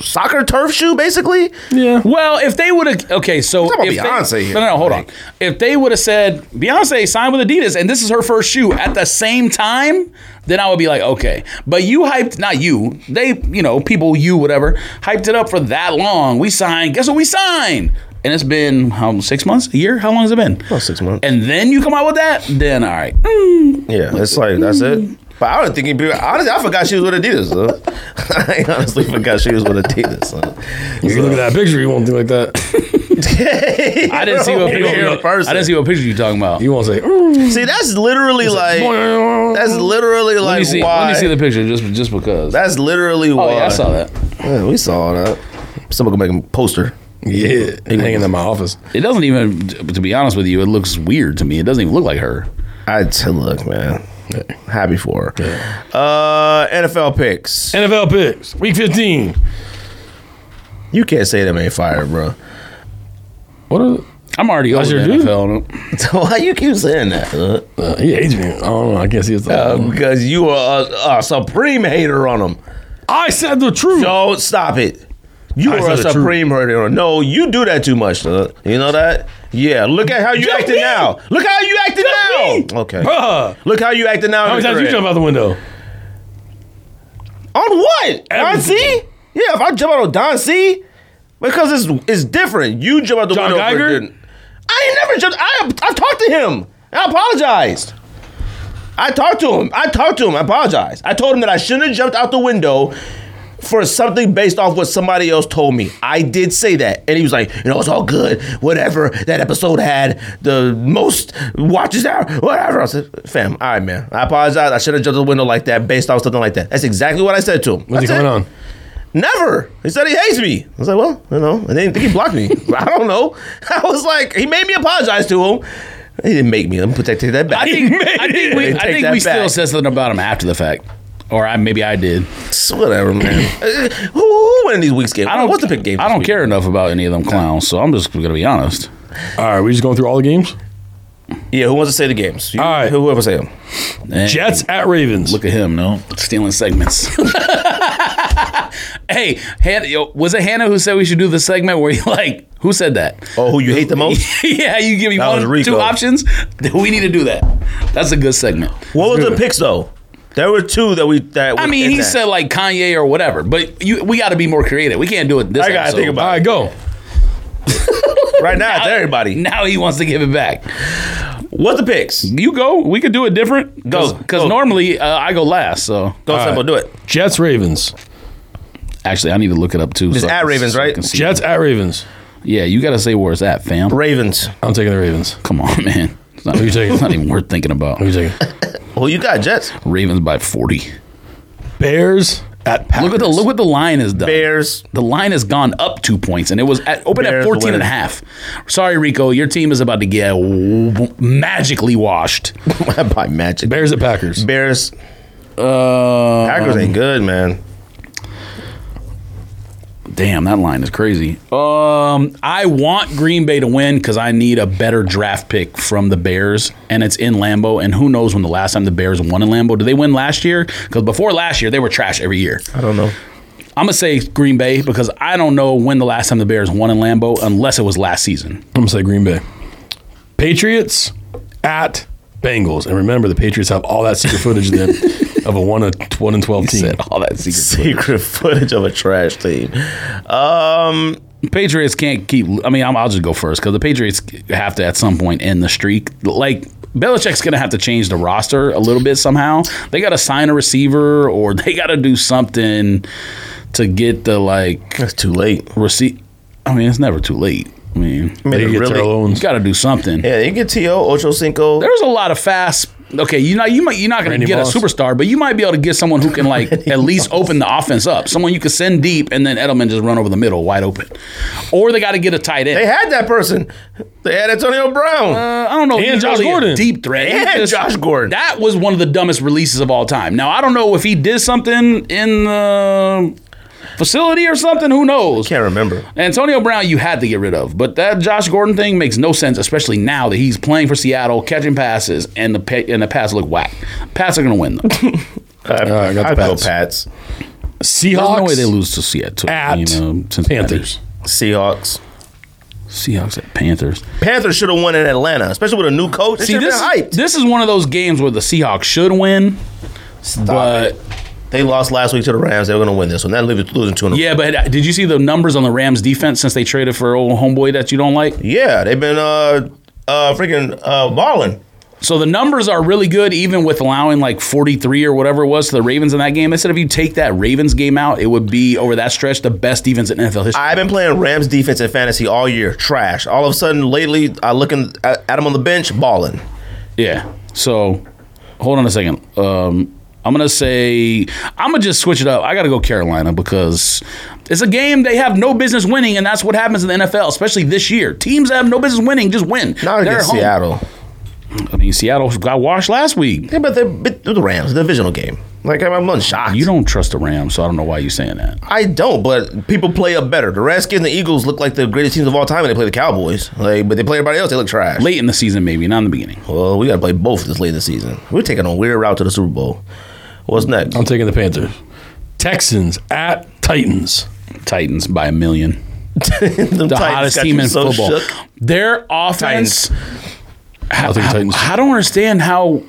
C: soccer turf shoe, basically.
D: Yeah.
E: Well, if they would have okay, so
C: talking
E: if
C: about
E: they,
C: Beyonce here.
E: No, no, hold
C: Like-
E: on. If they would have said Beyonce signed with Adidas and this is her first shoe at the same time, then I would be like, okay. But you hyped, not you. They, you know, people, you, whatever, hyped it up for that long. We signed. Guess what? We signed. And it's been how six months, a year? How long has it been?
C: Oh, six months.
E: And then you come out with that? Then all right.
C: Yeah, it's like that's it. But I don't think it'd be honestly. I forgot she was with Adidas. Though. I honestly forgot she was with Adidas. Though.
D: You look at that picture, you won't think like that.
E: I didn't see what
C: You're
E: picture.
C: a person.
E: I didn't see what picture you talking about.
D: You won't say, "Mm." "Ooh."
C: See, that's literally like that's literally
E: let, me
C: like
E: see,
C: why.
E: let me see the picture just just because.
C: that's literally
E: oh
C: why.
E: yeah, I saw that.
C: Yeah, we saw that. Someone can make a poster.
D: yeah, hanging in my office.
E: It doesn't even, to be honest with you, it looks weird to me. It doesn't even look like her.
C: I t- look, man. Happy for her. Uh, NFL picks.
D: NFL picks, week 15.
C: You can't say them ain't fire, bro.
D: What are
E: I'm already over
D: sure
E: the
D: do.
E: NFL.
C: Why you keep saying that? huh?
D: uh, He hates me. I don't know. I can't see his
C: Uh, Um,
E: Um,
C: because you are a, a supreme hater on them.
D: I said the truth.
C: Don't stop it. You
D: I
C: are a
D: said the
C: supreme hater. on- No, you do that too much. huh? You know that? Yeah. Look at how you acting
D: me.
C: now. Look how you acting now. Okay.
D: Bruh.
C: Look how you acting now.
D: How
C: in
D: many
C: the
D: times you
C: thread.
D: jump out the window?
C: On what? Don
D: Everything.
C: C? Yeah, if I jump out on Don C, because it's it's different. You jump out the
D: John
C: window. for
D: Geiger?
C: good- I ain't never jumped. I I've talked to him. I apologized. I talked to him. I talked to him. I apologized. I told him that I shouldn't have jumped out the window for something based off what somebody else told me. I did say that. And he was like, you know, it's all good. Whatever. That episode had the most watches out. Whatever. I said, fam, all right, man. I apologize. I should have jumped out the window like that based off something like that. That's exactly what I said to him.
D: What's he
C: That's
D: coming
C: it.
D: on?
C: Never. He said he hates me. I was like, well, you know, and then he blocked me. I don't know. I was like, he made me apologize to him. He didn't make me. Let me put that, take that back.
E: I think, I think we,
C: They
E: I
C: take
E: think
C: that
E: we still
C: back.
E: said something about him after the fact. Or I, maybe I did.
C: It's whatever, man. Uh, who, who won these weeks game?
E: I don't.
C: What's the big game?
E: I
C: this
E: don't
C: week?
E: care enough about any of them clowns, so I'm just gonna be honest.
D: All right, we just going through all the games.
C: Yeah, who wants to say the games? You,
D: All right.
C: whoever say them.
E: And
D: Jets at Ravens.
E: Look at him, no stealing segments. hey, Hannah, yo, was it Hannah who said we should do the segment where you like? Who said that?
C: Oh, who you hate the most?
E: yeah, you give me
C: That was
E: one, two
C: Rico.
E: options. We need to do that. That's a good segment.
C: What was the picks though? There were two that we that.
E: I
C: was
E: mean,
C: in
E: he
C: that.
E: said like Kanye or whatever, but you, we got to be more creative. We can't do it this.
C: I gotta
E: episode.
C: think about
D: all right, go.
C: right now. it's everybody.
E: Now he wants to give it back.
C: What's the picks?
E: You go. We could do it different. Go,
C: Go,
E: because
C: go.
E: normally uh, I go last. So
C: Go
D: right.
C: simple. Do it.
D: Jets Ravens.
E: actually, I need to look it up too.
C: It's
E: so I
C: at
E: can-
C: Ravens,
E: so I
C: right?
E: can see.
D: Jets at Ravens.
E: Yeah, you got to say where it's at, fam.
C: Ravens.
D: I'm taking the Ravens.
E: Come on, man. It's not,
D: Who you taking?
E: it's not even worth thinking about.
D: Who you taking?
C: Who you got? Jets.
E: Ravens by forty.
D: Bears at Packers.
E: Look at the look what the line is done.
C: Bears.
E: The line has gone up two points, and it was at, open at
C: Bears
E: 14 and
C: win.
E: a half. Sorry, Rico, your team is about to get w- magically washed.
C: By magic.
D: Bears at Packers.
C: Bears.
E: Uh,
C: Packers ain't good, man.
E: Damn, that line is crazy. Um, I want Green Bay to win because I need a better draft pick from the Bears, and it's in Lambeau. And who knows when the last time the Bears won in Lambeau? Did they win last year? Because before last year, they were trash every year.
C: I don't know.
E: I'm gonna say Green Bay because I don't know when the last time the Bears won in Lambeau, unless it was last season.
D: I'm gonna say Green Bay. Patriots at Bengals. And remember, the Patriots have all that secret footage of them of a one a one and twelve team.
E: Said "Oh, all that secret.
C: Secret footage of a trash team. Um,
E: Patriots can't keep. I mean, I'm, I'll just go first because the Patriots have to at some point end the streak. Like Belichick's gonna have to change the roster a little bit somehow. They got to sign a receiver or they got to do something to get the like
C: it's too late.
E: receipt. I mean, it's never too late. I mean,
C: I mean,
D: They
C: it
D: get
C: really-
D: Terrell
E: you
D: Owens.
E: got to do something.
C: yeah, you get To Ocho Cinco.
E: There's a lot of fast Okay, you know you might you're not going
D: Randy
E: to get
D: Moss.
E: a superstar, but you might be able to get someone who can like at least open the offense up. Someone you can send deep, and then Edelman just run over the middle, wide open. Or they got to get a tight end.
C: They had that person. They had Antonio Brown.
E: Uh, I don't know. if
D: And
E: he's
D: Josh
E: really a
D: Gordon.
E: deep threat. He
C: And Josh Gordon.
E: That was one of the dumbest releases of all time. Now I don't know if he did something in the facility or something. Who knows?
C: Can't remember.
E: Antonio Brown, you had to get rid of, but that Josh Gordon thing makes no sense, especially now that he's playing for Seattle, catching passes, and the pa- and the pass look whack. Pats are gonna win though. There's
D: I got
C: I'd
D: the
C: go
D: Pats.
C: Pats.
D: Seahawks.
E: no way they lose to Seattle.
D: At
E: Cincinnati.
D: Panthers.
C: Seahawks.
E: Seahawks at Panthers.
C: Panthers should have won in Atlanta, especially with a new coach. They
E: See,
C: should have
E: this,
C: been hyped.
E: this is one of those games where the Seahawks should win, but.
C: They lost last week to the Rams. They were going to win this one. That leaves losing two in a
E: Yeah, but did you see the numbers on the Rams defense since they traded for old homeboy that you don't like?
C: Yeah, they've been uh uh freaking uh balling.
E: So the numbers are really good, even with allowing like 43 or whatever it was to the Ravens in that game. They said if you take that Ravens game out, it would be over that stretch the best defense in NFL history.
C: I've been playing Rams defense in fantasy all year. Trash. All of a sudden lately, I looking at at him on the bench balling.
E: yeah. So hold on a second. Um, I'm gonna say I'm gonna just switch it up. I gotta go Carolina because it's a game they have no business winning, and that's what happens in the NFL, especially this year. Teams that have no business winning just win.
C: Not
E: They're
C: against
E: at home.
C: Seattle.
E: I mean, Seattle got washed last week.
C: Yeah, but they but the Rams, the divisional game. Like I'm, I'm unshocked.
E: You don't trust the Rams, so I don't know why you're saying that.
C: I don't, but people play up better. The Redskins and the Eagles look like the greatest teams of all time, and they play the Cowboys. Like, but they play everybody else. They look trash.
E: Late in the season, maybe not in the beginning.
C: Well, we got to play both this late in the season. We're taking a weird route to the Super Bowl. What's next?
D: I'm taking the Panthers. Texans at Titans.
E: Titans by a million.
C: Them
E: The
C: Titans
E: hottest
C: got
E: team
C: you
E: in
C: so
E: football.
C: shook.
E: Their offense.
D: I think Titans.
E: I don't understand how.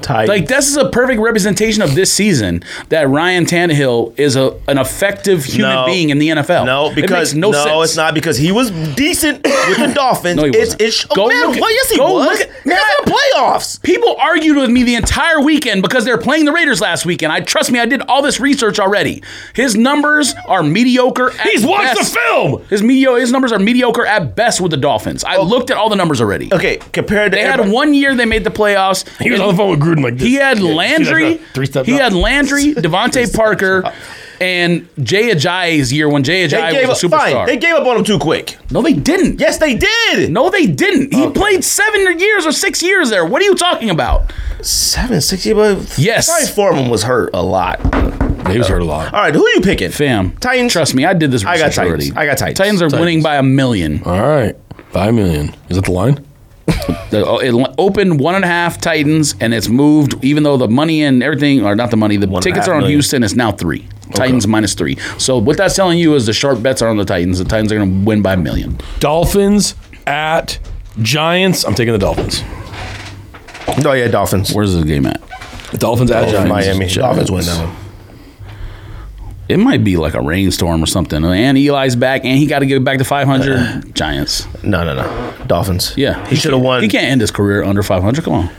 C: Titans.
E: Like this is a perfect representation of this season that Ryan Tannehill is a an effective human
C: No.
E: being in the NFL.
C: No,
E: It
C: because
E: makes no, sense.
C: it's not because he was decent with the Dolphins.
E: No, he
C: it's,
E: wasn't.
C: it's
E: Go
C: oh, man,
E: look at-
C: well, yes, he
E: go
C: was.
E: look at-
C: He was in the playoffs.
E: People argued with me the entire weekend because they're playing the Raiders last weekend. I trust me, I did all this research already. His numbers are mediocre. At
D: He's watched
E: best.
D: the film.
E: His medio, his numbers are mediocre at best with the Dolphins.
D: Oh.
E: I looked at all the numbers already.
C: Okay, compared to
E: They had
C: everybody-
E: one year they made the playoffs.
D: He was on the phone with Gruden like this.
E: He had
D: Yeah,
E: Landry.
D: Three steps
E: he
D: up.
E: had Landry, Devontae Parker, and Jay Ajayi's year when Jay
C: They
E: Ajayi
C: gave up,
E: was a superstar.
C: fine. They gave up on him too quick.
E: no, they didn't.
C: Yes, they did.
E: No, they didn't. He played seven years or six years there. What are you talking about?
C: Seven, six, yeah, but
E: Yes.
C: Probably four of them was hurt a lot. All
D: He was hurt a lot.
E: Oh.
C: right, who you picking?
E: Fam,
C: Titans.
E: Trust me, I did this.
C: I got
E: research
C: Titans.
E: already.
C: I got Titans.
E: Titans are winning by a million.
D: All right. Five million. Is that the line?
E: The- oh, It l- opened one and a half Titans, and it's moved. Even though the money and everything, or not the money, the
C: and a
E: tickets
C: half
E: are on
C: million.
E: Houston. It's now three Titans minus three. So what that's telling you is the sharp bets are on the Titans. The Titans are going to win by a million.
D: Dolphins at Giants. I'm taking the Dolphins.
C: No, yeah, Dolphins.
E: Where's this game at?
D: Dolphins at Giants.
C: Miami. Dolphins win now.
E: It might be like a rainstorm or something. And Eli's back, and he got to get back to five hundred. Giants.
C: No, no, no. Dolphins.
E: Yeah,
C: He should have won.
E: He can't end his career under five hundred. Come on.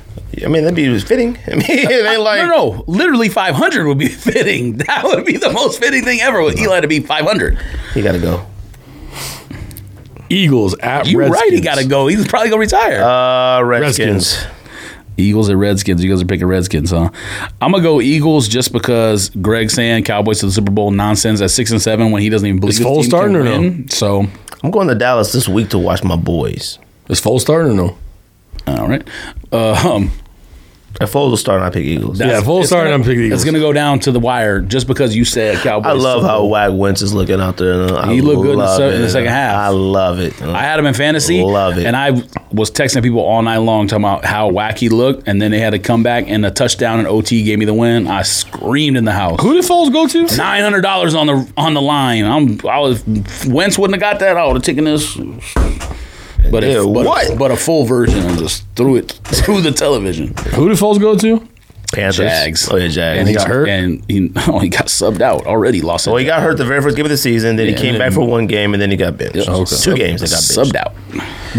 C: I mean, that'd be fitting. I mean, it ain't like.
E: no, no, literally 500 would be fitting. That would be the most fitting thing ever with Eli to be 500.
C: He got to go.
D: Eagles at
E: You're
D: Redskins.
E: right, he got to go. He's probably going to retire.
C: Uh, Redskins.
D: Redskins.
E: Eagles at Redskins. You guys are picking Redskins, huh? I'm going to go Eagles just because Greg saying Cowboys to the Super Bowl nonsense at 6 and 7 when he doesn't even believe
D: Is
E: his
D: Foles
E: team
D: starting
E: can
D: or no?
E: win. So,
C: I'm going to Dallas this week to watch my boys.
D: Is full starting or no?
E: all right. Uh, um,
C: If Foles will start, I pick Eagles.
D: Yeah, full
E: it's
D: starting.
E: gonna-
D: I'm picking Eagles.
E: It's going to go down to the wire just because you said Cowboys.
C: I love
E: Super
C: how
E: Bowl.
C: Wag Wentz is looking out there. I
E: He looked good in the
C: love
E: se- in the
C: it.
E: second half.
C: I love it.
E: I had him in fantasy.
C: Love it.
E: And I was texting people all night long talking about how wacky he looked. And then they had a comeback and a touchdown and OT gave me the win. I screamed in the house.
D: Who did Foles go to?
E: Nine hundred dollars on the on the line. I'm I was Wentz wouldn't have got that. I would have taken this. But,
C: Yeah,
E: if, but,
C: what?
E: but a full version and just threw it through the television.
D: Who did Foles go to?
C: Panthers.
E: Jags.
C: Oh, yeah, Jags.
E: And
D: got hurt?
E: And he, oh, he got subbed out already. Lost it.
C: well, Oh, he got hurt the very first game of the season. Then he came back for one game, and then he got benched. Two games, they got benched.
E: subbed out.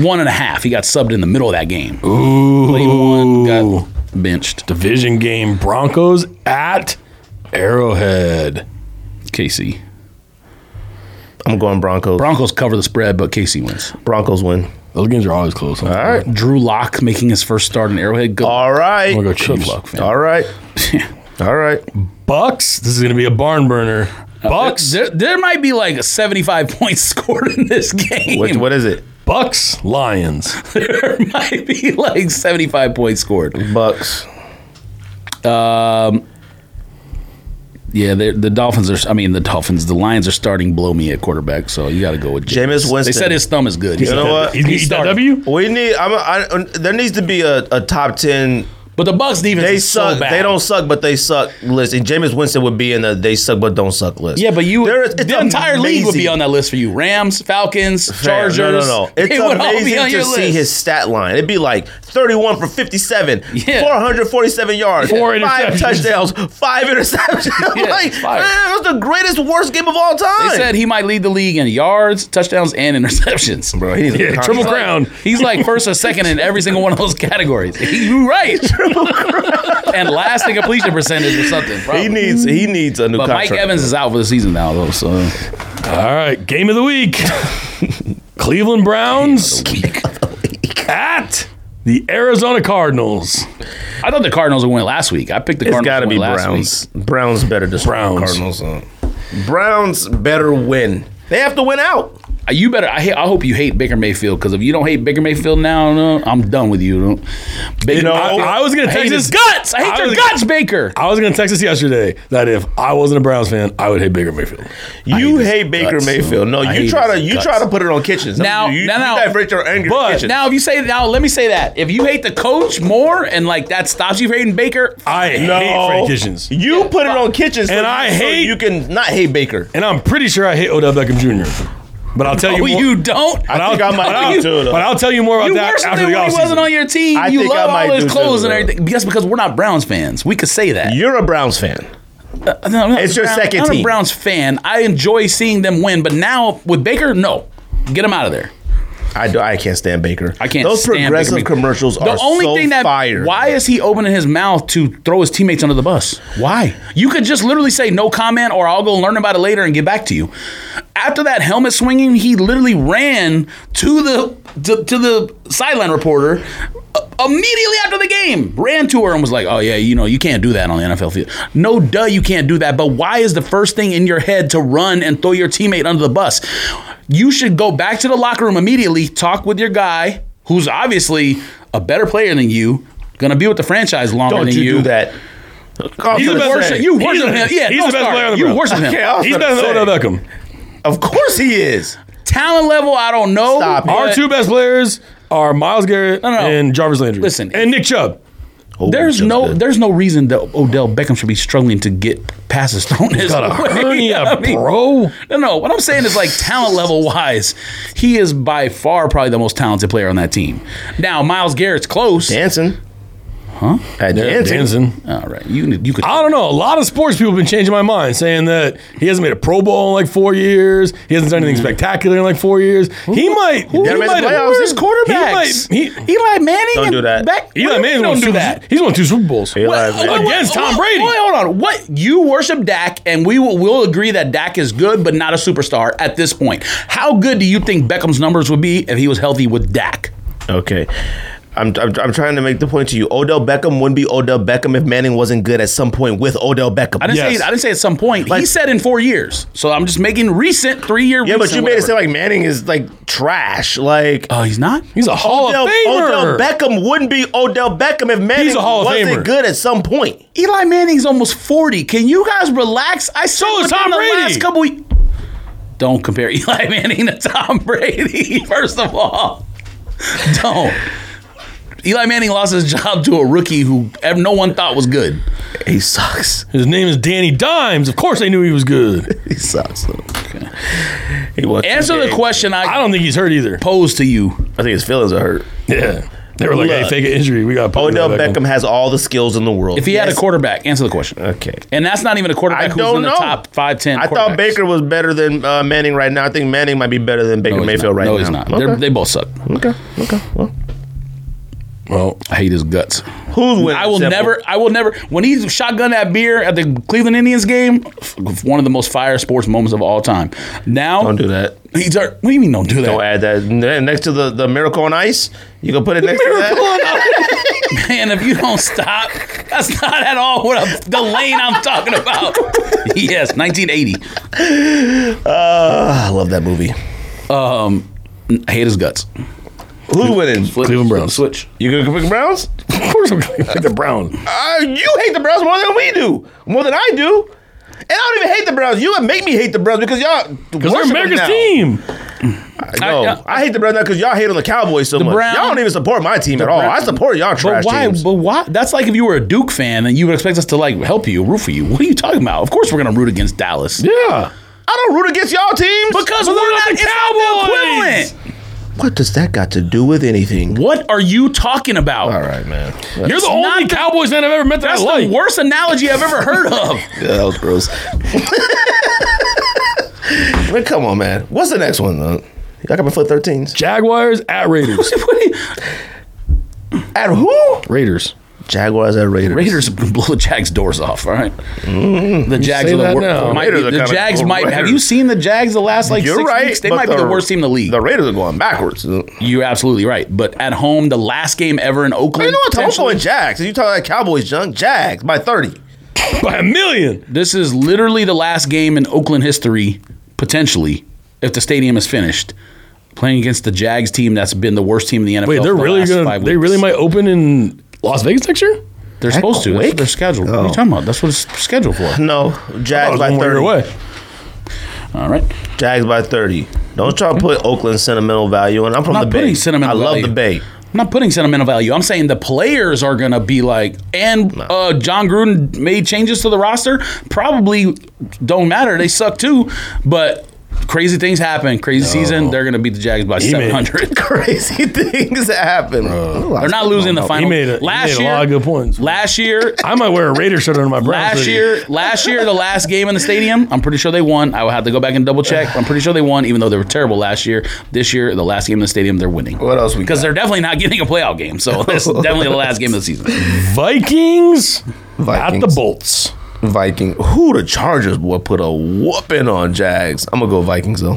E: One and a half. He got subbed in the middle of that game.
D: Ooh.
E: Got benched.
D: Division game Broncos at Arrowhead.
E: KC.
C: I'm going Broncos.
E: Broncos cover the spread, but KC wins.
C: Broncos win.
D: Those games are always close.
C: All right.
E: Drew Lock making his first start in Arrowhead. Go,
C: All right.
D: I'm gonna go
E: good
D: Chiefs.
E: luck, man.
C: All right.
E: Yeah.
C: All right.
D: Bucks. This is gonna be a barn burner. Bucks.
E: There, there might be like 75 points scored in this game.
C: What, what is it?
D: Bucks. Lions.
E: There might be like 75 points scored.
C: Bucks.
E: Yeah, they're- the Dolphins are, I mean, the Dolphins, the Lions are starting blow me at quarterback, so you got to go with
C: Jameis Winston.
E: They said his thumb is good.
C: You know what?
D: He's gonna
E: He's
D: eat that
E: starting.
D: W.
C: We need. I'm. I, there needs to be a, a top ten.
E: But the Bucks defense
C: They
E: is so
C: suck.
E: bad.
C: they don't suck, but they suck list. And Jameis Winston would be in the they suck but don't suck list.
E: Yeah, but you
C: There is-
E: the
C: it's
E: entire league would be
C: amazing.
E: on that list for you. Rams, Falcons,
C: Fam,
E: Chargers.
C: No, no, no. It's
E: They would all be
C: amazing
E: on
C: to
E: your
C: see
E: list.
C: his stat line. It'd be like 31 for 57,
E: Yeah.
C: 447 yards,
D: Four
C: five
D: interceptions.
C: touchdowns, five interceptions.
E: Yeah,
C: like,
E: five.
C: man, that's the greatest, worst game of all time.
E: They said he might lead the league in yards, touchdowns, and interceptions.
C: Bro, he needs a
D: Yeah,
C: contract.
D: triple crown.
E: He's like first or second in every single one of those categories. You're right. and last in completion percentage or something. probably.
C: He needs he needs a new
E: but
C: contract.
E: Mike Evans is out for the season now, though. So
D: All right. Game of the week. Cleveland Browns at the Arizona Cardinals.
E: I thought the Cardinals would win last week. I picked the
C: it's
E: Cardinals.
C: got to
E: to
C: be
E: win last
C: Browns. Browns better than
D: Browns.
C: Cardinals. uh, Browns better win. They have to win out.
E: Week. Uh, You better. I, hate, I hope you hate Baker Mayfield because if you don't hate Baker Mayfield now, no, I'm done with you. Baker,
C: know,
D: I, I was gonna
E: I hate
D: text
E: his
D: this.
E: guts. I hate
D: I
E: your
D: was-
E: guts, Baker.
D: I was gonna text this yesterday that if I wasn't a Browns fan, I would hate Baker Mayfield.
C: You
E: his
C: hate Baker
E: guts.
C: Mayfield. No,
E: I
C: you
E: hate
C: try to
E: his
C: you
E: guts.
C: try to put it on Kitchens.
E: Now-
C: you,
E: now-
C: you
E: now-
C: divert your anger. to
D: but
C: Kitchens.
E: Now, if you say now, let me say that if you hate the coach more and like that stops you from hating Baker,
D: I hate Freddie Kitchens,
C: You put it on Kitchens, so
D: And I
C: you- so
D: hate-
C: you can not hate Baker.
D: and I'm pretty sure I hate Odell Beckham Jr. But I'll tell
E: oh,
D: you, more,
E: you don't.
C: I think I might
D: but,
C: do
D: I'll,
C: too, though.
D: but I'll tell you more about
E: You
D: that
E: worse than
D: after the
E: when he wasn't
D: offseason.
E: on your team.
C: I
E: you
C: think I
E: love
C: might
E: all his
C: do
E: clothes
C: too,
E: and
C: though.
E: everything. Yes, because we're not Browns fans. We could say that.
C: You're a Browns fan.
E: Uh, no, I'm not
C: It's
E: a
C: your
E: Brown-
C: second
E: I'm not a
C: team.
E: Browns fan. I enjoy seeing them win, but now with Baker, no, get him out of there.
C: I do. I can't stand Baker.
E: I can't.
C: Those
E: stand Baker
C: progressive
E: Mayfield.
C: commercials are so fire.
E: Why is he opening his mouth to throw his teammates under the bus? Why? You could just literally say no comment, or I'll go learn about it later and get back to you. After that helmet swinging, he literally ran to the to, to the sideline reporter. uh, Immediately after the game, ran to her and was like, "Oh yeah, you know you can't do that on the NFL field. No, duh, you can't do that. But why is the first thing in your head to run and throw your teammate under the bus? You should go back to the locker room immediately, talk with your guy, who's obviously a better player than you, gonna be with the franchise longer
C: don't
E: than
C: you,
E: you.
C: do that?
D: He's the
E: You
D: best
E: worship,
D: player.
E: you
D: He's
E: worship
D: the-
E: him. Yeah,
D: he's
E: no,
D: the best
E: sorry.
D: player on the
E: You
D: Browns.
E: worship him.
C: Okay, I was
D: He's
C: gonna
D: better
C: say.
D: than Odell Beckham.
C: Of course he is.
E: Talent level, I don't know.
C: Stop it.
E: but
D: Our two best players are Miles Garrett
E: no.
D: and Jarvis Landry.
E: Listen,
D: and Nick Chubb.
C: Oh,
E: There's
C: Jim's
E: no,
C: good.
E: there's no reason that Odell Beckham should be struggling to get passes thrown his
D: Got a
E: way.
D: hernia,
E: I mean,
D: bro.
E: No, no. What I'm saying is, like, talent level wise, he is by far probably the most talented player on that team. Now, Miles Garrett's close.
C: dancing. Huh? At dancing.
D: Danson.
E: All right, you you could.
D: I don't know. A lot of sports people have been changing my mind, saying that he hasn't made a Pro Bowl in like four years. He hasn't done anything
C: Mm-hmm.
D: spectacular in like four years. He might. He
C: never made the
D: might
C: playoffs. His
E: quarterbacks.
D: He might. He,
E: Eli Manning.
C: Don't
E: and
C: do that.
E: Beck- What
D: Eli
E: do you mean
D: Manning's won
E: Don't
D: two,
E: do that.
D: He's won two Super Bowls.
C: Eli Manning.
D: Against Tom
E: wait,
D: Brady.
E: wait, hold on. What you worship Dak, and we will will agree that Dak is good, but not a superstar at this point. How good do you think Beckham's numbers would be if he was healthy with Dak?
C: Okay. I'm, I'm, I'm trying to make the point to you. Odell Beckham wouldn't be Odell Beckham if Manning wasn't good at some point with Odell Beckham.
E: I didn't
D: Yes.
E: say I didn't say at some point. he
C: Like-
E: said in four years. So I'm just making recent three year.
C: yeah, but you made it sound like Manning is like trash. Like
E: Oh, he's not.
D: He's a Hall
C: Odell,
D: of Famer.
C: Odell Beckham wouldn't be Odell Beckham if Manning
D: He's a Hall of
C: wasn't
D: Famer.
C: good at some point.
E: Eli Manning's almost forty. Can you guys relax? I said
D: So is
E: within
D: Tom
E: the
D: Brady.
E: last couple. we- Don't compare Eli Manning to Tom Brady. First of all, don't. Eli Manning lost his job to a rookie who ev- no one thought was good.
C: He sucks.
D: His name is Danny Dimes. Of course, they knew he was good.
C: He sucks. though. He was
E: Answer the question I,
D: I don't think he's hurt either.
E: posed to you.
C: I think his feelings are hurt.
D: Yeah, they were like, "Hey,
C: Look.
D: fake an injury. We got
C: Odell Beckham has all the skills in the world.
E: If he had a quarterback, answer the question.
C: Okay.
E: And that's not even a
C: I
E: quarterback who's
C: don't
E: in the
C: know.
E: top five, ten.
C: I thought
E: quarterbacks.
C: Baker was better than uh, Manning right now. I think Manning might be better than Baker
E: No, he's
C: Mayfield
E: not.
C: right
E: no,
C: now.
E: he's not.
C: Okay.
E: They're- They both suck.
C: okay. Okay. Well,
D: Well,
E: I hate his guts.
C: Who's winning?
E: I will
C: Temple?
E: never. I will never. When he shotgunned that beer at the Cleveland Indians game, f- one of the most fire sports moments of all time. Now,
C: Don't do that.
E: He's our, what do you mean? Don't do that.
C: Don't add that And then next to the, the miracle on ice. You can put it next to that.
E: Man, if you don't stop, that's not at all what I'm, the lane I'm talking about. yes, 1980.
C: Uh, I love that movie.
E: Um, I hate his guts.
C: Who's winning?
D: Cleveland Browns.
E: Switch.
C: You gonna pick Browns?
D: of course I'm going to pick the Browns.
C: Uh, you hate the Browns more than we do, more than I do. And I don't even hate the Browns. You make me hate the Browns because y'all
D: Because they're America's team.
C: No, I,
E: I-
C: hate the Browns now because y'all hate on the Cowboys so much.
E: Brown-
C: y'all don't even support my team at all.
E: Brown-
C: Oh, I support y'all trash
E: But why?
C: teams.
E: But why? That's like if you were a Duke fan and you would expect us to like help you, root for you. What are you talking about? Of course, we're gonna root against Dallas
D: Yeah.
C: I don't root against y'all teams.
E: because we're not
D: the
E: it's not the
D: Cowboys!
E: equivalent.
C: what does that got to do with anything?
E: What are you talking about?
C: All right, man.
D: You're the
E: not
D: only
E: the-
D: Cowboys fan I've ever met that
E: That's
D: I
E: the
D: like.
E: worst analogy I've ever heard of.
C: Yeah, that was gross. man, come on, man. What's the next one? Though? Y'all got my foot 13s.
D: Jaguars at Raiders.
E: What do you-
C: At who?
D: Raiders.
C: Jaguars at Raiders.
E: Raiders blow the Jags' doors off. All right, the Jags
D: say
E: are the
D: that
E: worst.
D: now.
E: Might be,
C: Raiders are
E: the
C: kinda
E: Jags
C: cool.
E: might. Have
C: Raiders.
E: you seen the Jags the last like
C: You're
E: six
C: right.
E: weeks? They
C: but
E: might be the worst team in the league.
C: The Raiders are going backwards. You know
E: You're absolutely right. But at home, the last game ever in Oakland.
C: what? I'm
E: potentially-
C: going Jags. You talking about Cowboys junk? Jags by 30.
D: By a million.
E: This is literally the last game in Oakland history, potentially, if the stadium is finished. Playing against the Jags team that's been the worst team in the NFL.
D: Wait,
E: for
D: they're
E: the
D: really
E: last
D: going
E: five
D: to, they
E: weeks.
D: really might open in Las Vegas next year?
E: They're supposed to. That's
C: quick?
E: what they're scheduled. What are you talking about? That's what it's scheduled for.
C: No,
D: I
C: Jags
D: was
C: by
D: one year
C: 30.
D: away.
E: All right.
C: Jags by 30. Don't try to put Oakland sentimental value in. I'm from
E: not
C: the Bay.
E: putting sentimental
C: I love
E: value.
C: the Bay.
E: I'm not putting sentimental value. I'm saying the players are going to be like, and uh, John Gruden made changes to the roster. Probably don't matter. They suck too. But crazy things happen. Crazy season. They're going to beat the Jags by
D: made-
E: 700.
C: Crazy things happen.
E: They're not losing the final.
D: He made, a, he
E: last
D: made a
E: year,
D: lot of good points.
E: last year,
D: I might wear a Raider shirt under my Browns.
E: last
D: hoodie.
E: year, last year, the last game in the stadium. I'm pretty sure they won. I will have to go back and double check. I'm pretty sure they won, even though they were terrible last year. This year, the last game in the stadium, they're winning.
C: What else we
E: Because they're definitely not getting a playoff game, so this is definitely the last game of the season.
D: Vikings, at
C: Vikings.
D: the Bolts.
C: Viking. Who the Chargers boy put a whooping on Jags? I'm gonna go Vikings though.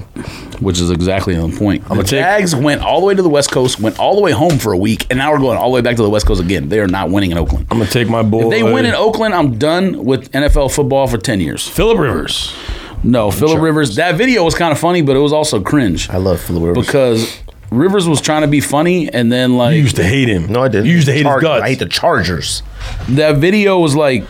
E: Which is exactly the point. The
D: take-
E: Jags went all the way to the West Coast, went all the way home for a week, and now we're going all the way back to the West Coast again. They are not winning in Oakland.
D: I'm gonna take my boy.
E: They win in Oakland. I'm done with NFL football for ten years.
D: Philip Rivers.
E: No, Philip Rivers. That video was kind of funny, but it was also cringe.
C: I love Philip Rivers.
E: because Rivers was trying to be funny, and then
D: You
E: like
D: used to hate him.
C: no, I didn't.
D: You used to hate
C: Chargers.
D: his guts.
C: I hate the Chargers.
E: that video was like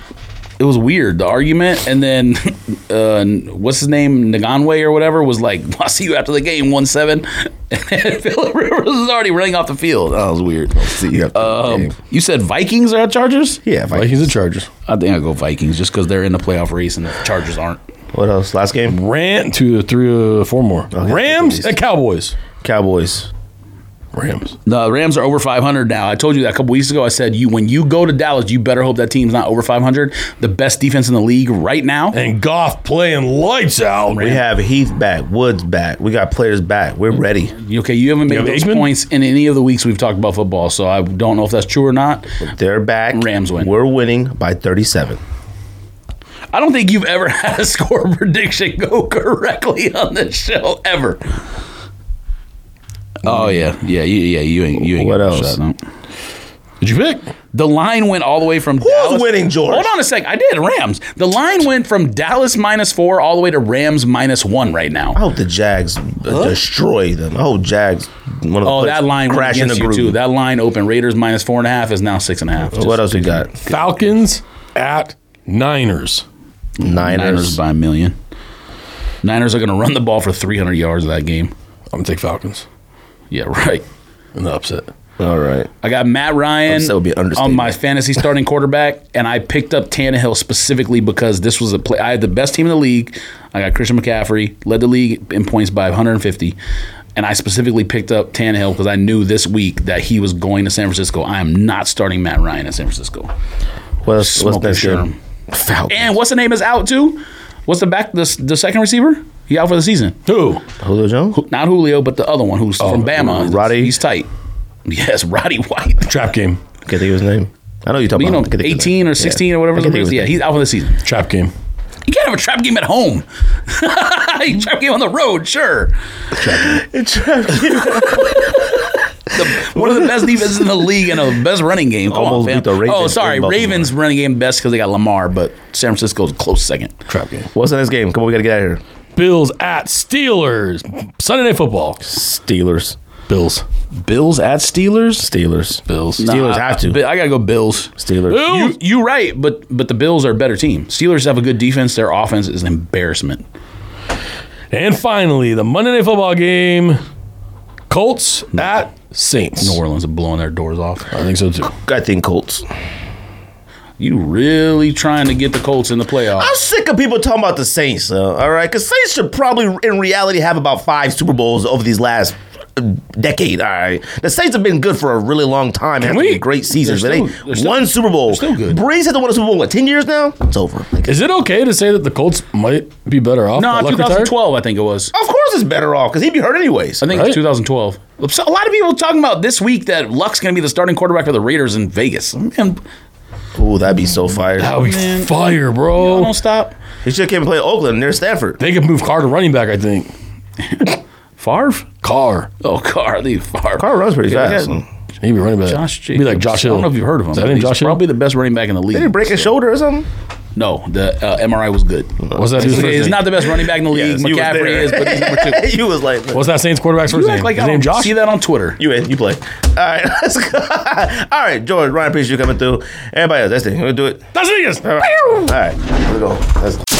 E: it was weird the argument, and then uh, what's his name Naganwe or whatever was like, "I'll see you after the game, one seven, and Philip Rivers was already running off the field. That was weird.
C: Oh, you
E: Um, you said Vikings are at Chargers?
C: yeah, Vikings.
D: Vikings and Chargers.
E: I think I go Vikings just because they're in the playoff race and the Chargers aren't.
C: What else? Last game,
D: Ran to three, uh, four more. Rams
C: these.
D: at Cowboys.
C: Cowboys.
D: Rams.
E: The Rams are over 500 now. I told you that a couple weeks ago. I said you when you go to Dallas, you better hope that team's not over 500. The best defense in the league right now.
D: And Goff playing lights out.
C: We have Heath back, Woods back. We got players back. We're ready.
E: Okay, you haven't made
D: have
E: those
D: Aikman?
E: points in any of the weeks we've talked about football, so I don't know if that's true or not.
C: They're back.
E: Rams win.
C: We're winning by 37.
E: I don't think you've ever had a score prediction go correctly on this show ever. Oh yeah, yeah, you, yeah. You ain't. You ain't.
C: What
E: got
C: else?
E: shot, no.
D: Did you pick?
E: The line went all the way from
C: Who's
E: Dallas.
C: winning, George?
E: Hold on a sec. I did Rams. The line went from Dallas minus four all the way to Rams minus one right now.
C: I hope the Jags destroy them. I hope Jags. One of the
E: Oh, that line went
C: crashing
E: against you too. That line open Raiders minus four and a half is now six and a half.
C: what else we got?
D: Falcons at Niners.
C: Niners.
E: Niners by a million. Niners are going to run the ball for 300 yards that game.
D: I'm gonna take Falcons
E: Yeah, right.
D: in the upset.
C: All right.
E: I got Matt Ryan
C: That would be an understatement.
E: on my fantasy starting quarterback, and I picked up Tannehill specifically because this was a play. I had the best team in the league. I got Christian McCaffrey, led the league in points by 150. And I specifically picked up Tannehill because I knew this week that he was going to San Francisco. I am not starting Matt Ryan in San Francisco.
C: What else, what's
E: Smoking
C: next
E: Sherm.
C: game? Falcons.
E: And what's the name is out too? What's the back the, the second receiver? He out for the season.
D: Who?
C: Julio Jones.
E: Not Julio, but the other one who's from Bama.
C: Oh, Roddy?
E: He's tight. Yes, Roddy White.
D: Trap game.
C: I can't think of his name. I know you're talking
E: You know,
C: about. I can't think of his name.
E: 18 or
C: Yeah.
E: 16 or whatever.
C: I
E: the
C: can't think of
E: number is.
C: his
E: Yeah,
C: name.
E: he's out for the season.
D: Trap game.
E: You can't have a trap game at home. trap game on the road, sure. One of the best defenses in the league and the best running game. Come
C: Almost
E: on,
C: beat
E: fam.
C: the Ravens
E: oh, sorry,
C: in Baltimore.
E: Ravens running game best because they got Lamar, but San Francisco's a close second.
D: Trap game.
C: What's the next game? Come on, we gotta get out of here.
D: Bills at Steelers. Sunday night football.
C: Steelers.
D: Bills.
E: Bills at Steelers.
C: Steelers.
D: Bills.
C: Steelers have to.
E: I gotta go Bills.
C: Steelers.
E: You you right, but but the Bills are a better team. Steelers have a good defense. Their offense is an embarrassment.
D: And finally, the Monday night football game. Colts at Saints.
E: Hmm. New Orleans are blowing their doors off.
D: I think so too.
C: I think Colts.
E: You really trying to get the Colts in the playoffs?
C: I'm sick of people talking about the Saints, though, all right? Because Saints should probably, in reality, have about five Super Bowls over these last uh, decade, all right? The Saints have been good for a really long time. Have
D: we-
C: been great seasons, but
E: they're
C: they
E: still- they're still-
C: one Super Bowl.
E: still good.
C: Breeze hasn't won a Super Bowl in what, 10 years now? It's over. Like,
D: Is it okay to say that the Colts might be better off?
E: No,
D: by Luck retired?
E: 2012, I think it was.
C: of course it's better off because he'd be hurt anyways.
E: I think
D: Right?
E: it's 2012. So a lot of people talking about this week that Luck's going to be the starting quarterback for the Raiders in Vegas. Man,
C: Ooh, that'd be so fired.
D: That would be fire, bro.
E: don't stop.
C: He should have came and played Oakland near Stanford.
D: They could move Carr to running back, I think.
E: Favre?
D: Carr.
E: Oh, Carly Favre.
C: Carl runs pretty
E: Yeah,
C: fast.
E: yeah.
C: Didn't
D: He'd be running back.
E: Josh
D: He'd be like Josh Hill.
E: I don't know if you've heard of him.
D: Is that
E: but
D: him,
E: he's
D: Josh
E: probably
D: Hill?
E: the best running back in the
C: he
E: league.
C: break his shoulder or something?
E: No, the uh, MRI was good.
D: What's that dude's first
E: He's
D: name?
E: not the best running back in the league.
C: you was there.
E: McCaffrey is, but he's number two.
C: you was like,
D: What's that Saints quarterback's first
E: You
D: name?
E: act like
D: His
E: I
D: name
E: don't
D: Josh?
E: see that on Twitter.
C: You in. You play. All right, let's go. All right, George, Ryan, appreciate you coming through. Everybody else, that's it. We'll do it.
D: That's it.
C: All right, All right. here we go. That's-